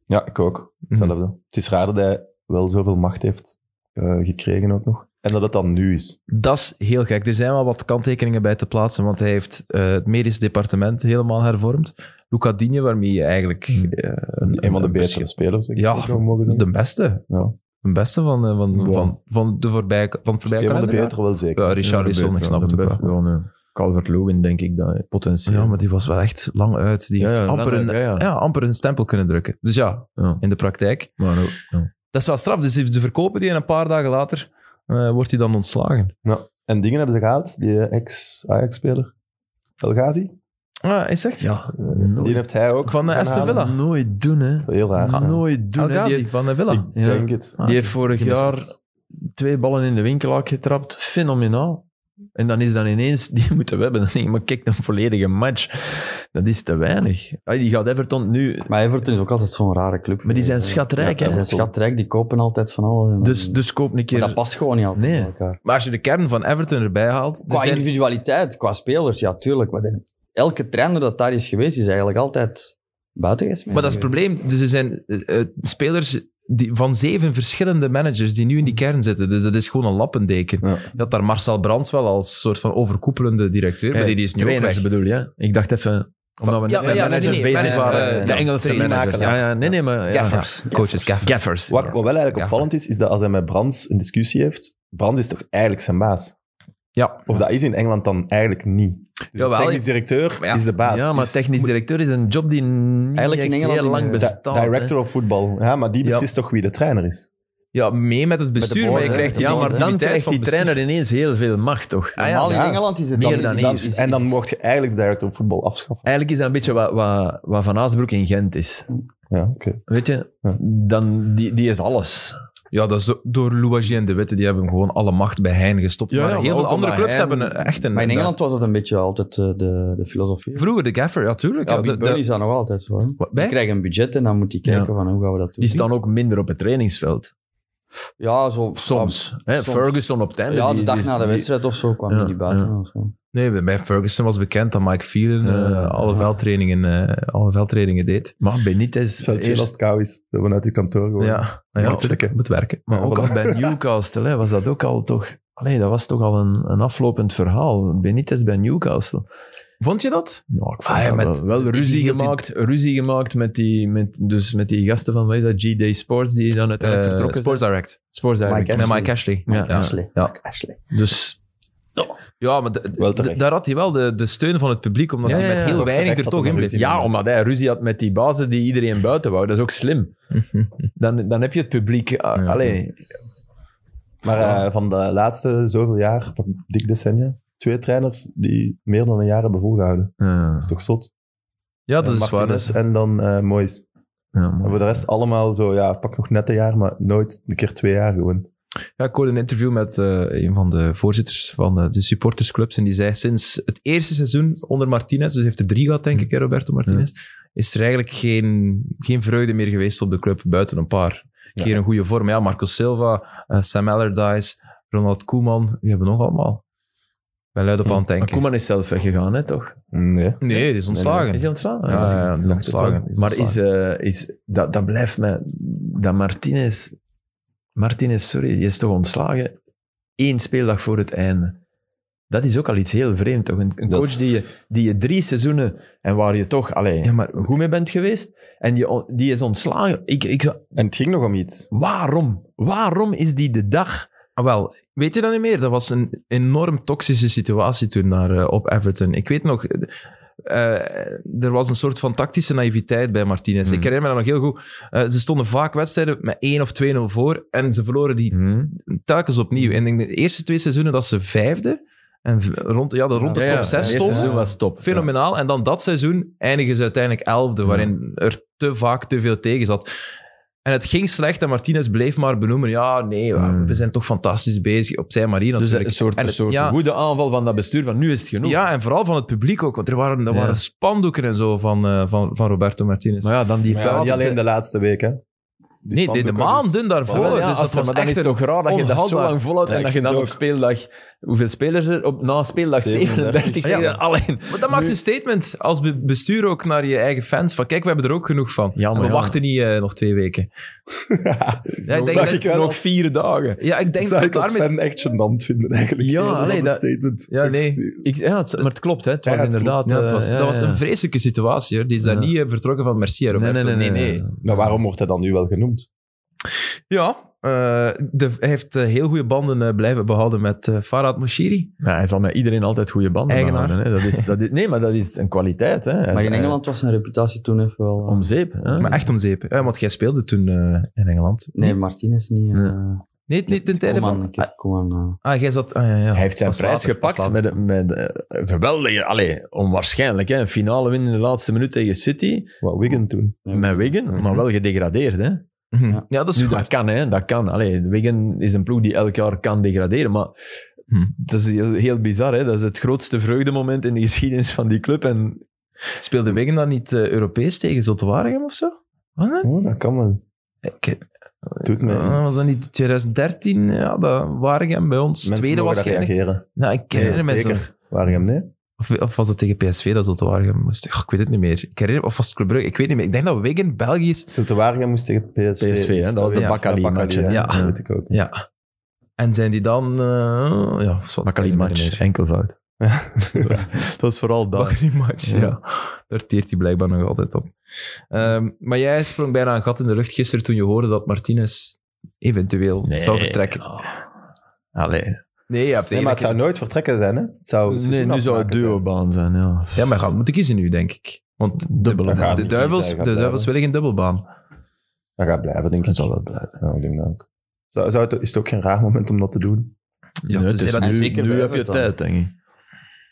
D: Ja, ik ook.
A: Mhm.
D: Hetzelfde. Het is raar dat hij wel zoveel macht heeft eh, gekregen ook nog. En dat het dan nu is.
A: Dat is heel gek. Er zijn wel wat kanttekeningen bij te plaatsen, want hij heeft eh, het medisch departement helemaal hervormd. Luca Digne, waarmee je eigenlijk...
C: Mhm.
A: eh, een,
D: Een van de
A: een
D: betere
A: verschil-
D: spelers, denk ik.
A: Ja,
D: dat we mogen zeggen.
A: De beste.
D: Ja.
A: De beste van, eh, van,
D: Ja.
A: van, van, de voorbij, van het voorbije
D: Een van de
A: kalender.
D: betere, wel zeker.
A: Ja, Richard is ik snap het ook wel.
C: Calvert-Lewin, denk ik, dat potentieel.
A: Ja, maar die was wel echt lang uit. Die heeft amper, een,
C: Ja, ja.
A: ja, amper een stempel kunnen drukken. Dus ja,
C: Ja.
A: in de praktijk.
C: Maar ook, ja.
A: Dat is wel straf. Dus ze verkopen die en een paar dagen later eh, wordt hij dan ontslagen.
D: En dingen hebben ze gehaald, die ex-Ajax-speler. El Ghazi.
A: Ah, is echt?
C: Ja,
D: Die
C: nooit,
D: heeft hij ook.
A: Van, eh,
D: gaan
A: Aston
D: halen.
A: Villa.
C: nooit doen, hè.
D: Heel raar.
C: Ah.
D: ja.
C: Nooit doen,
A: El
C: hè. Die,
A: Ghazi van eh, Villa.
D: Ik
C: Ja.
D: denk het.
C: die
A: Ah,
C: heeft vorig
D: gemist
C: jaar
D: het.
C: twee ballen in de winkelhaak getrapt. Fenomenaal. En dan is dan ineens, die moeten we hebben. Dan denk ik, maar kijk, een volledige match. Dat is te weinig. Ah, Die gaat Everton nu...
B: Maar Everton is ook altijd zo'n rare club.
C: Maar die zijn
B: Ja.
C: schatrijk,
B: Ja,
C: hè.
B: die zijn schatrijk, die kopen altijd van alles. en
C: Dus,
B: dan-
C: dus koop een
B: maar
C: keer...
B: dat past gewoon niet altijd
C: Nee. Dus
B: bij elkaar.
A: Maar als je de kern van Everton erbij haalt...
B: Qua
A: er zijn-
B: individualiteit, qua spelers, ja, tuurlijk. Maar de- elke trainer dat daar is geweest, is eigenlijk altijd buiten gesmeten.
A: Maar dat is het probleem. Dus er zijn eh, eh, spelers die, van zeven verschillende managers die nu in die kern zitten. Dus dat is gewoon een lappendeken.
D: Ja.
A: Je had daar Marcel Brands wel als soort van overkoepelende directeur, maar die, die is nu ook
C: trainers
A: weg.
C: bedoel je? hè? Ik dacht even... Omdat we
A: Ja,
C: net met
A: maar ja, nee,
C: managers
A: nee, nee,
C: bezig
A: nee,
C: waren.
A: eh,
C: de
A: ja,
C: Engelse
A: trainers,
C: managers. Ja, ja, nee, nee, maar... ja.
A: Gaffers. Coaches, gaffers.
C: Gaffers.
D: Wat, wat wel eigenlijk
A: Ja.
D: opvallend is, is dat als hij met Brands een discussie heeft, Brands is toch eigenlijk zijn baas?
A: Ja.
D: Of dat is in Engeland dan eigenlijk niet. Dus de
A: Jawel,
D: technisch directeur
A: maar ja.
D: is de baas. Dus
C: Ja, maar
D: Is
C: technisch directeur is een job die niet
B: Eigenlijk in
C: echt
B: Engeland
C: heel
B: niet
C: lang
B: meer.
D: di-
C: bestaat. hè.
D: Director of voetbal. Ja, maar die
A: Ja.
D: beslist toch wie de trainer is.
A: Ja, mee met het bestuur,
B: board,
A: maar je
B: hè.
A: krijgt die
C: Oh, Ja, maar dan
A: legitimiteit
C: krijgt
A: van
C: die
A: het bestuur.
C: trainer ineens heel veel macht, toch?
A: Ah, ja,
B: Normaal
D: ja.
B: in Engeland is het
C: Meer
B: dan,
C: dan
B: is-
D: Dan-
B: is-
D: en dan
B: is-
D: mocht je eigenlijk de director of voetbal afschaffen.
C: Eigenlijk is dat een beetje wat, wat, wat Van Aasbroek in Gent is.
D: Ja, oké.
C: Weet je?
D: Ja.
C: Dan, die, die is alles.
A: Ja, dat is do- door Louagie en De Witte, die hebben gewoon alle macht bij Hein gestopt.
C: Ja, ja,
A: maar heel
C: maar
A: veel
C: ook
A: andere
C: omdat
A: clubs
C: Hein-
A: hebben een- echt een...
B: Maar in Engeland was dat een beetje altijd eh, de, de filosofie.
A: Vroeger de gaffer, ja, tuurlijk.
B: Ja,
A: ja,
B: Big
A: de-
B: Ben
A: de-
B: is dat nog altijd zo. hè.
A: Wat,
B: Die
A: bij?
B: krijgen een budget en dan moet die kijken
C: Ja.
B: van hoe gaan we dat doen.
C: Die staan ook minder op het trainingsveld.
B: Ja, zo,
C: Soms. hè?
B: soms.
C: Ferguson op het einde.
B: Ja,
C: die-
B: de dag
C: die-
B: na de
C: die-
B: wedstrijd of zo kwam
C: Ja,
B: hij niet buiten.
C: ja.
B: of zo.
A: Nee, bij Ferguson was bekend dat Mike Phelan eh,
C: Ja.
A: alle, veldtrainingen, eh, alle veldtrainingen deed.
C: Maar Benitez...
D: Zou het chill als
C: eerst-
D: het kou is, dat we vanuit je kantoor gewoon...
A: Ja, ja,
D: Ja,
A: natuurlijk.
D: tuurlijk.
A: Moet werken.
C: Maar
D: Ja,
C: ook
D: voilà.
C: al bij Newcastle hè, was dat ook al toch... Allee, dat was toch al een, een aflopend verhaal. Benitez bij Newcastle.
A: Vond je dat?
C: Ja, ik vond
A: Ah, ja,
C: dat
A: met-
C: wel, wel
A: die-
C: ruzie
A: die-
C: gemaakt. Ruzie gemaakt met die, met, dus met die gasten van, wat is dat, G-Day Sports, die dan uiteindelijk
A: Eh,
C: vertrokken
A: Sports Direct.
C: zijn. Sports Direct.
B: Mike
A: Met
B: Ashley.
A: Mike Ashley.
C: Ja,
A: ja.
B: Ashley.
A: ja.
B: Mike Ashley.
C: Dus
A: Ja, maar de-
D: Wel
A: de-
D: terecht.
A: daar had hij wel de, de steun van het publiek, omdat
C: Ja,
A: hij
C: ja,
A: met
C: ja.
A: heel
D: Toch
A: weinig
D: terecht
A: er
D: dat
A: toch
D: er
A: in bleef.
D: ruzie
C: ja, omdat hij ruzie had met die bazen die iedereen buiten wou. Dat is ook slim. Dan, dan heb je het publiek. ah,
A: Ja.
C: allee,
D: Maar eh, van de laatste zoveel jaar, van dik decennia, twee trainers die meer dan een jaar hebben volgehouden. Dat is toch zot?
A: Ja, dat
D: Eh,
A: is waar. dat
D: Martinez
A: is-
D: En dan eh Moyes.
C: ja,
D: En voor de rest allemaal zo, ja, pak nog net een jaar, maar nooit een keer twee jaar gewoon.
A: Ja, ik hoorde een interview met eh, een van de voorzitters van eh, de supportersclubs. En die zei sinds het eerste seizoen onder Martinez, dus heeft er drie gehad, denk ik, hè, Roberto Martinez. Is er eigenlijk geen, geen vreugde meer geweest op de club, buiten een paar. Een
D: Ja.
A: keer een goede vorm. Ja, Marco Silva, eh, Sam Allardyce, Ronald Koeman. Die hebben we nog allemaal. Ik ben luid op aan het
C: Maar
A: denken.
C: Koeman is zelf weggegaan, hè, toch?
D: Nee.
A: Nee, die is ontslagen.
C: Is hij ontslagen?
A: Ja, Ah, ja, ja, die is
C: Ik dacht het wel.
A: ontslagen. Die is
C: Maar is, eh, is, dat, dat blijft mij... Dat Martinez... Martinez, sorry, die is toch ontslagen één speeldag voor het einde. Dat is ook al iets heel vreemd, toch? Een, een
D: Dat
C: coach
D: is-
C: die, je, die je drie seizoenen... En waar je toch allee,
A: Ja, maar
C: goed mee bent geweest. En die, on- die is ontslagen. Ik, ik, zou-
D: En het ging nog om iets.
C: waarom? Waarom is die de dag...
A: Ah, Wel, weet je dat niet meer? Dat was een enorm toxische situatie toen daar, eh, op Everton. Ik weet nog, eh, er was een soort van tactische naïviteit bij Martinez.
C: Hmm.
A: Ik herinner me dat nog heel goed. Eh, ze stonden vaak wedstrijden met 1 of 2-0 voor en ze verloren die
C: Hmm,
A: telkens
C: Mm.
A: opnieuw. En ik denk de eerste twee seizoenen dat ze vijfde en v- rond, ja, de- rond
C: Ah,
A: de
D: Ja, ja,
A: top 6
D: het eerste
A: stonden.
D: seizoen
C: was top.
A: Fenomenaal. En dan dat seizoen eindigen ze uiteindelijk elfde,
C: Mm.
A: waarin er te vaak te veel tegen zat. En het ging slecht en Martinez bleef maar benoemen. Ja, nee, we,
C: Hmm.
A: we zijn toch fantastisch bezig op zijn manier
C: Dus
A: natuurlijk.
C: een soort,
A: En
C: een
A: het-
C: soort
A: ja,
C: woede aanval van dat bestuur van nu is het genoeg.
A: ja, en vooral van het publiek ook. Want er waren, er
C: Ja.
A: waren spandoeken en zo van, eh, van, van Roberto Martinez.
C: Maar ja, dan die
D: Maar ja, niet
C: laatste-
D: alleen de laatste week, hè. Die
A: nee, nee, de
D: spandoeken, dus-
A: maanden daarvoor.
C: Wel, ja,
A: dus
C: als
A: dat
C: het-
A: was
C: maar dan
A: echt
C: is het
A: een-
C: toch raar dat je dat zo
A: onhoudbaar.
C: lang volhoudt
D: Ja,
C: en
D: ik
C: dat je dan
D: vind
C: op
D: het
C: speeldag... Hoeveel spelers er op, na speeldag 37?
D: 37.
C: zeg je
A: Ja.
C: dan alleen...
A: Maar dat maakt een statement als be- bestuur ook naar je eigen fans. Van kijk, we hebben er ook genoeg van.
C: Ja,
A: En
C: maar
A: we
C: ja.
A: wachten niet eh, nog twee weken. ja, ik
D: Nog-
A: denk
D: zag
A: dat,
D: ik wel
C: nog
D: als-
C: vier dagen.
A: ja, ik denk
D: zou
A: dat
D: ik als
A: daarmee...
D: fan echt gênant vinden, eigenlijk.
C: Ja,
D: Eerder dan
C: allee,
D: een
C: dat-
D: statement.
A: Ja,
D: Dat is-
C: Ik, ja, het- maar het klopt, hè. Het was
D: Ja, het
C: inderdaad...
A: Ja, het was,
C: eh,
A: dat was
C: ja, ja.
A: een vreselijke situatie. Hoor. Die is daar
C: Ja.
A: niet eh, vertrokken van merci, hè,
C: Nee,
A: Roberto.
C: nee, nee. nee, nee.
D: Maar waarom wordt hij dan nu wel genoemd?
A: Ja, eh, de, hij heeft eh, heel goede banden eh, blijven behouden met eh Farhad Moshiri.
C: Nou, hij zal met iedereen altijd goede banden
A: Eigenaar.
C: behouden, hè. Dat is, dat is, nee, maar dat is een kwaliteit. Hè. Hij
B: Maar
C: is-
B: in Engeland was zijn reputatie toen even wel...
C: hij-
B: eh,
C: Om zeep. Hè.
A: Maar echt om zeep. Eh, want jij speelde toen eh, in Engeland.
B: Nee, Martinez niet.
C: Nee.
B: eh
A: Nee, niet ten tijde
B: kom
A: van...
B: aan, ik heb- kom aan. eh.
A: Ah, jij zat... Ah, ja, ja.
C: Hij heeft zijn
A: Pas
C: prijs
A: later, pas
C: gepakt met, een- met eh, een geweldige, allee, onwaarschijnlijk, hè, een finale win in de laatste minuut tegen City,
D: Wat Wigan toen?
B: Nee,
C: met Wigan, maar wel gedegradeerd. Hè.
A: Mhm.
B: Ja.
A: Ja, dat is
C: Nu,
A: waar.
C: Mhm. dat kan, hè, dat kan. Allee, Wigan is een ploeg die elk jaar kan degraderen, maar
A: Hm.
C: dat is heel, heel bizar. Hè. Dat is het grootste vreugdemoment in de geschiedenis van die club. En,
A: Speelde Wigan dan niet eh, Europees tegen Zotwaregem of zo? Wat?
D: Oh, dat kan wel.
A: Ik-
D: Doet me
A: Ah,
D: iets.
A: was dat niet 2013? Ja, dat Waregem bij ons.
D: Mensen
A: tweede
D: mogen
A: was
D: daar
A: geen.
D: reageren.
A: Ja, ik herinner me
D: zeker.
A: zo'n-
D: Waregem, nee?
A: Of, of was dat tegen PSV dat Zotte Waregem moest? Goh, ik weet het niet meer. Ik herinner, of was het Club Brugge? Ik weet niet meer. Ik denk dat Wigan België is.
D: Zulte Waregem moest tegen PSV.
C: PSV, hè, dat was de
D: Dus Ja,
C: Bakkali match, hè.
D: hè.
A: Ja.
D: Dat weet ik ook.
A: Ja. En zijn die dan... eh ja, zwart,
C: Bakkali
A: ik weet het niet
C: match,
A: meer.
C: enkelvoud.
D: dat was vooral dat.
A: Bakkali match, ja.
C: Ja.
A: Daar teert hij blijkbaar nog altijd op. Ehm, maar jij sprong bijna een gat in de lucht gisteren toen je hoorde dat Martinez eventueel zou vertrekken.
C: Allee.
A: Nee, je hebt
D: Nee, maar het zou
A: eigenlijk-
D: nooit vertrekken zijn, hè? Het zou
C: Nee, nu zou het duobaan zijn, ja.
A: Ja, maar gaan moeten kiezen nu, denk ik. Want de,
C: Dubbele
A: de,
D: baan.
A: de duivels,
D: Ja,
A: de
D: gaat
A: duivels
D: blijven.
A: willen geen dubbelbaan.
D: Dat gaat blijven, denk ik.
C: Dat zal wel blijven.
D: Ja, ik denk dat ook. Zou, zou het, is het ook geen raar moment om dat te doen?
A: Ja,
C: Nee,
A: tenzij
C: het is
A: dat
C: nu,
A: hij zeker
C: nu
A: bij
C: heb je
A: Everton-
C: tijd, denk ik.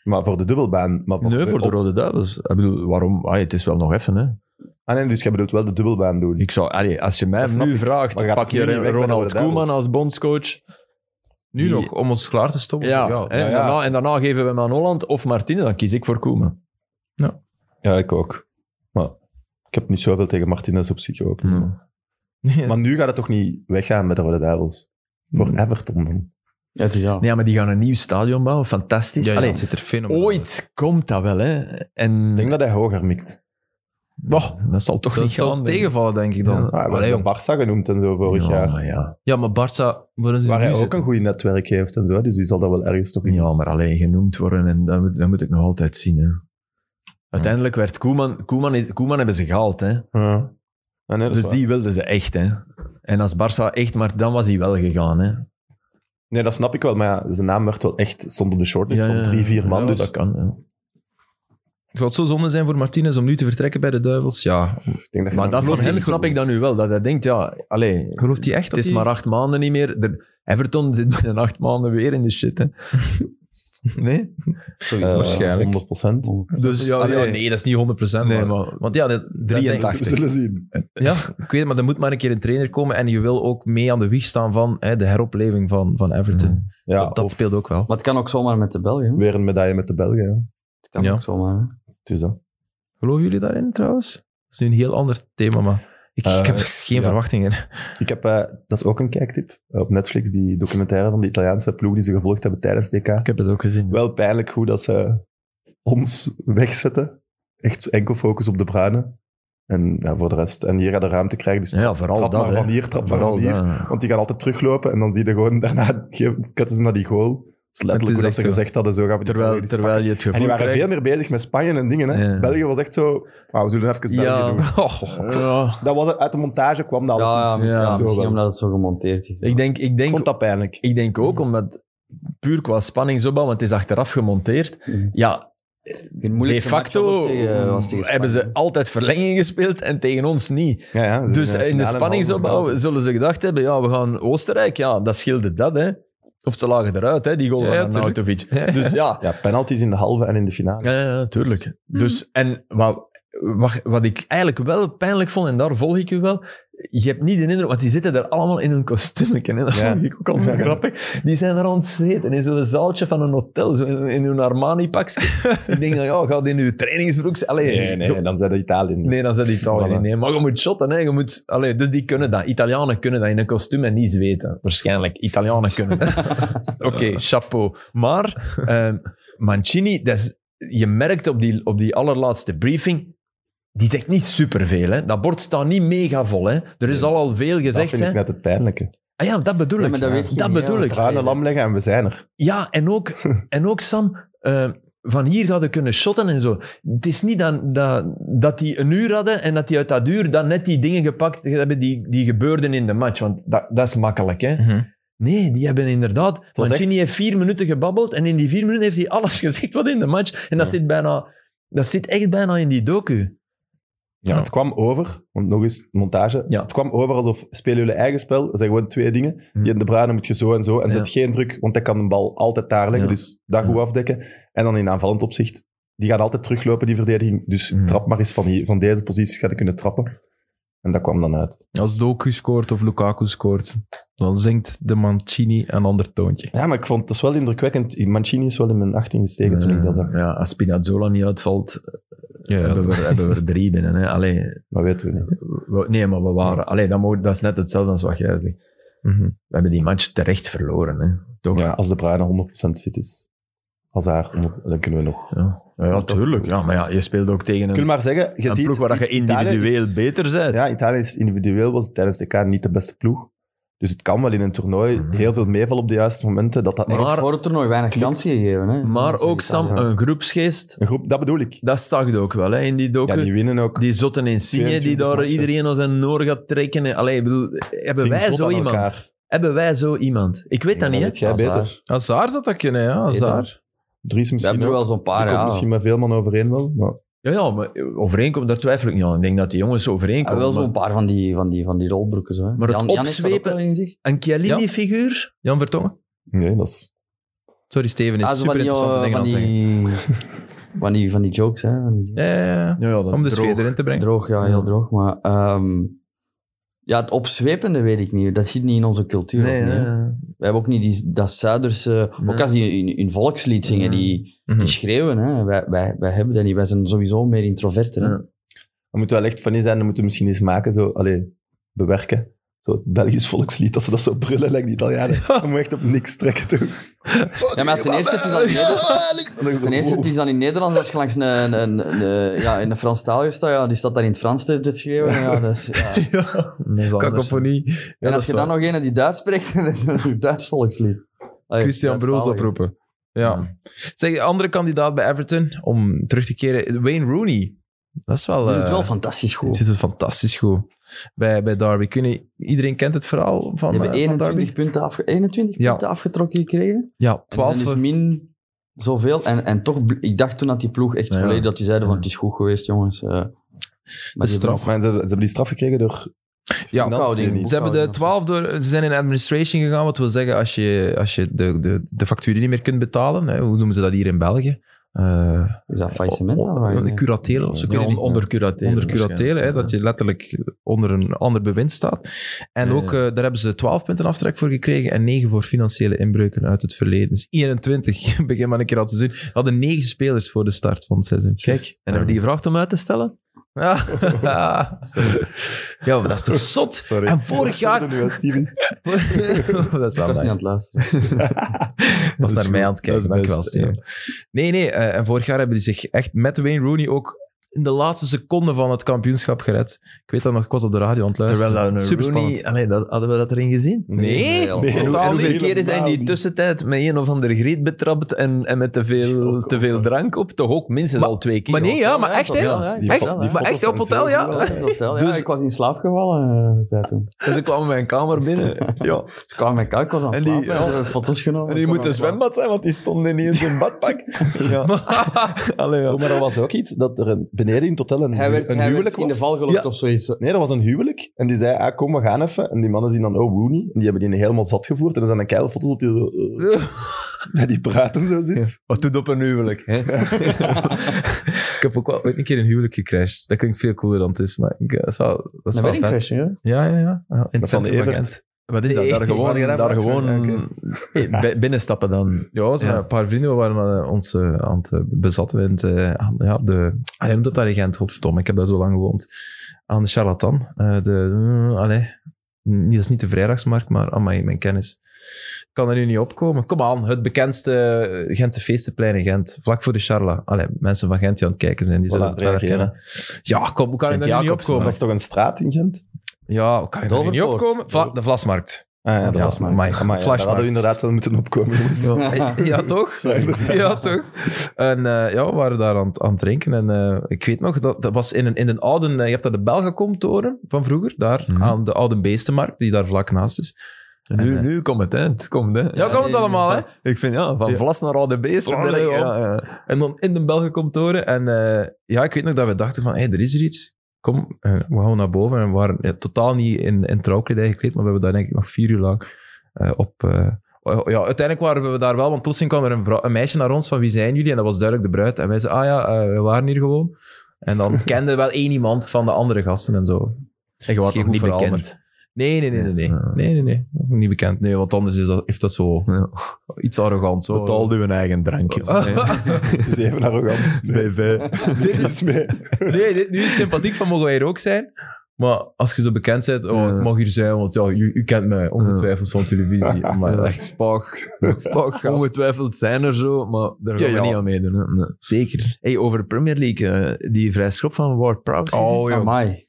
D: Maar voor Oh, de dubbelbaan. Maar
C: Nee, voor de Rode Duivels. Ik bedoel, waarom? Allee, het is wel nog even, hè.
D: Ah, nee, dus jij bedoelt wel de dubbelbaan doen.
C: Ik zou, allee, als je mij
D: Dat snap
C: nu
D: ik.
C: vraagt,
D: Maar gaat
C: pak
D: het nu
C: je
D: niet weg bij de
C: Ronald
D: Rode Duivels?
C: Koeman als bondscoach.
A: Nu
C: Die-
A: nog, om ons klaar te stoppen.
C: Ja, hè,
D: ja,
C: en,
D: ja.
C: Daarna, en daarna geven we hem aan Holland of Martine, dan kies ik voor Koeman.
D: Ja, ik ook. Maar ik heb niet zoveel tegen Martinez op zich ook. Maar nu gaat het toch niet weggaan met de Rode Duivels? Voor Everton dan?
B: Ja, het is ja.
C: Nee, maar die gaan een nieuw stadion bouwen, fantastisch.
A: Ja, ja,
C: Allee,
A: het zit er fenomenaal
C: ooit komt dat wel, hè. En
D: Ik denk dat hij hoger mikt.
C: Boah, dat zal toch
A: Dat
C: niet gaan.
A: zal
C: denk ik.
A: tegenvallen, denk ik dan.
C: Ja.
A: Ja,
D: Ah, hij werd door Barça genoemd en zo vorig
C: ja,
D: jaar.
C: Maar ja.
A: ja maar Barca, worden ze
D: Waar
A: nu
D: hij ook
A: zitten?
D: een goed netwerk heeft en zo. Dus die dus zal dat wel ergens toch in.
C: ja, maar alleen genoemd worden, en dat, moet- dat moet ik nog altijd zien, hè. Uiteindelijk werd Koeman... Koeman, is- Koeman hebben ze gehaald, hè.
D: Ja. Ah, nee, dat is
C: Dus
D: waar.
C: die wilden ze echt, hè. En als Barça echt, maar dan was hij wel gegaan, hè.
D: Nee, dat snap ik wel. Maar ja, zijn naam werd wel echt, stond op de shortlist van drie, vier man.
C: Ja,
D: dus
C: dat kan, ja.
A: Zou het zo zonde zijn voor Martinez om nu te vertrekken bij de Duivels? Ja.
D: ik denk dat je
C: Maar dat
D: dan- Geloof
C: van
D: je
C: hem
D: niet?
C: snap ik dan nu wel. Dat hij denkt, ja, allee,
A: Gelooft hij echt
C: het is
A: dat hij-
C: maar acht maanden niet meer. Er, Everton zit binnen acht maanden weer in de shit, hè. Nee?
D: Eh,
A: waarschijnlijk.
D: 100 procent.
C: Dus,
A: Ja,
C: allee,
A: ja, nee, dat is niet 100%.
C: Nee,
A: maar-
C: maar...
A: Want ja, dat- dat denk ik-
D: zien.
A: Ja, ik weet het, maar er moet maar een keer een trainer komen en je wil ook mee aan de wieg staan van hè, de heropleving van, van Everton.
D: Ja,
A: dat dat
D: of
A: speelt ook wel.
B: Maar het kan ook zomaar met de Belgen. hè.
D: weer een medaille met de Belgen. ja.
B: Het kan
A: Ja.
B: ook zomaar. hè.
D: Het is dat.
A: Geloven jullie daarin trouwens? Dat is nu een heel ander thema, maar ik, ik
D: Eh,
A: heb geen
D: ja.
A: verwachtingen.
D: Ik heb, eh, dat is ook een kijktip, eh, op Netflix, die documentaire van de Italiaanse ploeg die ze gevolgd hebben tijdens het DK.
C: Ik heb het ook gezien.
D: Wel pijnlijk hoe dat ze ons wegzetten. Echt enkel focus op de bruine. En ja, voor de rest. En hier gaat de ruimte krijgen, dus
C: ja, vooral
D: trap
C: dat,
D: maar
C: hè.
D: van hier, trap maar
C: Vooral
D: van hier.
C: dat.
D: Want die gaan altijd teruglopen en dan zie je gewoon daarna ge- kutten ze naar die goal. Dat is
A: Het is
D: letterlijk hoe dat
A: echt
D: ze
A: zo.
D: gezegd hadden, zo gaan we die goal
C: Terwijl,
D: hier
C: terwijl je het
D: En
C: gevoel
D: die waren
C: krijgt...
D: veel meer bezig met Spanje en dingen. Hè?
C: Ja.
D: België was echt zo, "Ah, we zullen even België
C: Ja.
D: doen.
A: Oh,
C: Ja.
D: Dat was, het- uit de montage kwam dat
B: Ja,
D: alles.
B: ja,
D: eens.
B: misschien,
C: ja,
B: ja,
D: zo
B: misschien
D: wel.
B: omdat het zo gemonteerd is.
C: Ik denk, ik
D: Ik
C: denk
D: vond dat pijnlijk.
C: Ik denk ook omdat puur qua spanningsopbouw, want het is achteraf gemonteerd.
D: Mm.
B: Mhm.
C: Ja,
B: Een moeilijkste
C: de
B: match was
C: facto
B: ook tegen- eh, was tegen
C: hebben ze
B: Spanje.
C: altijd verlenging gespeeld en tegen ons niet.
D: Ja, ja, ze
C: Dus
D: zijn
C: in de
D: finale halve
C: spanningsopbouw
D: finale.
C: zullen ze gedacht hebben, ja, we gaan Oostenrijk, ja, dat scheelde dat, hè. Of ze lagen eruit, hè, die goal
A: Ja, ja,
C: van
A: tuurlijk.
C: Nautovic. Dus ja,
D: Ja, penalties in de halve en in de finale.
C: Ja, ja, ja, tuurlijk. Dus, en wat, wat, wat ik eigenlijk wel pijnlijk vond, en daar volg ik u wel, je hebt niet de indruk, want die zitten daar allemaal in hun kostuumken, hè. dat
D: Ja.
C: vond ik ook al zo grappig. Die zijn er aan het zweten, in zo'n zaaltje van een hotel, zo in, in hun Armani-pakje. ik denk, dan, ja, gaat in uw trainingsbroek... Allee,
D: Nee, nee, nee, dan zijn dat Italië niet.
C: Nee, dan zet Italië
D: Voilà.
C: niet. Nee, maar je moet shotten. Hè. Je moet, allee, dus die kunnen dat. Italianen kunnen dat in een kostuum en niet zweten. Waarschijnlijk. Italianen kunnen dat. Oké, chapeau. Maar ehm, Mancini, dat is, je merkt op die, op die allerlaatste briefing, die zegt niet superveel. Hè. Dat bord staat niet mega vol. Hè. Er is al, al veel
D: dat
C: gezegd.
D: vind
C: Hè.
D: ik net het pijnlijke.
C: Ah ja, dat bedoel
B: Ja,
C: ik.
B: maar dat weet je niet, hè,
C: bedoel
B: want
C: ik.
B: daar-
D: Bruine lam leggen en we zijn er.
C: Ja, en ook, en ook Sam, eh, van hier hadden kunnen shotten en zo. Het is niet dat, dat, dat die een uur hadden en dat die uit dat uur dan net die dingen gepakt hebben die, die gebeurden in de match. Want dat, dat is makkelijk, hè.
A: Mhm.
C: Nee, die hebben inderdaad...
D: was
C: Mancini
D: echt-
C: heeft vier minuten gebabbeld en in die vier minuten heeft hij alles gezegd wat in de match. En dat,
D: Ja.
C: zit, bijna, dat zit echt bijna in die docu.
D: Ja. Het kwam over, want nog eens, montage.
C: Ja.
D: Het kwam over alsof spelen jullie eigen spel. Dat zijn gewoon twee dingen. Je en de Bruyne moet je zo en zo. En
C: Hm. Ja.
D: zet geen druk, want hij kan de bal altijd daar leggen.
C: Ja.
D: Dus daar goed
C: Ja.
D: afdekken. En dan in aanvallend opzicht. Die gaat altijd teruglopen, die verdediging. Dus
C: Ja.
D: trap maar eens van, hier, van deze posities. Ga je kunnen trappen. En dat kwam dan uit.
A: Als Doku scoort of Lukaku scoort, dan zingt de Mancini een ander toontje.
D: Ja, maar ik vond het is wel indrukwekkend. Mancini is wel in mijn 18 gestegen toen ik dat zag.
C: Ja, als Spinazzola niet uitvalt,
A: Ja,
C: hebben, we, er- hebben we er drie binnen. Hè. Allee,
D: Dat weten we niet.
C: We- nee, maar we waren... Allee, dat, mo- dat is net hetzelfde als wat jij zegt.
A: Mhm.
C: We hebben die match terecht verloren. Hè. Toch?
D: Ja, als de Bruyne 100% fit is. Als haar, dan kunnen we nog
C: Ja, ja, ja, tuurlijk. Ja, maar ja, je speelt ook tegen
D: Ik wil
C: een,
D: maar zeggen, je
C: een
D: ziet...
C: ploeg waar je
D: Italië
C: individueel
D: is-
C: beter bent.
D: Ja, Italië is individueel was tijdens de K niet de beste ploeg. Dus het kan wel in een toernooi heel veel meeval op de juiste momenten. Dat dat
C: Maar-
D: echt
B: Echt voor het toernooi weinig kansen gegeven. Hè?
C: Maar
B: Dat is
C: ook, Sam, Eh,
B: Italië.
C: een groepsgeest,
D: een groep... Dat bedoel ik.
C: dat zag je ook wel hè, in die
D: Ja,
C: docu.
D: die
C: die,
D: winnen ook.
C: zotten in Signe, die
D: 22
C: daar
D: matchen.
C: iedereen als een noor gaat trekken. hè. Allee, ik bedoel, hebben
D: Drie
C: wij
D: zot
C: zo
D: aan
C: iemand?
D: elkaar.
C: Hebben wij zo iemand? Ik weet dat
D: Ja,
C: niet,
D: weet
C: hè.
D: jij
B: Hazard.
D: beter.
A: Azar zou dat kunnen, ja. Azar.
D: Drie is
B: We
D: misschien
B: hebben er
D: ook.
B: wel zo'n
D: Die
B: paar,
D: komt
B: ja.
D: misschien met veel man overeen wel. Maar
C: Ja, ja, maar overeenkomt, daar twijfel ik niet aan. Ik denk dat die jongens
B: Ja,
C: overeenkomen.
A: Ah,
B: wel
C: maar-
B: zo'n paar van die, van die, van die rolbroeken. Zo, hè.
C: Maar het
B: Jan, Jan heeft dat ook
C: opzwepen-
B: wel in zich.
C: Een Chiellini-figuur?
A: Jan Vertongen?
D: nee, dat is...
A: Sorry, Steven is
B: Ah, zo
A: super
B: van die, eh,
A: interessante dingen
B: van,
A: aan het zeggen.
B: die, van, die, van die jokes, hè. Van die,
A: Ja, ja, ja.
C: Ja, ja, dat
A: Om de
C: droog.
A: sfeer erin te brengen.
B: Droog, ja, heel droog. Maar ehm, ja, het opzwepende weet ik niet. Dat zit niet in onze cultuur.
C: Nee,
B: ook niet, hè.
C: ja, ja.
B: We hebben ook niet die, dat Zuiderse... Ook
C: Nee.
B: als die in, in volkslied zingen,
C: Nee.
B: die,
A: Mhm.
B: die schreeuwen. Hè. Wij, wij, wij hebben dat niet. Wij zijn sowieso meer introverten. hè.
C: Ja.
D: Daar moeten we wel echt van in zijn. Dat moeten we misschien eens maken. Zo, allee, bewerken. Zo het Belgisch volkslied. Dat ze dat zo brullen, lijkt die Italianen. Dat moet je echt op niks trekken, toch?
B: Ja, maar ten eerste, het is al in Nederland. Ten eerste, het is dan in Nederland als je langs een, een, een, een- ja, in een Franstaliger staat, ja, die staat daar in het Frans te, te schreeuwen. Ja, dat is, ja.
C: Dat is anders.
A: Cacophonie. Ja, dat
B: en
A: is
B: als je
A: waar.
B: dan nog een die Duits spreekt, dan is het een Duits volkslied. Allee,
A: Christian Broos
B: Duitsstalige.
A: oproepen. Ja. Zeg, andere kandidaat bij Everton, om terug te keren, Wayne Rooney. Dat is wel...
B: Die doet
A: eh,
B: het wel fantastisch goed.
A: die doet het dus fantastisch goed bij, bij Derby. Kun je- iedereen kent het verhaal van,
B: Die
A: eh,
B: hebben
A: van Derby.
B: 21, punten, afge 21
A: Ja.
B: punten afgetrokken gekregen.
A: Ja,
B: En dat
A: 12.
B: is min zoveel. En, en toch, bl- ik dacht toen dat die ploeg echt
A: Ja.
B: volledig dat die zeiden van het is goed geweest, jongens. eh. maar die
A: straf.
B: hebben
D: Maar ze, ze hebben die straf gekregen door
A: Ja,
D: financiën niet.
A: Ze hebben de
B: Boekhouding
A: 12 door, ze zijn in administration gegaan, wat wil zeggen als je, als je de, de, de facturen niet meer kunt betalen. Hè, hoe noemen ze dat hier in België? Eh
B: nog- Is dat faillissement?
A: o- o-
B: dan?
A: een curatele of zo. ik weet
C: Ja, on-
A: het niet.
C: onder curatele.
A: Onder curatele, hè,
C: waarschijnlijk.
A: dat je letterlijk onder een ander bewind staat. En
C: Ja,
A: ook
C: ja.
A: eh, daar hebben ze 12 punten aftrek voor gekregen en 9 voor financiële inbreuken uit het verleden. Dus 21, begin maar een keer aan het seizoen. We hadden 9 spelers voor de start van het seizoen.
C: Kijk, en hebben die gevraagd om uit te stellen?
A: Ja, Ah. ja maar dat is toch zot?
D: Sorry.
A: En vorig jaar...
D: Nu wel, Steven.
A: dat is
B: Ik
A: wel
B: was niet
A: nice.
B: aan het luisteren.
A: was naar mij aan het kijken.
D: Dat is
A: Dankjewel,
D: best,
A: Steven. Nee, nee. eh, en vorig jaar hebben die zich echt met Wayne Rooney ook in de laatste seconde van het kampioenschap gered. Ik weet dat nog, ik was op de radio aan het luisteren.
C: Terwijl dat een
A: Superspannend.
C: Rooney... Allee, dat, hadden we dat erin gezien?
A: Nee,
B: Nee,
D: nee.
A: totaal
D: En
A: niet.
D: hoeveel-
C: Hoeveel keren zijn die
D: niet.
C: tussentijd met een of andere griet betrapt en, en met te veel,
D: Ook-
C: te veel drank op? Toch ook minstens
A: Maar-
C: al twee keer.
A: Maar nee, ja, maar echt, hè?
B: Ja, ja,
A: Echt?
B: vertel,
A: Maar echt op hotel, ja?
B: Ja,
D: eh,
B: dat is wel, ja.
C: Dus-
B: ik was in slaap gevallen eh, zei toen.
C: Dus ik kwam in mijn kamer binnen. Ja.
B: Dus ik kwam met koud, ik was aan het
C: En die-
B: slapen. en ze hebben foto's genomen.
C: En die
B: Ik
C: moet
B: kwam
C: een
B: aan het
C: zwembad
B: slapen.
C: zijn, want die stond ineens in badpak. Ja. Allee, ja.
D: Oh, maar dat was ook iets dat er een, beneden in het hotel een,
B: Hij werd,
D: een
B: hij
D: huwelijk
B: werd in de
D: was.
B: val gelokt
D: Ja.
B: of zoiets.
D: Nee, dat was een huwelijk. En die zei, ah, kom, we gaan even. En die mannen zien dan, oh, Rooney. En die hebben die helemaal zat gevoerd. En dan zijn een keile foto's dat hij zo, eh, bij die praten zo zit.
C: Wat doet op een huwelijk? Hè?
A: Ik heb ook wel ooit een keer een huwelijk gecrashed. Dat klinkt veel cooler dan het is, maar ik, eh, dat is wel, dat is
B: Een
A: wel vet.
B: weddingcrash, ja.
A: Ja, ja, ja. ja. In
D: Van
A: het centrum van
D: Evert.
A: Gent.
C: Wat is dat? Daar
D: Nee,
C: gewoon,
D: maar je hebt
C: daar
D: het
C: gewoon
D: gewoon,
C: eh, bi- binnenstappen dan.
A: Ja, zo
C: Ja.
A: een paar vrienden we waren eh, ons eh, aan het eh, bezatten in het, eh, aan, ja, op de... Ah, noemt dat daar in Gent? Godverdomme, ik heb daar zo lang gewoond. Aan de Charlatan. Eh, de... eh, allee. Niet- Dat is niet de vrijdagsmarkt, maar amai, mijn kennis. Ik kan er nu niet opkomen. Kom aan, het bekendste eh, Gentse feestenplein in Gent. Vlak voor de Charla. Allee, mensen van Gent die aan het kijken zijn, die
D: Voilà,
A: zullen het wel
D: reageren.
A: herkennen. Ja, kom, hoe kan ik er nu niet
C: Sint-Jacobs,
A: opkomen?
D: Dat is toch een straat in Gent?
A: Ja, hoe kan ik er nu niet
B: Doverpoort.
A: opkomen? Vla- de Vlasmarkt.
D: Ah, ja, dat
A: Ja,
D: was maar.
A: amai,
D: Amai, ja, daar
A: flashmarkt.
D: hadden we inderdaad wel moeten opkomen. jongens.
A: Ja, ja, toch? Ja, toch? En eh, ja, we waren daar aan, het- aan het drinken. En eh, ik weet nog, dat, dat was in een, in een oude... eh, je hebt daar de Belgacom-toren van vroeger, daar
C: Mhm.
A: aan de oude beestenmarkt, die daar vlak naast is. Eh,
C: Nu, nu komt het, hè? Het komt, hè?
A: Ja, komt het allemaal, hè?
C: Ik vind, ja, Ah, van
A: Ja.
C: Vlas naar Oude Beest.
A: Ja,
C: direct,
A: nee,
C: ja, ja.
A: En dan in de Belgacom-toren. En eh, ja, ik weet nog dat we dachten van, hé, er is er iets. Kom, eh, we gaan naar boven. En we waren ja, totaal niet in, in trouwkledij gekleed, maar we hebben daar denk ik nog vier uur lang eh, op... eh, oh, ja, uiteindelijk waren we daar wel, want plotseling kwam er een, vrou- een meisje naar ons van wie zijn jullie? En dat was duidelijk de bruid. En wij zeiden, ah ja, eh, we waren hier gewoon. En dan kende wel één iemand van de andere gasten en zo.
C: En je
A: was
C: wordt
A: nog
C: nog
A: niet
C: niet
A: bekend.
C: bekend.
A: Nee, nee, nee, nee. Nee,
C: Ja.
A: nee, nee. nee. Niet bekend. Nee, want anders is dat, heeft dat zo
C: Ja.
A: iets arrogant. Zo.
C: Betaalde hun eigen drankjes. hè.
D: Het is even arrogant. Nee,
C: BV.
D: dit is mee.
A: Nee, dit, nu is het sympathiek van mogen wij hier ook zijn. Maar als je zo bekend bent, oh,
C: Ja.
A: ik mag hier zijn, want ja, u, u kent mij ongetwijfeld van televisie. Maar echt spaak. Spaak, gast.
C: Ongetwijfeld zijn er zo, maar daar gaan
A: Ja,
C: we
A: ja.
C: niet aan meedoen. hè. Nee. Zeker. Hey, over de Premier League, eh, die vrij schop van Ward Prowse.
A: Oh, joh.
B: Amai.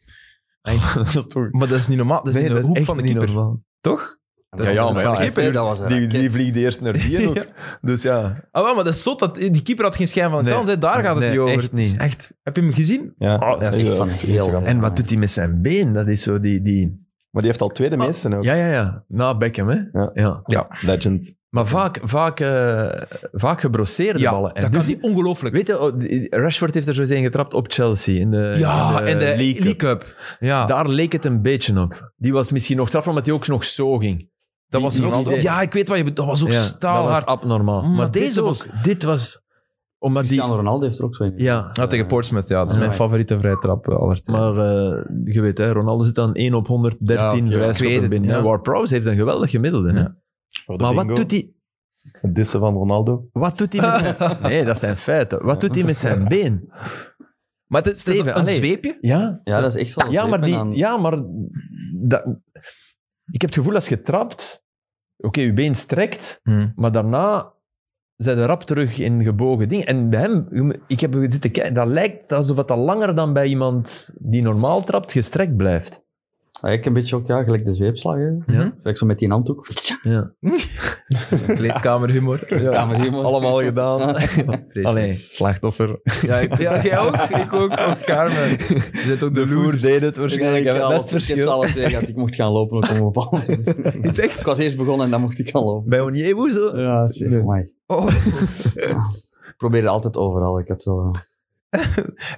C: dat is toch...
A: Maar dat is niet normaal. Dat is
C: Nee,
A: in de
C: dat is
A: hoek
C: echt
A: van de
C: niet
A: keeper.
C: normaal.
A: Toch?
B: Dat
C: ja,
B: was een
C: maar ja,
B: raket,
A: hij-
B: hè, dat was een
C: Die,
B: raket.
C: die vliegt eerst naar die ook. Dus ja.
A: Ah, wel, maar dat is zot. Dat, die keeper had geen schijn van
C: Nee.
A: kans. Hè. Daar gaat het
C: Nee,
A: niet over.
C: echt
A: Het is
C: niet.
A: echt. Heb je hem gezien?
D: Ja,
A: Oh,
C: Ah,
A: dat is
D: echt
B: van
D: wel.
B: heel-
D: Maar
C: En wat doet hij met zijn been? Dat is zo die... die...
D: die heeft al tweede meesten ook.
C: Ja, ja, ja. Na Beckham, hè.
D: Ja.
C: ja.
D: Legend.
C: Maar vaak, vaak, eh, vaak gebrosseerde
A: Ja,
C: ballen. En
A: dat kan die ongelooflijk.
C: Weet je, oh, die- Rashford heeft er zo eens een getrapt op Chelsea in de,
A: ja, en de
C: League Cup.
A: eh, League Cup. Ja,
C: Daar leek het een beetje op. Die was misschien nog straf, omdat hij ook nog zo ging.
A: dat was
C: die-
A: nog
C: die-
A: Ja, ik weet wat je bedoelt. Dat was ook
C: Ja, Dat was
A: staalhard.
C: abnormaal.
A: Maar
C: Mm, Maar,
A: deze
C: deze was... Dit was... Omdat die...
B: Cristiano Ronaldo heeft er ook zo in.
C: Ja,
A: Ja, tegen Portsmouth, ja. Dat is
B: Ja.
A: mijn favoriete vrije trap eh, aller tijden.
C: maar eh, je weet, hè, Ronaldo zit dan 1 op 113
A: Ja,
C: ja,
A: oké, ik weet het,
C: vrijschoppen binnen.
A: ja.
C: hè. Ward Prowse heeft een geweldig gemiddelde. Hè.
A: Ja.
D: Voor de
C: Maar wat
D: bingo.
C: doet hij...
D: Het dissen van Ronaldo.
C: Wat doet hij met zijn... Nee, dat zijn feiten. Wat doet hij met zijn been?
A: Maar het is, het is
C: Steven,
A: een
C: allee.
A: zweepje.
C: Ja,
B: Ja, dat is echt zo'n
C: Ja,
B: zweep,
C: maar,
B: en
C: die,
B: dan-
C: ja, maar dat, ik heb het gevoel als je trapt, oké, je been strekt,
A: Hm.
C: maar daarna zijn de rap terug in gebogen dingen. En bij hem, je moet- ik heb zitten kijken, dat lijkt alsof het al langer dan bij iemand die normaal trapt gestrekt blijft.
B: Ah, ik een beetje ook, ja, gelijk de zweepslag. Hè.
A: Ja.
B: Gelijk zo met die handdoek.
A: Ja. Kleedkamerhumor.
B: Ja, maar hier, man.
C: Allemaal gedaan.
A: Vreselijk.
C: Allee, slachtoffer.
A: Ja, ik- ja, jij ook. Ik ook. ook Carmen. Je bent ook de,
C: De voer
A: loer.
C: deed het waarschijnlijk.
B: ik,
C: hè.
B: al,
C: Dat is het
B: ik heb ze
C: verschil.
B: alle twee gehad. Ik mocht gaan lopen ook om een bepaald moment.
A: Het is echt...
B: Ik was eerst begonnen en dan mocht ik gaan lopen. Dus,
C: Bij Onyewu zo.
B: Ja, zeg
C: Nee.
B: mij.
A: Oh.
B: Ik probeerde altijd overal. Ik had wel...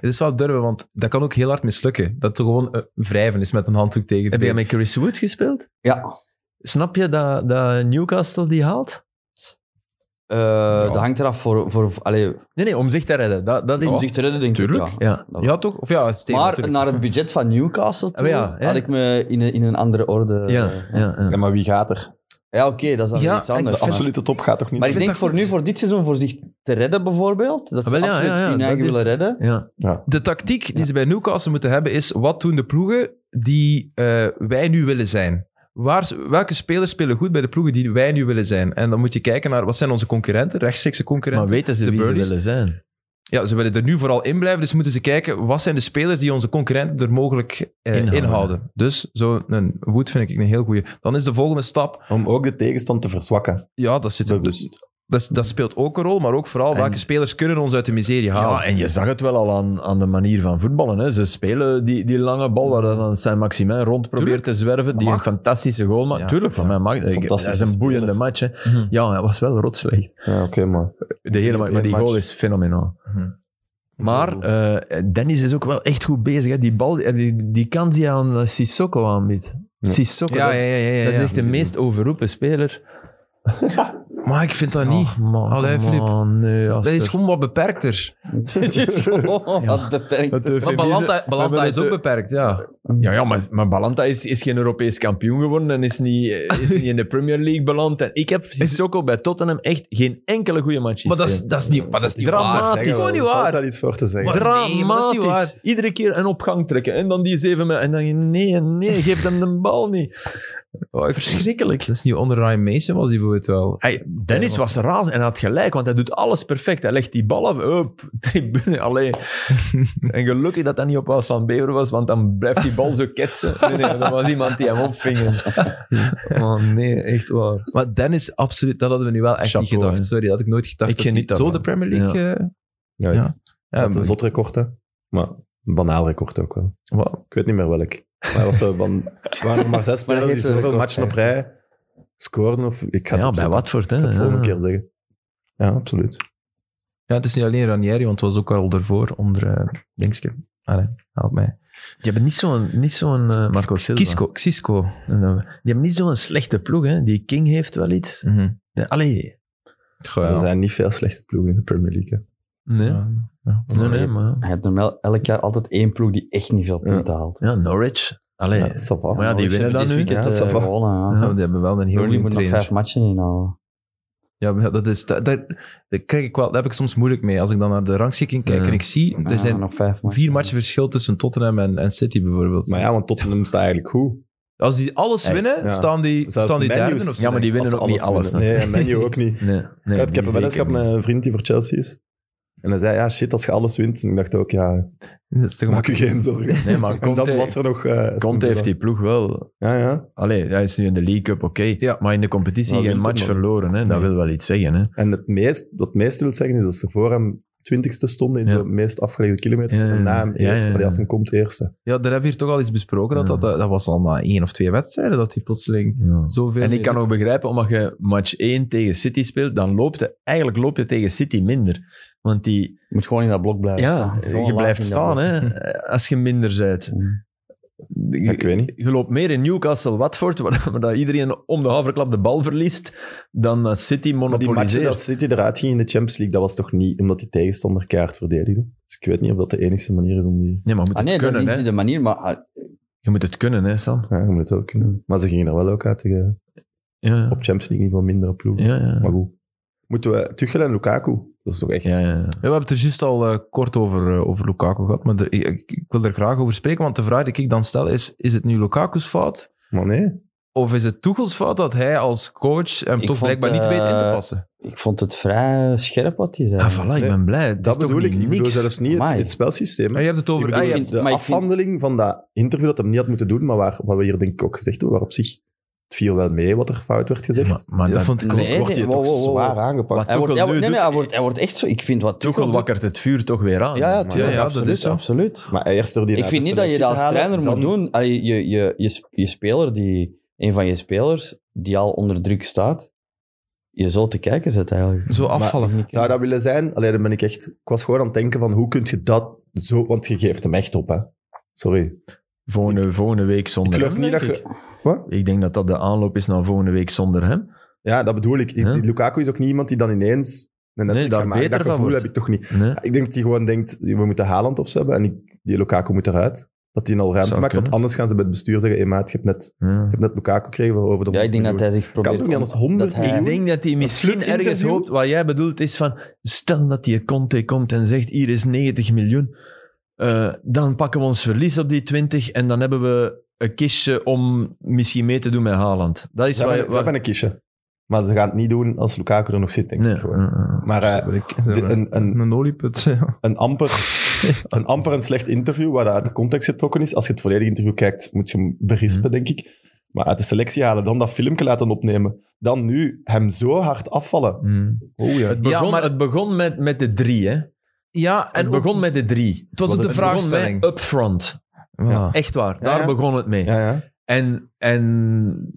A: Het is wel durven, want dat kan ook heel hard mislukken. Dat het gewoon eh, wrijven is met een handdoek tegen de
C: Heb jij
A: been.
C: met Chris Wood gespeeld?
B: Ja,
C: Snap je dat, dat Newcastle die haalt?
B: eh, dat hangt eraf voor... voor, voor allee,
C: Nee, nee, om zich te redden. Dat, dat is...
B: om zich te redden, denk
A: tuurlijk.
B: ik. Oh. Ja.
C: Ja.
B: met-
A: Ja, toch? Of ja, Steven,
B: Maar
A: natuurlijk.
B: naar het budget van Newcastle toe,
C: Ah, ja, hè?
B: had ik me in een, in een andere orde...
C: Ja,
B: eh,
C: ja, ja.
D: Ja, maar wie gaat er?
B: ja, oké, dat is dan
A: Ja,
B: iets anders.
D: De
B: Maar-
D: absolute top gaat toch niet?
B: Maar ik
A: vind
B: denk
A: dat
B: voor
A: goed.
B: nu, voor dit seizoen, voor zich te redden bijvoorbeeld,
C: Ah,
B: dat ze
C: wel, ja,
B: absoluut
C: ja, ja,
B: hun
C: dat
B: eigen
C: is-
B: willen redden.
C: ja.
A: De tactiek die ze bij Newcastle moeten hebben is, wat doen de ploegen die eh, wij nu willen zijn? Waar, welke spelers spelen goed bij de ploegen die wij nu willen zijn? En dan moet je kijken naar, wat zijn onze concurrenten, rechtstreekse
C: Maar
A: concurrenten?
C: weten ze
A: De
C: wie ze
A: birdies?
C: willen zijn?
A: ja, ze willen er nu vooral in blijven, dus moeten ze kijken, wat zijn de spelers die onze concurrenten er mogelijk eh,
C: Inhouden.
A: inhouden? Dus zo'n Wood vind ik een heel goeie. Dan is de volgende stap,
D: Om ook de tegenstand te verzwakken.
A: ja, dat, zit, dus.
D: Bewust.
A: dat, is- dat speelt ook een rol, maar ook vooral,
C: En-
A: welke spelers kunnen ons uit de miserie halen?
C: Ja, en je zag het wel al aan, aan de manier van voetballen. Hè. Ze spelen die, die lange bal waar dan Saint-Maximin rond probeert
A: Mhm. Tuurlijk.
C: te zwerven. Die
A: mag.
C: een fantastische goal maakt.
A: Ja. Mhm.
C: Tuurlijk, van mij mag. ik- Dat is
D: Fantastische
C: een boeiende
D: speler.
C: match. Hè. Ja, hij was wel rotslecht.
D: Ja, oké, maar...
C: De hele, ma- maar die
D: match.
C: goal is fenomenaal.
A: Mhm.
C: Maar eh, Dennis is ook wel echt goed bezig. Hè. Die, bal, eh, die, die kans die hij aan eh, Sissoko aanbiedt.
D: Ja.
C: Sissoko,
A: ja,
C: dat-
A: ja, ja, ja, ja,
C: dat is
A: ja.
C: echt de meest overroepen speler.
A: Maar ik vind dat niet.
C: Ach, man,
A: Allee,
C: come
A: Filip.
C: on, nee, als
A: Dat is
C: er-
A: gewoon wat beperkter.
B: Het is gewoon wat beperkt.
A: Maar Balanta, Balanta is ook beperkt, ja.
C: Ja, ja maar, maar Balanta is, is geen Europees kampioen geworden en is niet, is niet in de Premier League beland. En ik heb Sissoko bij Tottenham echt geen enkele goede match
A: Maar dat is,
C: gezien.
A: dat is niet, maar dat is niet
C: Dramatisch.
A: waar. Dat is gewoon niet
D: Er valt
A: waar.
D: wel iets voor te zeggen.
A: Maar-
C: Dramatisch.
A: Nee, maar dat is niet waar.
C: Iedere keer een opgang trekken en dan die zeven... me- En dan nee, nee, geef hem de bal niet. Oh, verschrikkelijk.
A: Dat is niet onder Ryan Mason was die bijvoorbeeld wel.
C: Hey, Dennis was raas en had gelijk, want hij doet alles perfect. Hij legt die bal af, up, tribune, alleen. En gelukkig dat dat niet op Wout van Bever was, want dan blijft die bal zo ketsen. Nee, nee, dat was iemand die hem opving. Oh nee, echt waar.
A: Maar Dennis, absoluut, dat hadden we nu wel echt
C: Chapeau,
A: niet gedacht.
C: hè.
A: Sorry, dat had ik nooit gedacht.
C: Ik
A: dat die
C: geniet daarvan.
A: Zo de Premier League... eh,
D: Ja,
A: Ja.
D: het-
A: Ja,
D: het is
A: maar-
D: een zot record, hè. Ehm, Maar een banaal record ook wel.
A: wat-
D: Ik weet niet meer welk. Maar hij was zo van, het waren er maar zes spelers
B: heeft
D: die
B: een
D: zoveel
B: record,
D: matchen op rij scoorden. Of, ik ga het
C: Ja, bij
D: opzoeken.
C: Watford, hè.
D: Ik ga het volgende
C: Ja.
D: keer zeggen. Ja, absoluut.
A: ja, het is niet alleen Ranieri, want het was ook al ervoor onder... eh Dingske. Allee, help mij.
C: Die hebben niet zo'n niet zo'n eh, Marco Silva.
A: Kisco, Xisco.
C: En dan- Die hebben niet zo'n slechte ploeg, hè. Die King heeft wel iets.
A: Mhm.
C: Nee, Allee.
A: Goh,
D: Er
A: ja.
D: zijn niet veel slechte ploegen in de Premier League. hè.
C: Nee,
A: Ja, ja.
C: nee, nee, maar...
B: Je hebt normaal elk jaar altijd één ploeg die echt niet veel punten haalt.
C: Ja, Norwich. Allee.
D: Ja, ça va.
C: Maar ja, die winnen dan nu.
B: Ik heb
D: Ja, ça va.
B: gewonnen. eh, Ja.
A: Ja, die hebben wel een heel
B: Burnley moet
A: goede
B: nog
A: trainer.
B: vijf matchen inhalen.
A: Ja, maar dat is, dat, dat, dat krijg ik wel, daar heb ik soms moeilijk mee. Als ik dan naar de rangschikking kijk
C: Ja.
A: en ik zie,
B: Ja,
A: er zijn
B: nog vijf
A: vier matchen verschil tussen Tottenham en, en City bijvoorbeeld.
D: Maar ja, want Tottenham staat eigenlijk goed.
A: Als die alles
D: Hey,
A: winnen,
D: ja.
A: staan die,
D: Zelfs
A: staan die
D: Man U
A: derden
D: is-
A: of zo.
C: Ja, maar die
D: Als
C: winnen
D: ze
C: ook niet alles.
D: winnen. Nee, en Menu ook niet.
C: Nee, nee,
D: ik heb- ik heb
C: die
D: een weddenschap
C: zeker
D: met
C: niet.
D: een vriend die voor Chelsea is. En hij zei, ja, shit, als je alles wint. En ik dacht ook, ja,
A: Dat is toch
D: maak u geen zorgen.
C: Nee, maar
D: en
C: Conte,
D: dan was er nog... eh,
C: Conte heeft die ploeg wel.
D: Ja, ja.
C: Allee, hij is nu in de League Cup, oké.
A: Ja.
C: Maar in de competitie
D: Maar
C: geen
D: wint het
C: match
D: nog.
C: verloren. Hè. Dat
D: Nee.
C: wil wel iets zeggen. Hè.
D: En het meest, wat het meeste wil zeggen is dat ze voor hem twintigste stonden in
C: Ja.
D: de meest afgelegde kilometers.
C: Ja, ja, ja.
D: En na hem
C: Ja, ja,
D: eerste.
C: ja.
D: Allee, als hem komt eerste.
A: Ja, daar hebben we hier toch al eens besproken. Dat,
C: Ja.
A: dat, dat, dat was al na één of twee wedstrijden dat hij plotseling zoveel...
C: En ik kan
A: meer-
C: ook begrijpen, omdat je match 1 tegen City speelt, dan loopt je, eigenlijk loop je tegen City minder. Want die,
B: Je moet gewoon in dat blok blijven
C: ja,
B: staan. Gewoon
C: je
B: laag
C: blijft
B: in dat
C: staan
B: blok.
C: hè, als je minder bent.
B: Mm.
C: Je-
D: ik weet niet.
C: Je loopt meer in Newcastle, Watford, waar, waar dat iedereen om de haverklap de bal verliest, dan dat City
D: Maar die matchen dat
C: monopoliseert.
D: City eruit ging in de Champions League, dat was toch niet omdat die tegenstander kaart verdedigde? Dus ik weet niet of dat de enige manier is om die...
C: Nee, maar je moet
B: Ah, nee,
C: het
B: dat
C: kunnen.
B: is
C: Hè.
B: niet de manier, maar ah,
C: Je moet het kunnen, hè, Sam.
D: Ja, je moet het wel kunnen. Maar ze gingen er wel ook uit tegen
C: Ja, ja.
D: op Champions League niveau mindere ploegen.
C: ja, ja.
D: Maar goed. Moeten we Tuchel en Lukaku? Dat is toch echt...
C: Ja, ja, ja.
A: Ja, we hebben het er juist al eh, kort over, eh, over Lukaku gehad, maar er- ik, ik wil er graag over spreken, want de vraag die ik dan stel is, is het nu Lukaku's fout
D: Maar nee.
A: Of is het Tuchels fout dat hij als coach hem
B: Ik
A: toch
B: vond,
A: blijkbaar niet weet in te
B: eh,
A: passen?
B: Ik vond het vrij scherp wat hij zei.
A: Ah, voilà, ik
D: nee,
A: ben blij. Het is
D: Dat
A: toch
D: bedoel ik.
A: niet
D: Ik bedoel
A: niks.
D: zelfs niet het,
B: Amai.
D: het spelsysteem.
A: Maar
D: hè.
A: je hebt het
D: Ik
A: over...
D: bedoel,
A: ah, ja,
B: vind-
D: de
B: maar ik vind-
D: afhandeling van dat interview dat hem niet had moeten doen, maar waar, wat we hier denk ik ook gezegd hebben, waar op zich het viel wel mee wat er fout werd gezegd.
A: maar, maar dat
D: dan
A: vond ik ook...
B: Nee,
D: wordt hij
B: nee,
D: toch
B: wow, wow, wow.
D: zwaar aangepakt.
A: Wat
B: hij, wordt,
C: Tuchel
B: hij,
C: nu
B: wordt- nee,
C: doet-
B: nee, hij, wordt, hij wordt echt zo... Ik vind wat
C: Tuchel
B: doet-
C: wakkert het vuur toch weer aan.
B: Ja, ja,
C: Maar-
B: tuurlijk,
A: ja, dat
B: absoluut,
A: is zo.
B: Absoluut.
D: Maar eerst door die
B: Ik
D: uit de
B: vind niet dat je dat
D: selectie
B: als
D: te halen,
B: trainer moet
D: dan-
B: doen. Allee, Je, je, je, sp- je speler, die, een van je spelers, die al onder druk staat, je zo te kijken zet eigenlijk.
A: Zo afvallen.
B: Maar-
D: Zou dat willen zijn? Alleen dan ben ik echt... Ik was gewoon aan het denken van, hoe kun je dat zo... Want je geeft hem echt op, hè. Sorry.
C: Volgende, volgende week
D: Ik
C: zonder
D: geloof
C: hem,
D: niet dat
C: denk
D: je... Wat?
C: ik. Ik denk dat dat de aanloop is naar volgende week zonder hem.
D: Ja, dat bedoel ik. Die-
C: Ja.
D: die Lukaku is ook niet iemand die dan ineens... een
C: Nee,
D: Netflix
C: daar
D: gaat maken.
C: beter
D: dat
C: van
D: gevoel
C: wordt.
D: heb ik toch niet.
C: Nee?
D: Ik denk dat hij gewoon denkt, we moeten Haaland of zo hebben. En ik- die Lukaku moet eruit. Dat hij al ruimte
C: Zou
D: maakt.
C: kunnen.
D: Want anders gaan ze bij het bestuur zeggen, hey, maat, je hebt net,
C: Ja.
D: je hebt net Lukaku gekregen voor over de
B: Ja, ik
D: 100
B: denk dat
D: miljoen."
B: hij zich probeert...
D: Kan toch niet anders?
B: om-
D: 100
B: dat hij-
C: Ik denk dat hij misschien
D: slutinterview?
C: ergens hoopt. Wat jij bedoelt is van, stel dat die Conte komt en zegt, hier is 90 miljoen. eh, dan pakken we ons verlies op die 20 en dan hebben we een kistje om misschien mee te doen met Haaland. Dat is
D: Ze
C: waar
D: hebben, ze hebben een kiesje. Maar ze gaan het niet doen als Lukaku er nog zit, denk ik gewoon. Maar eh,
A: Ze
D: dit-
A: hebben
D: een- een-
A: olieput. ja.
D: een amper, een amper een slecht interview, waar dat uit de context getrokken is. Als je het volledige interview kijkt, moet je hem berispen, denk ik. Maar uit de selectie halen, dan dat filmpje laten opnemen. Dan nu hem zo hard afvallen. Oh ja.
C: Het begon,
A: Ja, maar-
C: het begon met, met de drie, hè.
A: Ja, en
C: Het begon met de drie.
A: het was ook
D: het
A: de
D: begon
C: Het begon
A: vraagstelling.
C: met upfront.
A: Ja.
C: Echt waar,
D: Ja,
C: daar
D: ja.
C: begon het mee.
D: Ja, ja.
C: En, en,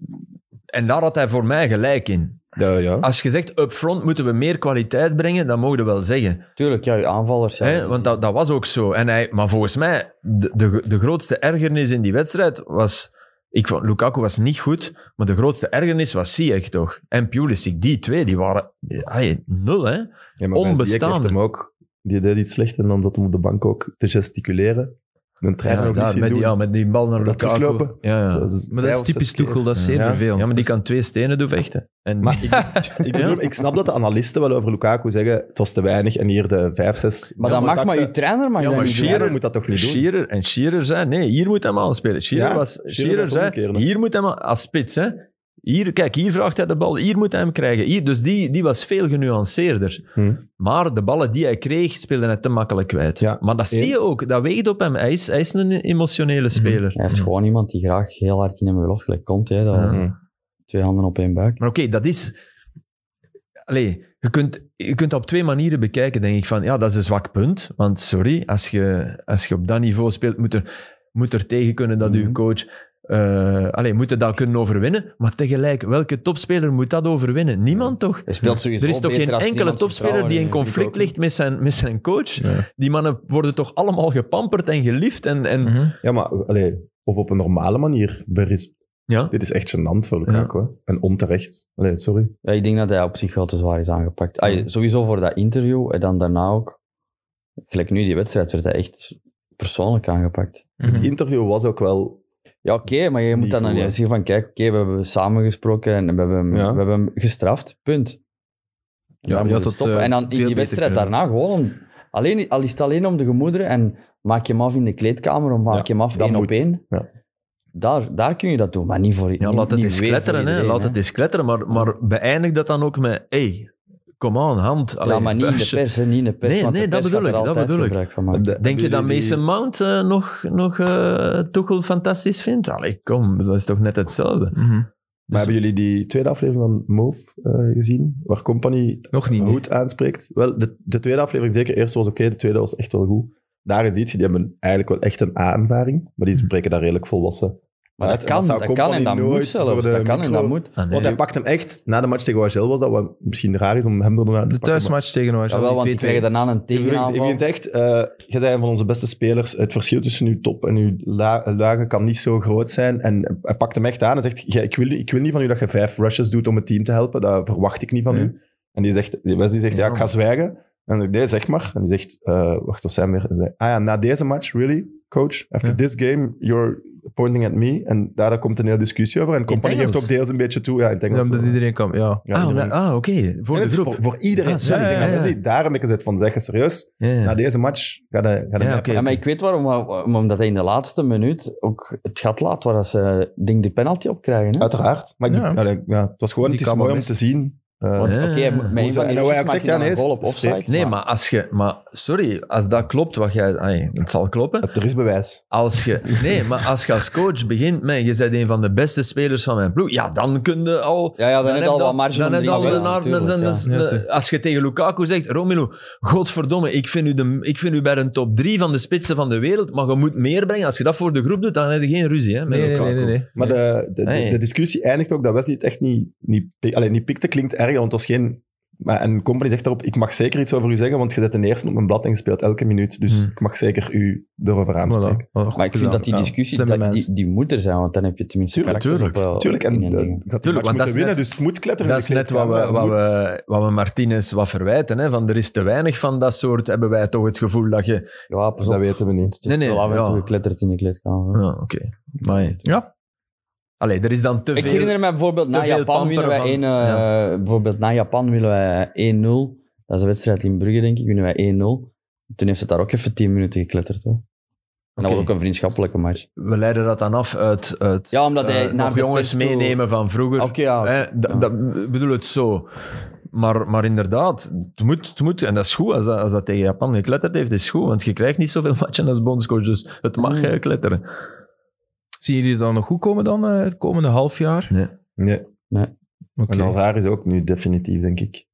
C: en daar had hij voor mij gelijk in.
D: ja, ja.
C: Als je zegt upfront moeten we meer kwaliteit brengen, dan mogen we wel zeggen.
B: Tuurlijk, ja, je aanvallers. Ja,
C: hè? Want dat, dat was ook zo. En hij, maar volgens mij, de, de, de grootste ergernis in die wedstrijd was... Ik vond, Lukaku was niet goed, maar de grootste ergernis was Ziyech toch. En Pulisic, die twee, die waren... Ay, nul, hè.
D: Ja, maar bij Ziyech
C: onbestaande.
D: heeft hem ook. Die deed iets slecht en dan zat hem op de bank ook te gesticuleren. Een trein ook niet
C: daar,
D: zien
C: met,
D: doen.
C: die, ja, met die bal naar
D: Dat
C: Lukaku.
D: teruglopen.
C: Ja, ja.
D: Zo, dus
A: Maar dat
D: vijf
A: is
D: of zes
A: typisch
D: keer.
A: Tuchel, dat is
C: Ja.
A: zeer vervelend.
C: Ja, maar die
A: Dat
C: kan twee stenen doen vechten. En
D: Maar ik, ik, bedoel, ik snap dat de analisten wel over Lukaku zeggen, het was te weinig en hier de 5, 6...
B: maar dat mag maar, je trainer mag
C: Ja,
B: dat
C: maar
B: niet doen.
C: Shearer-
D: Scherer moet dat toch niet doen?
C: Shearer, en Shearer zei, nee, hier moet hij maar spelen. Shearer,
D: Ja,
C: was,
D: Shearer
C: Shearer
D: zei het
C: zei,
D: omgekeerde.
C: hier moet hij maar als spits. Hè. Hier, kijk, hier vraagt hij de bal, hier moet hij hem krijgen. Hier, dus die, die was veel genuanceerder.
D: Hm.
C: Maar de ballen die hij kreeg, speelde hij te makkelijk kwijt.
D: Ja,
C: maar dat zie
D: eens.
C: je ook, dat weegt op hem. Hij is, hij is een emotionele speler.
B: Hij heeft gewoon iemand die graag heel hard in hem gelooft. Gelijk komt, hè. Dat,
D: Mhm.
B: Twee handen op één buik.
C: Maar oké, dat is... Allee, je kunt, je kunt dat op twee manieren bekijken, denk ik. Van, ja, dat is een zwak punt. Want sorry, als je, als je op dat niveau speelt, moet er, moet er tegen kunnen dat uw
D: Mhm.
C: coach... eh allee, moet je dat kunnen overwinnen. Maar tegelijk, welke topspeler moet dat overwinnen? Niemand toch?
B: Hij speelt sowieso
C: Er is toch
B: beter
C: geen
B: als
C: enkele
B: niemand
C: topspeler
B: vertrouwen
C: die in
B: heeft.
C: conflict ligt met zijn, met zijn coach? Die mannen worden toch allemaal gepamperd en geliefd en... en
A: Mhm.
D: Ja, maar allee, of op een normale manier berispt.
C: Ja.
D: Dit is echt gênant voor Lukaku. hè. En onterecht. Allee,
A: Mhm.
D: sorry.
B: Ja, ik denk dat hij op zich wel te zwaar is aangepakt. Ah, sowieso voor dat interview en dan daarna ook. Gelijk nu die wedstrijd werd hij echt persoonlijk aangepakt.
A: Mhm.
D: Het interview was ook wel...
B: Ja, oké, maar je moet
D: Niet
B: dan
D: goed,
B: dan
D: hè.
B: zeggen van kijk, oké, we hebben samengesproken en we hebben hem,
D: Ja.
B: we hebben hem gestraft. Punt. En
A: Ja,
B: dan
A: je
B: moet
A: had
B: het
A: dat,
B: stoppen.
A: eh,
B: en dan in
A: veel
B: die
A: beter
B: wedstrijd
A: kunnen
B: daarna gewoon... om- alleen, al is het alleen om de gemoederen en maak je hem af in de kleedkamer of maak
D: Ja,
B: je hem af
D: dat
B: één op
D: moet.
B: één.
D: Ja.
B: Daar, daar kun je dat doen, maar niet voor
C: Ja,
B: niet-
C: laat het
B: niet
C: eens
B: weer voor
C: kletteren, hè.
B: iedereen,
C: Laat
B: hè.
C: het eens kletteren, maar, maar beëindig dat dan ook met... hey, kom aan, hand.
B: Ja,
C: Allee,
B: maar niet in de
C: vuistje.
B: pers, hè, niet in de pers.
C: Nee,
B: want de
C: nee, dat
B: pers
C: bedoel
B: gaat
C: ik,
B: er
C: dat
B: altijd
C: bedoel ik.
B: gebruik van maken.
C: Denk je dat
D: Jullie-
C: Mason Mount eh, nog, nog eh Tuchel fantastisch vindt? Allee, kom, dat is toch net hetzelfde.
A: Mhm.
D: Maar hebben jullie die tweede aflevering van Move eh, gezien? Waar Company
A: Nog niet. nee.
D: goed aanspreekt? Wel, de, de tweede aflevering zeker. De eerste was oké, de tweede was echt wel goed. Daarin ziet je, die hebben eigenlijk wel echt een aanvaring. Maar die
A: Mhm.
D: spreken daar redelijk volwassen.
B: Maar dat
D: uit. En
B: kan,
D: zou
B: dat kan en
D: Kompany
B: dat
D: nooit
B: moet
D: voor
B: zelfs.
D: de
B: Dat kan en
D: micro-
B: dat moet.
C: Ah, nee.
D: Want hij pakt hem echt, na de match tegen OHL was dat, wat misschien raar is om hem er dan uit te
A: De
D: pakken, maar-
A: thuismatch tegen OHL.
B: Jawel, Ah, want die
A: die 2-2.
B: krijgen daarna een
D: Ik
B: tegenaanval.
D: vind echt, eh je bent een van onze beste spelers. Het verschil tussen uw top en uw la- lage kan niet zo groot zijn. En hij pakt hem echt aan en zegt, "Ja, ik wil, ik wil niet van u dat je vijf rushes doet om het team te helpen. Dat verwacht ik niet van
A: Nee.
D: u. En die zegt, die Wesley zegt, ja,
A: Ja.
D: ik ga zwijgen. En ik, nee, zeg maar. En die zegt, eh, wacht, wat zijn we? En zei, ah ja, na deze match, really, coach? After
A: Ja.
D: this game, you're pointing at me. En daar, daar komt een hele discussie over. En Company
A: Engels?
D: geeft ook deels een beetje toe. Ja, in het
A: Ja,
D: Engels. eh.
A: omdat iedereen kan... Ja.
D: Ja,
A: ah,
D: iedereen.
A: omdat- ah, oké. Voor
D: Nee,
A: de
D: dat is
A: groep.
D: dus Voor, voor iedereen.
A: Ah, sorry,
D: Ja, ik denk
A: ja,
D: dat
A: ja.
D: mensen- Daarom heb ik het van zeggen, serieus,
A: Ja, ja.
D: na deze match ga je, ga je
A: Ja,
D: mij
A: oké.
B: Ja, maar ik weet waarom, maar- maar omdat hij in de laatste minuut ook het gat laat waar dat ze ik denk die penalty op krijgen. Hè?
D: Uiteraard. Maar ik-
A: Ja.
D: allee, ja, het was gewoon
A: Die
D: het is
A: kan
D: mooi
A: maar
D: om te zien. Eh,
B: Want
A: Ja.
B: oké, met een van die
D: En wat hij
B: Russische
D: ook
B: maakt
D: zegt,
B: hij
D: ja,
B: dan
D: nee,
B: een goal op
D: is- is
B: offside.
D: fake.
C: Nee, maar als je... Maar sorry, als dat klopt wat jij... ai, het zal kloppen.
D: er is bewijs.
C: Als je, nee, maar als je als coach begint met je bent een van de beste spelers van mijn ploeg, ja, dan kun je al...
B: Ja, ja, dan, heb je
C: heb
B: al
C: dat-
B: wat marge
C: dan
B: om
C: heb
B: erin
C: je al
B: te
C: een
B: gaan,
C: aard- dan-
B: natuurlijk,
C: dan
B: ja.
C: is-
A: Ja,
C: dan-
A: tuurlijk.
C: Als je tegen Lukaku zegt, Romelu, godverdomme, ik vind, u de, ik vind u bij een top 3 van de spitsen van de wereld, maar je moet meer brengen. Als je dat voor de groep doet, dan heb je geen ruzie hè, met
A: Nee, nee,
C: Lukaku.
A: nee, nee. nee.
D: Maar de, de, de-
C: Nee.
D: de discussie eindigt ook dat Wesley het echt niet, niet, pik- allee, niet pikte. Klinkt erg, want het was geen... Maar, en Company zegt daarop, ik mag zeker iets over u zeggen, want je zet de eerste op mijn blad en je speelt elke minuut. Dus
A: Hmm.
D: ik mag zeker u erover aanspreken.
A: Voilà. Voilà, goed
B: Maar ik vind
A: gedaan.
B: dat die
D: ja.
B: discussie,
A: Slimme
B: dat, die,
A: mens.
B: die moet er zijn, want dan heb je tenminste
D: Tuurlijk,
B: karakter op, eh,
D: Natuurlijk, en
B: in
D: eh,
B: een
D: gaat
B: ding.
D: die match
C: want dat
D: moeten
C: is
D: winnen,
C: net-
D: dus het moet kletteren.
C: Dat is net wat we, wat, we, wat we Martinez wat verwijten. Hè? Van er is te weinig van dat soort. Hebben wij toch het gevoel dat je.
B: Ja, pas op.
D: Dat weten we niet.
B: Het is
C: Nee, nee,
B: wel af en toe
C: ja.
B: gekletterd in de kleedkamer.
C: Ja, oké. Maar
A: Ja.
C: Allee, er is dan te
B: Ik
C: veel.
B: herinner me bijvoorbeeld, na
C: te veel
B: Japan, winnen wij
C: pamperen
B: 1,
C: van-
B: eh, bijvoorbeeld na Japan willen wij 1-0. Dat is een wedstrijd in Brugge, denk ik. Winnen wij 1-0. Toen heeft het daar ook even 10 minuten gekletterd. Hè. En
C: Oké.
B: dat was ook een vriendschappelijke match.
C: We leiden dat dan af uit. uit
B: Ja, omdat hij
C: eh,
B: na
C: nog
B: de
C: jongens
B: pesto-
C: meenemen van vroeger.
B: Oké, ja.
C: Hè, da-
B: Ja.
C: dat- ik bedoel het zo. Maar, maar inderdaad, het moet, het moet. En dat is goed. Als dat, als dat tegen Japan gekletterd heeft, is goed. Want je krijgt niet zoveel matchen als bondscoach. Dus het mag
B: Mm.
C: eh, kletteren.
A: Zien jullie het dan nog goed komen dan, eh, het komende half jaar?
D: Nee.
A: Oké.
D: En Alvar is ook nu definitief, denk ik.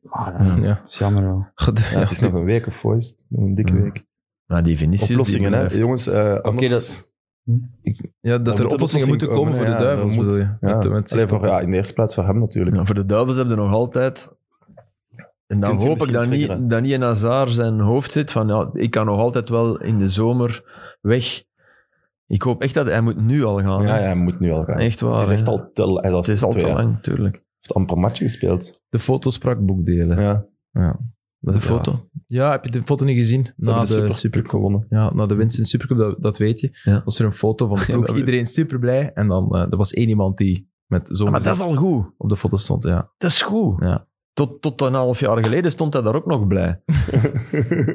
B: Maar, eh,
A: Ja.
B: is jammer wel.
A: Goed,
D: Ja,
A: ja.
D: het is nog een week of voor, is het? nog een dikke
C: Ja.
D: week.
C: Maar die Vinicius... Mm. die
D: Oplossingen, hè?
C: blijft.
D: Jongens, eh anders...
B: dat-
A: Ja, dat
D: moeten de
A: er oplossingen
D: oplossing
A: moeten
D: ook,
A: komen
D: maar
A: voor de
D: ja,
A: duivels,
D: dat moet.
A: bedoel je?
D: Ja.
A: Met- met
D: Allee,
A: zicht
D: voor,
A: op-
D: ja, in de eerste plaats voor hem natuurlijk.
C: Ja, voor de duivels hebben we nog altijd. En dan
D: Kunt u
C: hoop ik
D: misschien
C: dat
D: triggeren.
C: niet, dat niet in Hazard zijn hoofd zit van ja, ik kan nog altijd wel in de zomer weg. Ik hoop echt dat hij moet nu al gaan.
D: Ja,
C: hè.
D: ja, hij moet nu al gaan.
C: Echt waar.
D: het is
C: hè.
D: echt al te, hij
C: Het is al te
D: twee, hè. Hij
C: lang, natuurlijk.
D: heeft amper match gespeeld.
A: De foto sprak boekdelen. Ja.
D: Ja.
A: De
C: Ja.
A: foto. Ja, heb je de foto niet gezien?
D: Ze
A: Na de,
D: hebben
A: Super-
D: Supercup gewonnen.
A: ja, na de winst in de Supercup, dat, dat weet je.
C: Ja.
A: Was er een foto van de ploeg,
C: dat weet-
A: iedereen super blij. En dan eh, er was één iemand die met zo'n
C: Ah, maar dat is
A: gezicht
C: al goed.
A: op de foto stond. Ja.
C: Dat is goed.
A: Ja.
C: Tot, tot een half jaar geleden stond hij daar ook nog blij.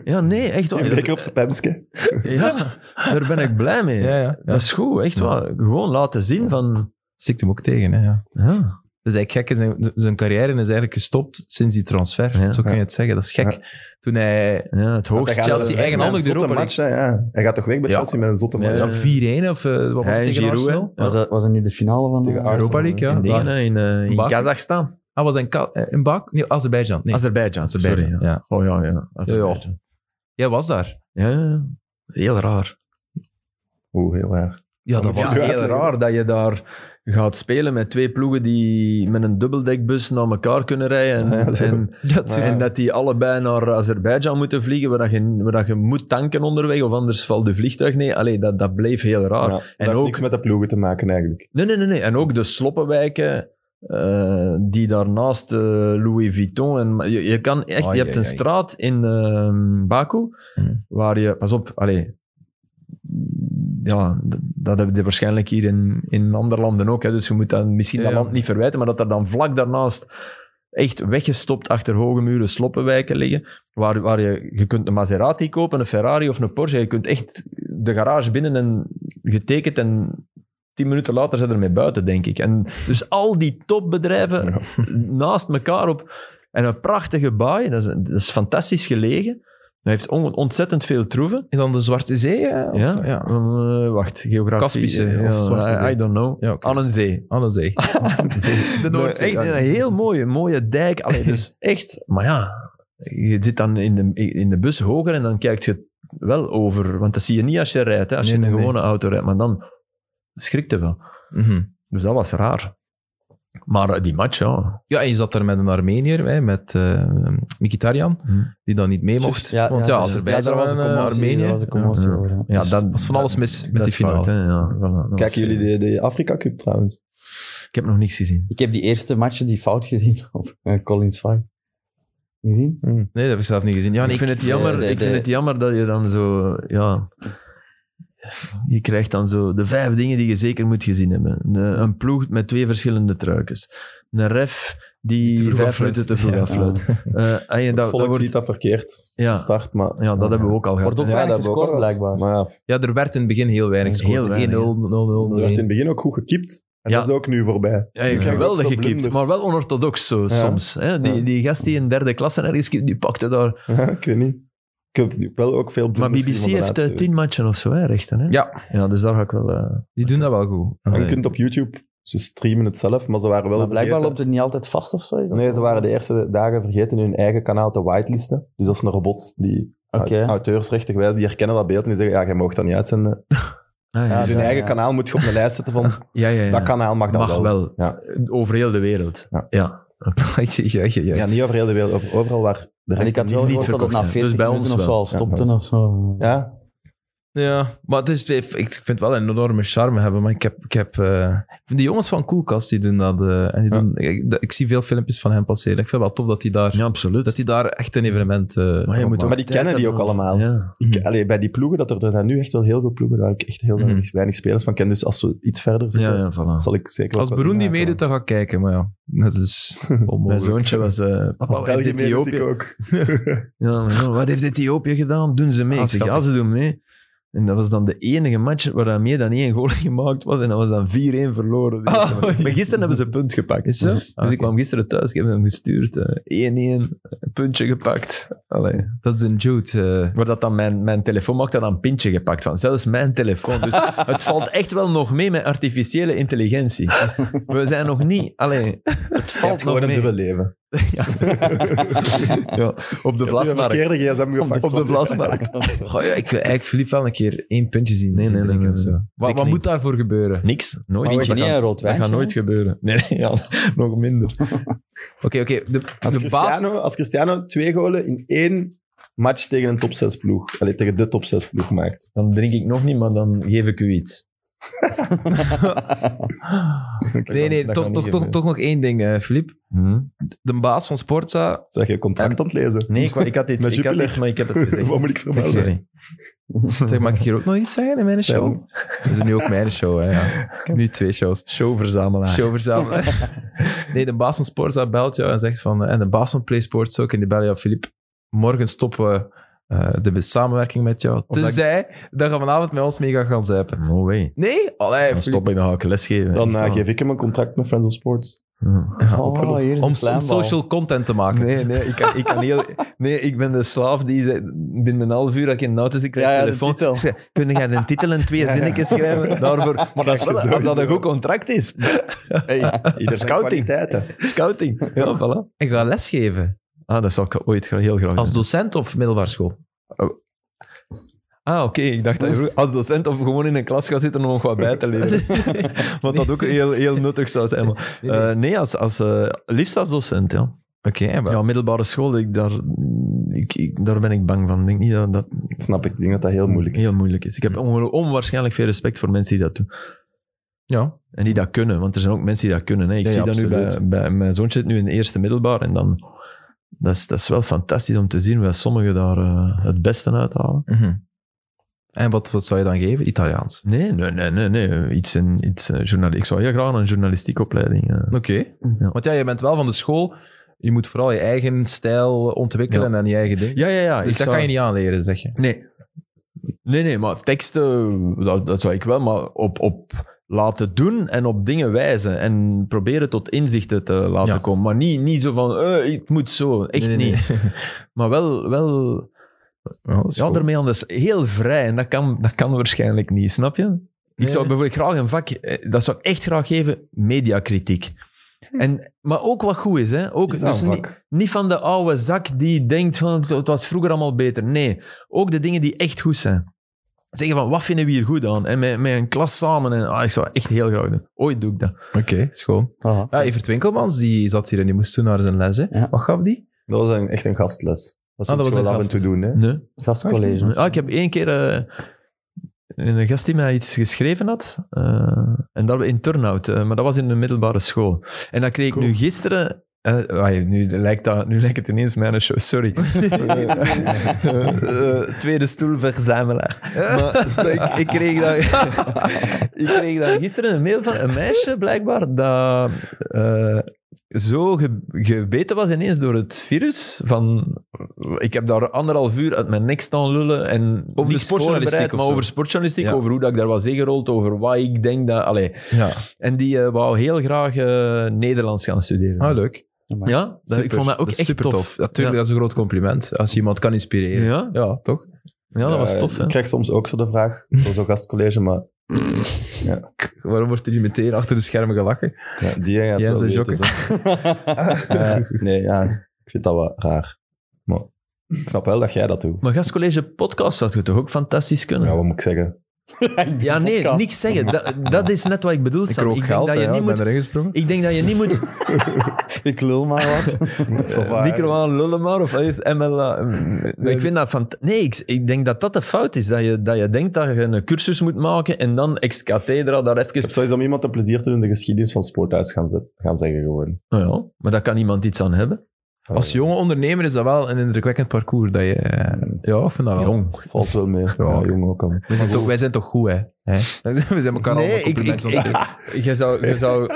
C: ja, nee, echt
D: Een
C: waar.
D: beker op zijn penske.
C: Ja, daar ben ik blij mee.
A: Ja, ja,
C: Dat is goed, echt waar. Gewoon laten zien van...
A: Stikt hem ook tegen. Hè, ja.
C: Ja,
A: Dat is eigenlijk gek. Zijn, zijn carrière is eigenlijk gestopt sinds die transfer.
C: Ja.
A: Zo kun je het zeggen. Dat is gek. Toen hij
C: ja het hoogste.
A: Chelsea eigenhandig
D: Met een
A: de Europa
D: zotte match, hè, ja. Hij gaat toch weg bij
A: Ja.
D: Chelsea met een zotte
C: Ja,
D: match.
A: ja, 4-1 of eh, wat was
C: Hij
A: het
C: en
A: tegen
C: Giroud,
A: Arsenal?
C: hè?
B: Was, dat, was dat niet de finale van...
D: Tegen
B: eh,
D: Arsenal.
A: Europa League, ja.
C: in
A: daar.
C: dingen, hè, in, eh, in
A: Baku.
C: Kazachstan.
A: Ah, was hij in, Ka- eh, in Baku? Nee, Azerbeidzjan. Nee.
C: Azerbeidzjan,
A: Azerbeidzjan,
C: sorry.
A: ja.
C: Oh ja, ja.
A: Azerbeidzjan. Jij was daar.
C: Ja, ja. heel raar.
D: Oeh, heel raar.
A: Ja,
D: dat
A: dat
D: moet
A: was
D: je wel
A: heel
D: uitleggen.
A: raar.
C: dat je daar gaat spelen met twee ploegen die met een dubbeldekbus naar elkaar kunnen rijden.
D: Ja, zo.
A: Ah Ja, het-
D: Ja.
C: En dat die allebei naar Azerbeidzjan moeten vliegen, waar, dat je, waar dat je moet tanken onderweg, of anders valt de vliegtuig nee Allee, dat, dat bleef heel raar.
D: Ja, dat heeft
C: Ah, ook-
D: niks met de ploegen te maken eigenlijk.
C: Nee, nee, nee, nee. En ook de sloppenwijken eh, die daarnaast eh, Louis Vuitton en je, je kan echt,
A: Ai,
C: je hebt
A: ai,
C: een
A: ai.
C: straat in ehm, Baku
A: Hmm.
C: waar je, pas op, allee, ja, d- dat hebben we waarschijnlijk hier in, in andere landen ook. Hè, dus je moet dan misschien dat
A: Ja.
C: land niet verwijten, maar dat er dan vlak daarnaast echt weggestopt achter hoge muren sloppenwijken liggen, waar, waar je, je kunt een Maserati kopen, een Ferrari of een Porsche. Je kunt echt de garage binnen en getekend en tien minuten later zijn er mee buiten, denk ik. En dus al die topbedrijven
D: Ja.
C: naast elkaar op. En een prachtige baai, dat is, dat is fantastisch gelegen. Hij heeft on- ontzettend veel troeven.
A: Is dan de Zwarte Zee? eh, of-
C: Ja?
A: ja.
C: Eh, wacht, geografie.
A: Kaspische
C: eh,
A: of Zwarte
C: I-
A: Zee.
C: I, don't know.
A: Ja, oké.
C: Aan een zee.
A: Aan de zee.
C: De
A: Noordzee,
C: Echt
A: ja.
C: een heel mooie, mooie dijk. Allee, dus echt. Maar ja, je zit dan in de, in de bus hoger en dan kijkt je wel over. Want dat zie je niet als je rijdt, hè, als
A: Nee,
C: je in een
A: nee, nee.
C: gewone auto rijdt. Maar dan schrikt je wel.
A: Mhm.
C: Dus dat was raar. Maar eh, die match, ja.
A: Ja, en je zat daar met een Armenier, hè, met eh, Mkhitaryan,
C: Hmm.
A: die dan niet mee mocht. Want ja, Azerbeidzjan
B: daar was
A: en
B: een
A: eh,
B: commotie, daar
A: Armenië.
B: was een commotie
C: Ja.
B: over, ja.
C: ja
A: Dus
C: dat
A: er was van alles mis met
C: dat
A: die
C: is fout,
A: finale.
C: hè, ja, voilà, dat was
D: Kijken jullie
C: fout.
D: de, de Afrika Cup trouwens?
C: Ik heb nog niks gezien.
B: Ik heb die eerste matchen die fout gezien op eh, Collins 5. Gezien?
A: Nee, dat heb ik zelf niet gezien. Ja, nee,
C: ik, vind het
B: eh,
C: jammer,
B: de-
C: ik
B: de-
C: vind het jammer dat je dan zo... Ja, je krijgt dan zo de vijf dingen die je zeker moet gezien hebben. De- een ploeg met twee verschillende truikens. Een ref die
A: Te vroeg
C: vijf
A: affluit.
C: minuten te vroeg
A: Ja.
C: afluit. Eh, en je-
D: Het
C: dat,
D: volk
C: dat wordt,
D: ziet dat verkeerd
C: Ja.
D: start, maar...
C: ja, dat hebben we ook al gehad.
B: Wordt ook
C: hè.
B: weinig
D: hebben we
B: gescoord,
D: al gehad.
B: blijkbaar.
D: Maar ja,
A: Ja, er werd in het begin heel weinig
C: Heel
A: gescoord. 1-0, 0-0,
C: weinig, ja.
A: 0-1.
D: er werd in het begin ook goed gekipt. En
C: Ja.
D: dat is ook nu voorbij.
C: Ja, je
D: Ja.
C: krijgt wel
D: Ook zo
C: gekipt,
D: blunders.
C: maar wel onorthodox zo, soms. Hè? Die,
D: Ja.
C: die gast die in derde klasse ergens kipt, die pakte daar...
D: Ja, ik weet niet. Ik heb wel ook veel
C: Maar
D: blunders
C: BBC
D: gezien van de
C: heeft eh,
D: laatste
C: tien matchen of zo, hè, rechten. Hè?
A: Ja,
C: Ja, dus daar ga ik wel... eh,
A: die doen dat wel goed.
D: En je
A: Allee.
D: kunt op YouTube, ze streamen het zelf, maar ze waren wel
B: Maar blijkbaar loopt
D: vergeten-
B: het niet altijd vast of zo. is dat
D: Nee,
B: zo?
D: ze waren de eerste dagen vergeten hun eigen kanaal te whitelisten. Dus dat is een robot die
B: Oké.
D: auteursrechtig wijs, die herkennen dat beeld en die zeggen, ja, jij mag dat niet uitzenden.
C: ah, ja.
D: dus hun
B: ja,
D: eigen
B: ja.
D: kanaal moet je op de lijst zetten van,
C: Ja, ja, ja.
D: dat kanaal mag dat
C: Mag
D: wel.
C: wel.
D: Ja.
C: Over heel de wereld.
D: Ja.
A: ja, ja, ja.
D: Ja, niet over heel de wereld, over- overal waar de
B: En ik
D: rechten
B: had wel
D: niet...
C: niet verkocht
B: gehoord dat het na
C: zijn.
B: 40
C: Dus bij
B: minuten
C: ons
B: of zo
C: wel.
B: al stopte
D: dat
B: of zo.
D: Ja,
A: Ja, maar het is, ik ik vind het wel een enorme charme hebben. Maar ik heb. Ik heb eh, ik vind die jongens van Coolcast die doen dat. eh, en die
D: Ja.
A: doen, ik, ik zie veel filmpjes van hen passeren. Ik vind het wel tof dat die daar,
C: Ja, absoluut.
A: dat die daar echt een evenement. eh
C: Maar, je
A: op
C: moet
A: maken.
C: ook
D: Maar die
C: tijd
D: kennen die
C: hebben
D: ook
C: om-
D: allemaal.
C: Ja.
D: ik,
A: Mm.
D: allee, bij die ploegen, dat er, er zijn nu echt wel heel veel ploegen waar ik echt heel
A: Mhm.
D: weinig, weinig spelers van ken. Dus als we iets verder zitten,
C: ja, ja, voilà.
D: zal ik zeker...
A: Als Beroen die meedoet, Oh, dan ga ik kijken. Maar ja, dat is
C: Mijn
A: onmogelijk.
C: zoontje was... eh, papa,
D: Als
C: wat heeft
D: België meedoet,
C: Ethiopië...
D: ik ook.
C: Ja, maar ja, wat heeft Ethiopië gedaan? Doen ze mee?
A: Ah,
C: ik zeg, ja, ze doen mee. En dat was dan de enige match waar dan meer dan één goal gemaakt was. En dat was dan 4-1 verloren. Dus-
A: Ah,
C: maar gisteren hebben ze een punt gepakt. Is zo? Dus
A: Ah, oké.
C: ik kwam gisteren thuis, ik heb hem gestuurd. eh, 1-1, een puntje gepakt. Allee.
A: Dat is een Jude. eh,
C: Maar dat dan mijn, mijn telefoon maakt daar dan een pintje gepakt van. Zelfs mijn telefoon. Dus het valt echt wel nog mee met artificiële intelligentie. We zijn nog niet... Allee, het valt nog
D: Gewoon een
C: mee.
D: dubbel leven.
C: Ja. ja, op de vlasmarkt. Oh
D: verkeerde gsm gepakt.
C: Op de vlasmarkt.
A: goh, ja, ik wil eigenlijk Philippe wel een keer één puntje zien.
C: Nee, nee,
A: drinken
C: nee,
A: of
C: nee,
A: zo. Wat,
C: Ik
A: wat
C: niet.
A: moet daarvoor gebeuren?
C: Niks. Nooit.
B: Maar weet je
C: Dat
B: niet,
C: gaat-
B: een rood
C: Dat
B: wijntje?
C: gaat nooit gebeuren. Nee, nee ja, nog minder.
A: Oké, oké. de-
D: Als
A: de baas.
D: Cristiano, als Cristiano twee golen in één match tegen een top 6 ploeg, allee, tegen de top 6 ploeg maakt.
C: Dan drink ik nog niet, maar dan geef ik u iets.
A: Nee, nee,
C: dat
A: toch,
C: kan
A: toch,
C: niet
A: toch,
C: gebeuren.
A: toch nog één ding, eh Philippe.
C: Hm?
A: De baas van Sportza
D: Zeg je contract aan het lezen?
C: Nee, ik, wa- ik had iets,
D: Met
C: ik had
D: Jupiler.
C: iets, maar ik heb het gezegd.
D: Wat moet ik
C: Nee,
D: vermelden?
C: Sorry.
A: Zeg, mag ik hier ook nog iets zeggen in mijn show? Dat is nu ook mijn show, hè. Ja. Ik heb nu twee shows.
C: Showverzamelaar.
A: Show verzamelen. Nee, de baas van Sports dat belt jou en zegt van... eh, En de baas van PlaySports ook. En die belt jou, Filip, morgen stoppen we eh, de samenwerking met jou.
C: dat ik-
A: Tenzij dat je vanavond met ons mee gaat gaan zuipen.
C: No way.
A: Nee? Allee,
C: Dan
A: Filip.
C: stop ik, dan ga ik lesgeven.
D: Dan
C: Echt
D: eh,
C: waar.
D: geef ik hem een contract met Friends of Sports.
C: Hm.
B: Oh, hier is
A: Om,
B: de
A: om
B: slijmbal.
A: social content te maken.
C: Nee, nee, ik, kan, ik kan heel... Nee, ik ben de slaaf die ze- binnen een half uur dat ik in de auto zit, krijg
B: Ja, ja,
C: ik
B: de
C: telefoon.
B: titel.
C: Schrijf, Kun jij een titel en twee zinnetjes schrijven? Daarvoor, maar dat is
D: je
C: wel, als dat een
D: sowieso.
C: goed contract is.
D: Ieder zijn
C: Scouting.
D: kwaliteiten.
C: Scouting. Ja, voilà.
A: En ga lesgeven.
C: Ah, dat zou ik ooit gra- heel graag
A: Als
C: doen.
A: docent of middelbare school.
C: Ah, oké. Ik dacht dat je vroeg als docent of gewoon in een klas gaat zitten om nog wat bij te leren. Want dat ook heel, heel nuttig zou zijn. Maar,
A: Nee, nee.
C: eh, nee, als, als, eh, liefst als docent, ja.
A: Oké, maar-
C: Ja, middelbare school, ik, daar, ik, ik- daar ben ik bang van. Ik denk niet dat dat
D: Snap ik, ik denk dat dat heel moeilijk is.
C: heel moeilijk is. Ik heb onge- onwaarschijnlijk veel respect voor mensen die dat doen.
A: ja.
C: En die dat kunnen, want er zijn ook mensen die dat kunnen. Hè. Ik
A: Ja,
C: zie
A: ja,
C: dat nu
A: absoluut.
C: bij, bij... Mijn zoontje zit nu in de eerste middelbaar en dan... Dat is, dat is wel fantastisch om te zien hoe sommigen daar eh, het beste uithalen.
A: Mhm. En wat, wat zou je dan geven? Italiaans.
C: Nee, nee, nee, nee. nee. Iets in, iets, eh, journali- ik zou heel graag een journalistiek opleiding. eh.
A: Oké. Want ja, je bent wel van de school. Je moet vooral je eigen stijl ontwikkelen en je eigen ding.
C: Ja, ja, ja.
A: dus dat
C: zou-
A: kan je niet aanleren, zeg je.
C: Nee. Nee, nee, maar teksten, dat, dat zou ik wel, maar op, op laten doen en op dingen wijzen. En proberen tot inzichten te laten
A: Ja.
C: komen. Maar niet, niet zo van, eh het moet zo. Echt
A: Nee, nee,
C: niet. Maar wel, wel
A: Ja, dat is
C: ja,
A: goed.
C: daarmee anders. Heel vrij. En dat kan, dat kan waarschijnlijk niet, snap je? Ik
A: Nee,
C: zou
A: nee.
C: bijvoorbeeld graag een vak, eh, dat zou ik echt graag geven, mediakritiek. En, maar ook wat goed is, hè? Ook,
D: Is dat
C: dus
D: een
C: niet,
D: vak?
C: niet van de oude zak die denkt van "Het- het was vroeger allemaal beter. Nee, ook de dingen die echt goed zijn. Zeggen van wat vinden we hier goed aan? En met, met een klas samen. En, ah, ik zou dat echt heel graag doen. Ooit doe ik dat.
A: Oké, schoon.
B: Aha.
A: Ja, Evert Winkelmans, die zat hier en die moest toen naar zijn les. hè.
B: Ja.
A: Wat gaf die?
D: Dat was een, echt een gastles. Dat,
A: Ah, dat
D: moet
A: was
D: je wel
A: een
D: af en toe doen. Hè?
C: Nee.
B: Gastcollege.
C: Ah, ik heb één keer eh, een gast die mij iets geschreven had. eh, en dat we in Turnhout. eh, maar dat was in de middelbare school. En dat kreeg ik
D: Cool.
C: nu gisteren Eh, ai, nu, lijkt dat, nu lijkt het ineens mijn show, sorry. Eh, tweede stoelverzamelaar. Maar ik, ik, kreeg daar, ik kreeg daar gisteren een mail van een meisje, blijkbaar, dat eh, zo ge- gebeten was ineens door het virus. Van, ik heb daar anderhalf uur uit mijn nek staan lullen. En
A: Over de
C: niks
A: sportjournalistiek
C: voorbereid,
A: of
C: Maar
A: zo.
C: over sportjournalistiek,
A: Ja.
C: over hoe dat ik daar was ingerold, over wat ik denk dat... Allee.
A: Ja.
C: En die eh, wou heel graag eh, Nederlands gaan studeren.
A: Ah, leuk.
C: ja, dat, ik
A: Super.
C: vond dat ook
A: Dat is
C: echt
A: super
C: tof.
A: Natuurlijk, dat is een groot compliment. Als je iemand kan
C: Ja.
A: inspireren. Ja,
C: Ja.
A: toch?
C: ja, dat was
D: Ja,
C: tof. Hè?
D: Ik krijg soms ook zo de vraag, voor zo'n gastcollege, maar
A: K- Waarom wordt er niet meteen achter de schermen gelachen?
D: ja, die gaat
A: Ja,
D: wel
A: ze
D: weten,
A: jokken.
D: zeg. Eh, nee, ja, ik vind dat wel raar. Maar ik snap wel dat jij dat doet.
C: Maar gastcollege podcast zou je toch ook fantastisch kunnen?
D: Ja,
C: Ja,
D: wat moet ik zeggen?
C: nee,
B: podcast.
C: niks zeggen. Dat, dat is net wat ik bedoel,
A: Ik
C: Sam.
A: rook
C: denk
A: geld,
C: dat je
A: hè, ja,
C: niet
A: ik
C: moet...
A: ben erin gesprongen.
C: Ik denk dat je niet moet
B: Ik lul maar wat.
D: Zo
C: eh,
D: waar.
C: micro aan lullen maar, of wat is MLA?
A: nee.
C: ik vind dat fant- Nee, ik, ik denk dat dat de fout is. Dat je, dat je denkt dat je een cursus moet maken en dan ex cathedra daar
D: Ik
C: even...
D: heb sowieso om iemand een plezier te doen de geschiedenis van Sporthuis gaan, zet- gaan zeggen gewoon.
C: Nou ja, maar daar kan iemand iets aan hebben.
A: Als jonge ondernemer is dat wel een indrukwekkend parcours. Dat je, eh, ja, ik vind dat wel.
C: Jong.
D: Valt wel mee. Ja, jong ook al.
A: We zijn, toch, wij zijn toch goed, hè? Hè? We zijn elkaar
C: Nee,
A: allemaal
C: ik, ik,
A: complimenten aan het
C: ik, jij zou... Jij zou,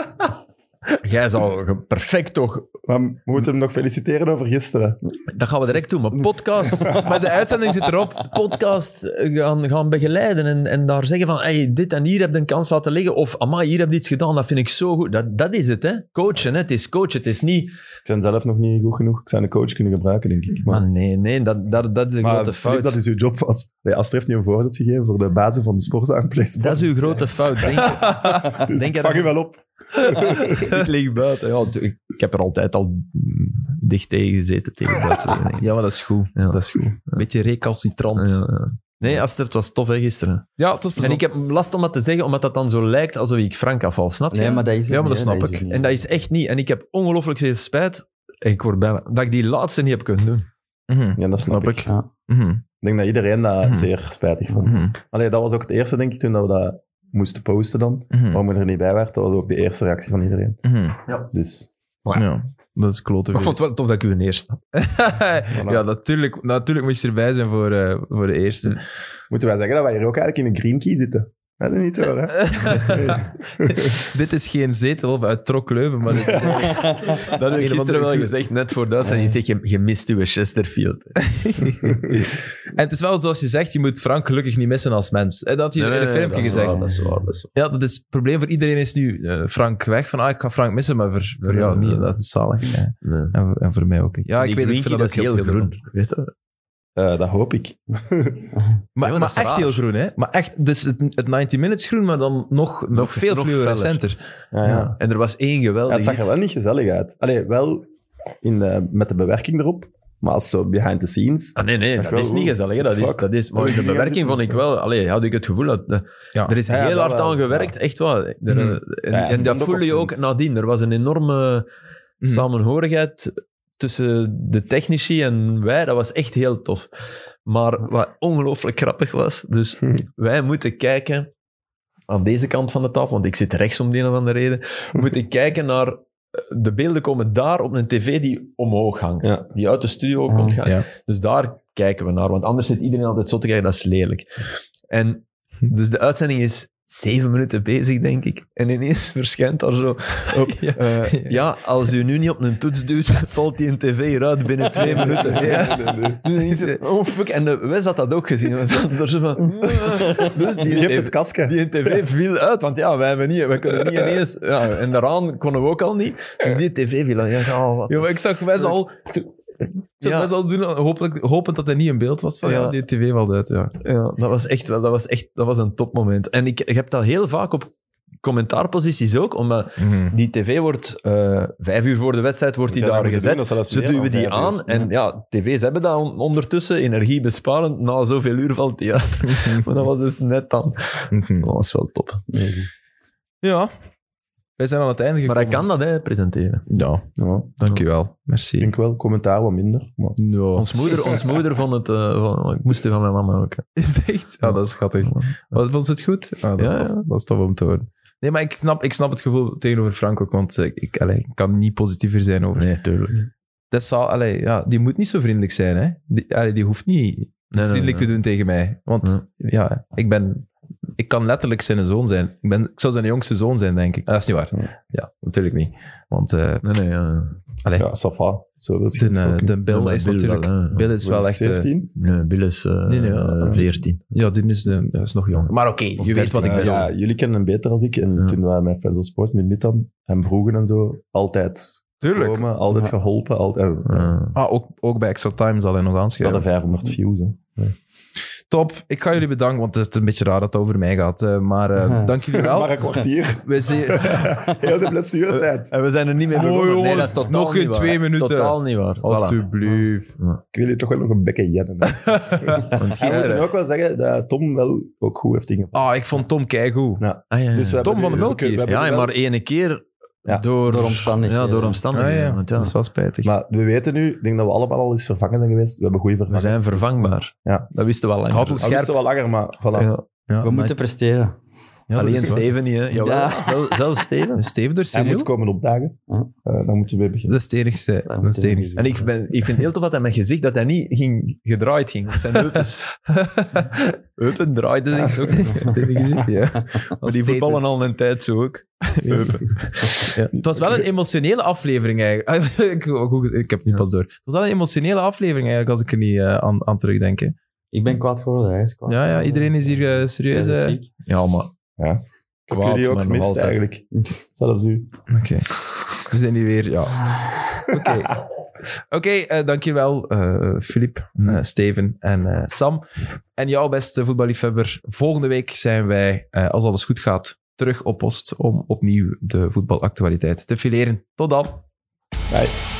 C: jij zou ge- perfect toch...
D: Maar we moeten hem nog feliciteren over gisteren.
C: Dat gaan we direct doen, maar podcast...
A: geven. Maar de uitzending zit erop.
C: podcast gaan, gaan begeleiden en, en daar zeggen van hey, dit en hier heb je een kans laten liggen of amai, hier heb je iets gedaan, dat vind ik zo goed. Dat, dat is het, hè. Coachen, hè. het is coachen, het is niet...
D: Ik ben zelf nog niet goed genoeg. Ik zou een coach kunnen gebruiken, denk ik. Maar,
C: Maar nee, nee, dat, dat, dat is een
D: maar
C: grote
D: Filip,
C: fout.
D: dat is uw job. Als, nee, Astrid heeft nu een voorzet gegeven voor de basis van de sportzaanplees.
C: Dat is uw grote fout, denk ik.
D: Dus
C: denk
D: ik
C: je
D: vang
C: dat-
D: je wel op.
C: ik lig buiten. Ja, tu- ik- ik heb er altijd al mm, dicht tegen gezeten, tegen buiten. denk ik.
A: Ja, maar dat is goed.
C: Ja.
A: Dat is goed. Beetje recalcitrant.
C: Ja,
A: Ja,
C: ja. Nee, Aster, het was tof hè, gisteren.
A: tot
C: En ik heb last om dat te zeggen, omdat dat dan zo lijkt alsof ik Frank afval, snap je?
B: Nee, maar dat is het
A: Ja, maar dat
B: niet, hè.
A: snap
B: is
A: ik.
B: het niet.
C: En dat is echt niet. En ik heb ongelooflijk veel spijt. Ik word bijna... Dat ik die laatste niet heb kunnen doen.
A: Mhm,
D: Ja, dat snap,
A: Snap
D: ik.
A: ik.
B: Ja.
A: mhm,
D: Ik denk dat iedereen dat
A: Mhm.
D: zeer spijtig vond.
A: mhm,
D: Allee, dat was ook het eerste, denk ik, toen dat we dat moesten posten dan.
A: mhm,
D: Waarom ik er niet bij werd, dat was ook de eerste reactie van iedereen.
A: mhm.
D: Dus
A: Ja, dat is klote
C: Maar ik vond het wel tof
A: geweest.
C: dat ik u een eerste had.
A: Ja, natuurlijk, natuurlijk moet je erbij zijn voor, eh, voor de eerste.
D: moeten wij zeggen dat wij hier ook eigenlijk in een green key zitten. Dat is niet Eh, hoor, hè?
A: dit is geen zetel uit Trokleuven, maar dit is
C: Dat heb ik
A: Een of andere
C: gisteren wel
A: goeie-
C: gezegd, net voor dat. En je zegt, je, je mist uw Chesterfield.
A: En het is wel zoals je zegt, je moet Frank gelukkig niet missen als mens. En dat had hij in een filmpje gezegd.
C: Dat is waar, dat is
A: Ja, dat is het probleem voor iedereen is nu eh, Frank weg. Van, ah, ik ga Frank missen, maar voor, voor
C: Ja,
A: jou niet.
C: ja.
A: Dat is zalig. Ja.
C: waar. Nee.
A: En, voor- en voor mij ook. Ja,
C: Die
A: ik weet het, ik
C: Green
A: vind
C: Key, dat is heel groen. Weet je?
D: Eh, dat hoop ik.
A: Maar,
C: Ja, maar
A: maar
C: dat is
A: echt
C: raar.
A: heel groen, hè? Maar echt, dus het, het 90 Minutes groen, maar dan nog, nog, veel
C: nog
A: fluorescenter.
D: Ja, ja.
C: En er was één
D: Ja, het
C: geweldig
D: zag er
C: iets.
D: wel niet gezellig uit. Allee, wel in de, met de bewerking erop, maar als zo behind the scenes.
C: Ah, nee, nee,
D: Dat
C: dat,
D: is wel
C: is niet
D: goed.
C: gezellig. hè. Dat
D: What
C: is,
D: the fuck?
C: dat is, maar
D: Heb ik
C: de
D: niet
C: bewerking
D: gezien,
C: vond ik wel... Allee, had ik het gevoel dat... eh,
A: Ja.
C: Er is
D: Ja, ja,
C: heel
D: dat
C: hard
D: wel,
C: aan gewerkt, echt waar. Er, eh,
A: Mhm.
C: En, en
D: Ja, het
C: dat
D: stond ook
C: voelde je
D: op
C: ook
D: ons.
C: nadien. Er was een enorme
A: Mhm.
C: samenhorigheid tussen de technici en wij. Dat was echt heel tof. Maar wat ongelooflijk grappig was, dus
A: Mm.
D: Mhm.
C: wij moeten kijken aan deze kant van de tafel, want ik zit rechts om de een of andere reden, moeten kijken naar... eh, De beelden komen daar op een tv die omhoog hangt.
D: Ja.
C: Die uit de studio
B: Ah,
C: komt gaan.
A: Mm, ja.
C: Dus daar kijken we naar. Want anders zit iedereen altijd zo te kijken, dat is lelijk. En dus de uitzending is zeven minuten bezig, denk ik. En ineens verschijnt daar zo... Op, ja. ja, als u nu niet op een toets duwt, valt die een tv eruit binnen twee minuten. Ja. Dus ineens zo, Oh, fuck. En de Wes had dat ook gezien. We zaten daar zo van... Dus
D: Die
C: die,
D: heeft het kasken.
C: die tv viel uit, want ja, wij, hebben niet, wij kunnen niet ineens... Ja, en daaraan konden we ook al niet. Dus die tv viel uit. Ja, oh, wat.
A: Ja, maar ik zag Wes al... Ik zag
C: Ja.
A: Wes al doen, hopelijk, hopend dat hij niet in beeld was. Van, ja.
C: Ja.
A: die tv valt uit, ja.
C: Ja, dat was echt wel, dat was echt, dat was een topmoment. En ik, ik heb dat heel vaak op commentaarposities ook, omdat die tv wordt, eh, vijf uur voor de wedstrijd wordt die daar gezet. Ze duwen die aan en ja, tv's hebben dat on- ondertussen, energiebesparend, na zoveel uur valt die uit. maar dat was dus net dan.
A: Mhm.
C: Dat was wel top.
A: Ja. Wij zijn aan het einde
C: Maar
A: gekomen.
C: hij kan dat, hè, presenteren.
A: Ja,
D: Ja,
A: dankjewel.
D: ik
A: Merci.
D: denk wel, commentaar wat minder. Maar...
A: Ja.
C: Ons moeder, ons moeder vond het, eh, van, ik moest die van mijn mama ook.
A: Is het echt? Ja, dat is schattig. Wat, vond ze het goed? Ah, dat,
C: Ja,
A: is tof.
C: ja.
A: dat is tof om te horen. Nee, maar ik snap, ik snap het gevoel tegenover Frank ook, want eh, ik allee, ik kan niet positiever zijn over
C: Nee, tuurlijk.
A: dat zal, allee, ja, die moet niet zo vriendelijk zijn. Hè? Die, allee, die hoeft niet vriendelijk
C: nee,
A: te doen tegen mij. Want ja, ik ben... Ik kan letterlijk zijn zoon zijn. Ik, ben, ik zou zijn jongste zoon zijn, denk ik. Ah, dat is niet waar. Ja, natuurlijk niet. Want eh
C: Nee, nee, ja.
A: allee,
D: Ja, Safa. Zo wil
A: de,
D: je het
A: eh,
D: ook.
A: de Bill
C: Ja, maar
A: is
C: Bill
A: natuurlijk...
C: wel, hè.
A: Bill is wel echt... eh,
D: 17?
C: Nee, Bill is eh,
A: Nee, nee, ja.
C: 14.
A: ja, dit is, de, ja, is nog jonger. Maar oké, je weet wat ik
D: Ja,
A: bedoel.
D: Eh, Ja, jullie kennen hem beter als ik. En
C: Ja.
D: toen waren mijn fans van sport met Mitan hem vroegen en zo, altijd
A: Tuurlijk.
D: komen, altijd
B: Ja.
D: geholpen. Altijd, eh,
C: Ja.
A: Oh, Ah, ook, ook bij Extra Time zal hij nog
D: we hadden
A: aanschuiven.
D: 500 views. Hè.
A: Top. Ik ga jullie bedanken, want het is een beetje raar dat het over mij gaat. eh, maar eh,
B: Ja.
A: dank jullie wel.
D: Maar een kwartier.
A: We zien...
D: Heel de blessuretijd.
C: En we zijn er niet mee
A: Oh,
C: begonnen.
A: jongen,
C: nee, dat is totaal
A: nog geen
C: niet waar.
A: twee minuten.
C: Totaal niet waar. Voilà.
A: Alsjeblieft.
D: Ik wil je toch wel nog een bekken jetten. hè.
C: Want
D: En we
A: Gisteren.
D: moeten ook wel zeggen dat Tom wel ook goed heeft dingen.
A: Ah, ik vond Tom keigoed.
C: Ah, ja, ja.
D: Dus we
A: Tom
D: hebben
A: van
D: nu-
A: de Melk
D: we kunnen- we
C: ja,
D: hebben
C: maar
D: wel-
C: ene keer
D: Ja,
C: door,
B: door omstandigheden.
C: Ja, door
A: Ah,
C: omstandigheden.
A: ja,
C: want ja,
A: dat is wel spijtig.
D: Maar we weten nu, ik denk dat we allemaal al eens vervangen zijn geweest. We hebben goede
C: we
D: vervangers.
C: zijn vervangbaar.
D: Ja.
C: Dat wisten we al lang.
A: Had ons-
D: Dat wisten we wel langer, maar voilà.
C: Ja.
A: ja,
B: We moeten presteren.
A: ja,
C: Alleen Steven niet, hè. Jawel.
B: Ja.
C: Zelf, zelf Steven.
A: Steven door
D: Hij moet
A: Cyril?
D: komen opdagen.
B: Hm.
D: Eh, dan moeten we
A: Dat
D: beginnen.
A: is het enigste.
B: Dat
A: Dat is het
B: moet
A: enigste.
C: En ik, ben, ik vind het heel tof dat hij mijn gezicht dat hij niet ging, gedraaid ging op zijn heupens. Heupen draaiden zich ook.
A: Heb je die gezien? Ja.
C: Maar die voetballen al een tijd zo ook. Heupen.
A: Het was wel een emotionele aflevering eigenlijk. ik, oh, goed, ik heb het niet pas door. Het was wel een emotionele aflevering eigenlijk, als ik er niet eh, aan, aan terugdenk. hè.
B: Ik ben kwaad geworden, hij is kwaad.
A: Ja, ja, iedereen is hier eh,
B: Hij
A: serieus. eh.
B: ziek.
C: Ja, maar
D: Ik heb
C: kwaad,
D: jullie ook
C: maar nog
D: mist
C: altijd.
D: eigenlijk. Zelfs u.
A: Oké. We zijn hier weer, ja. Oké. Oké, eh, dankjewel, eh, Filip, eh, Steven en eh, Sam. En jou, beste voetballiefhebber. Volgende week zijn wij, eh, als alles goed gaat, terug op post om opnieuw de voetbalactualiteit te fileren. Tot dan.
D: Bye.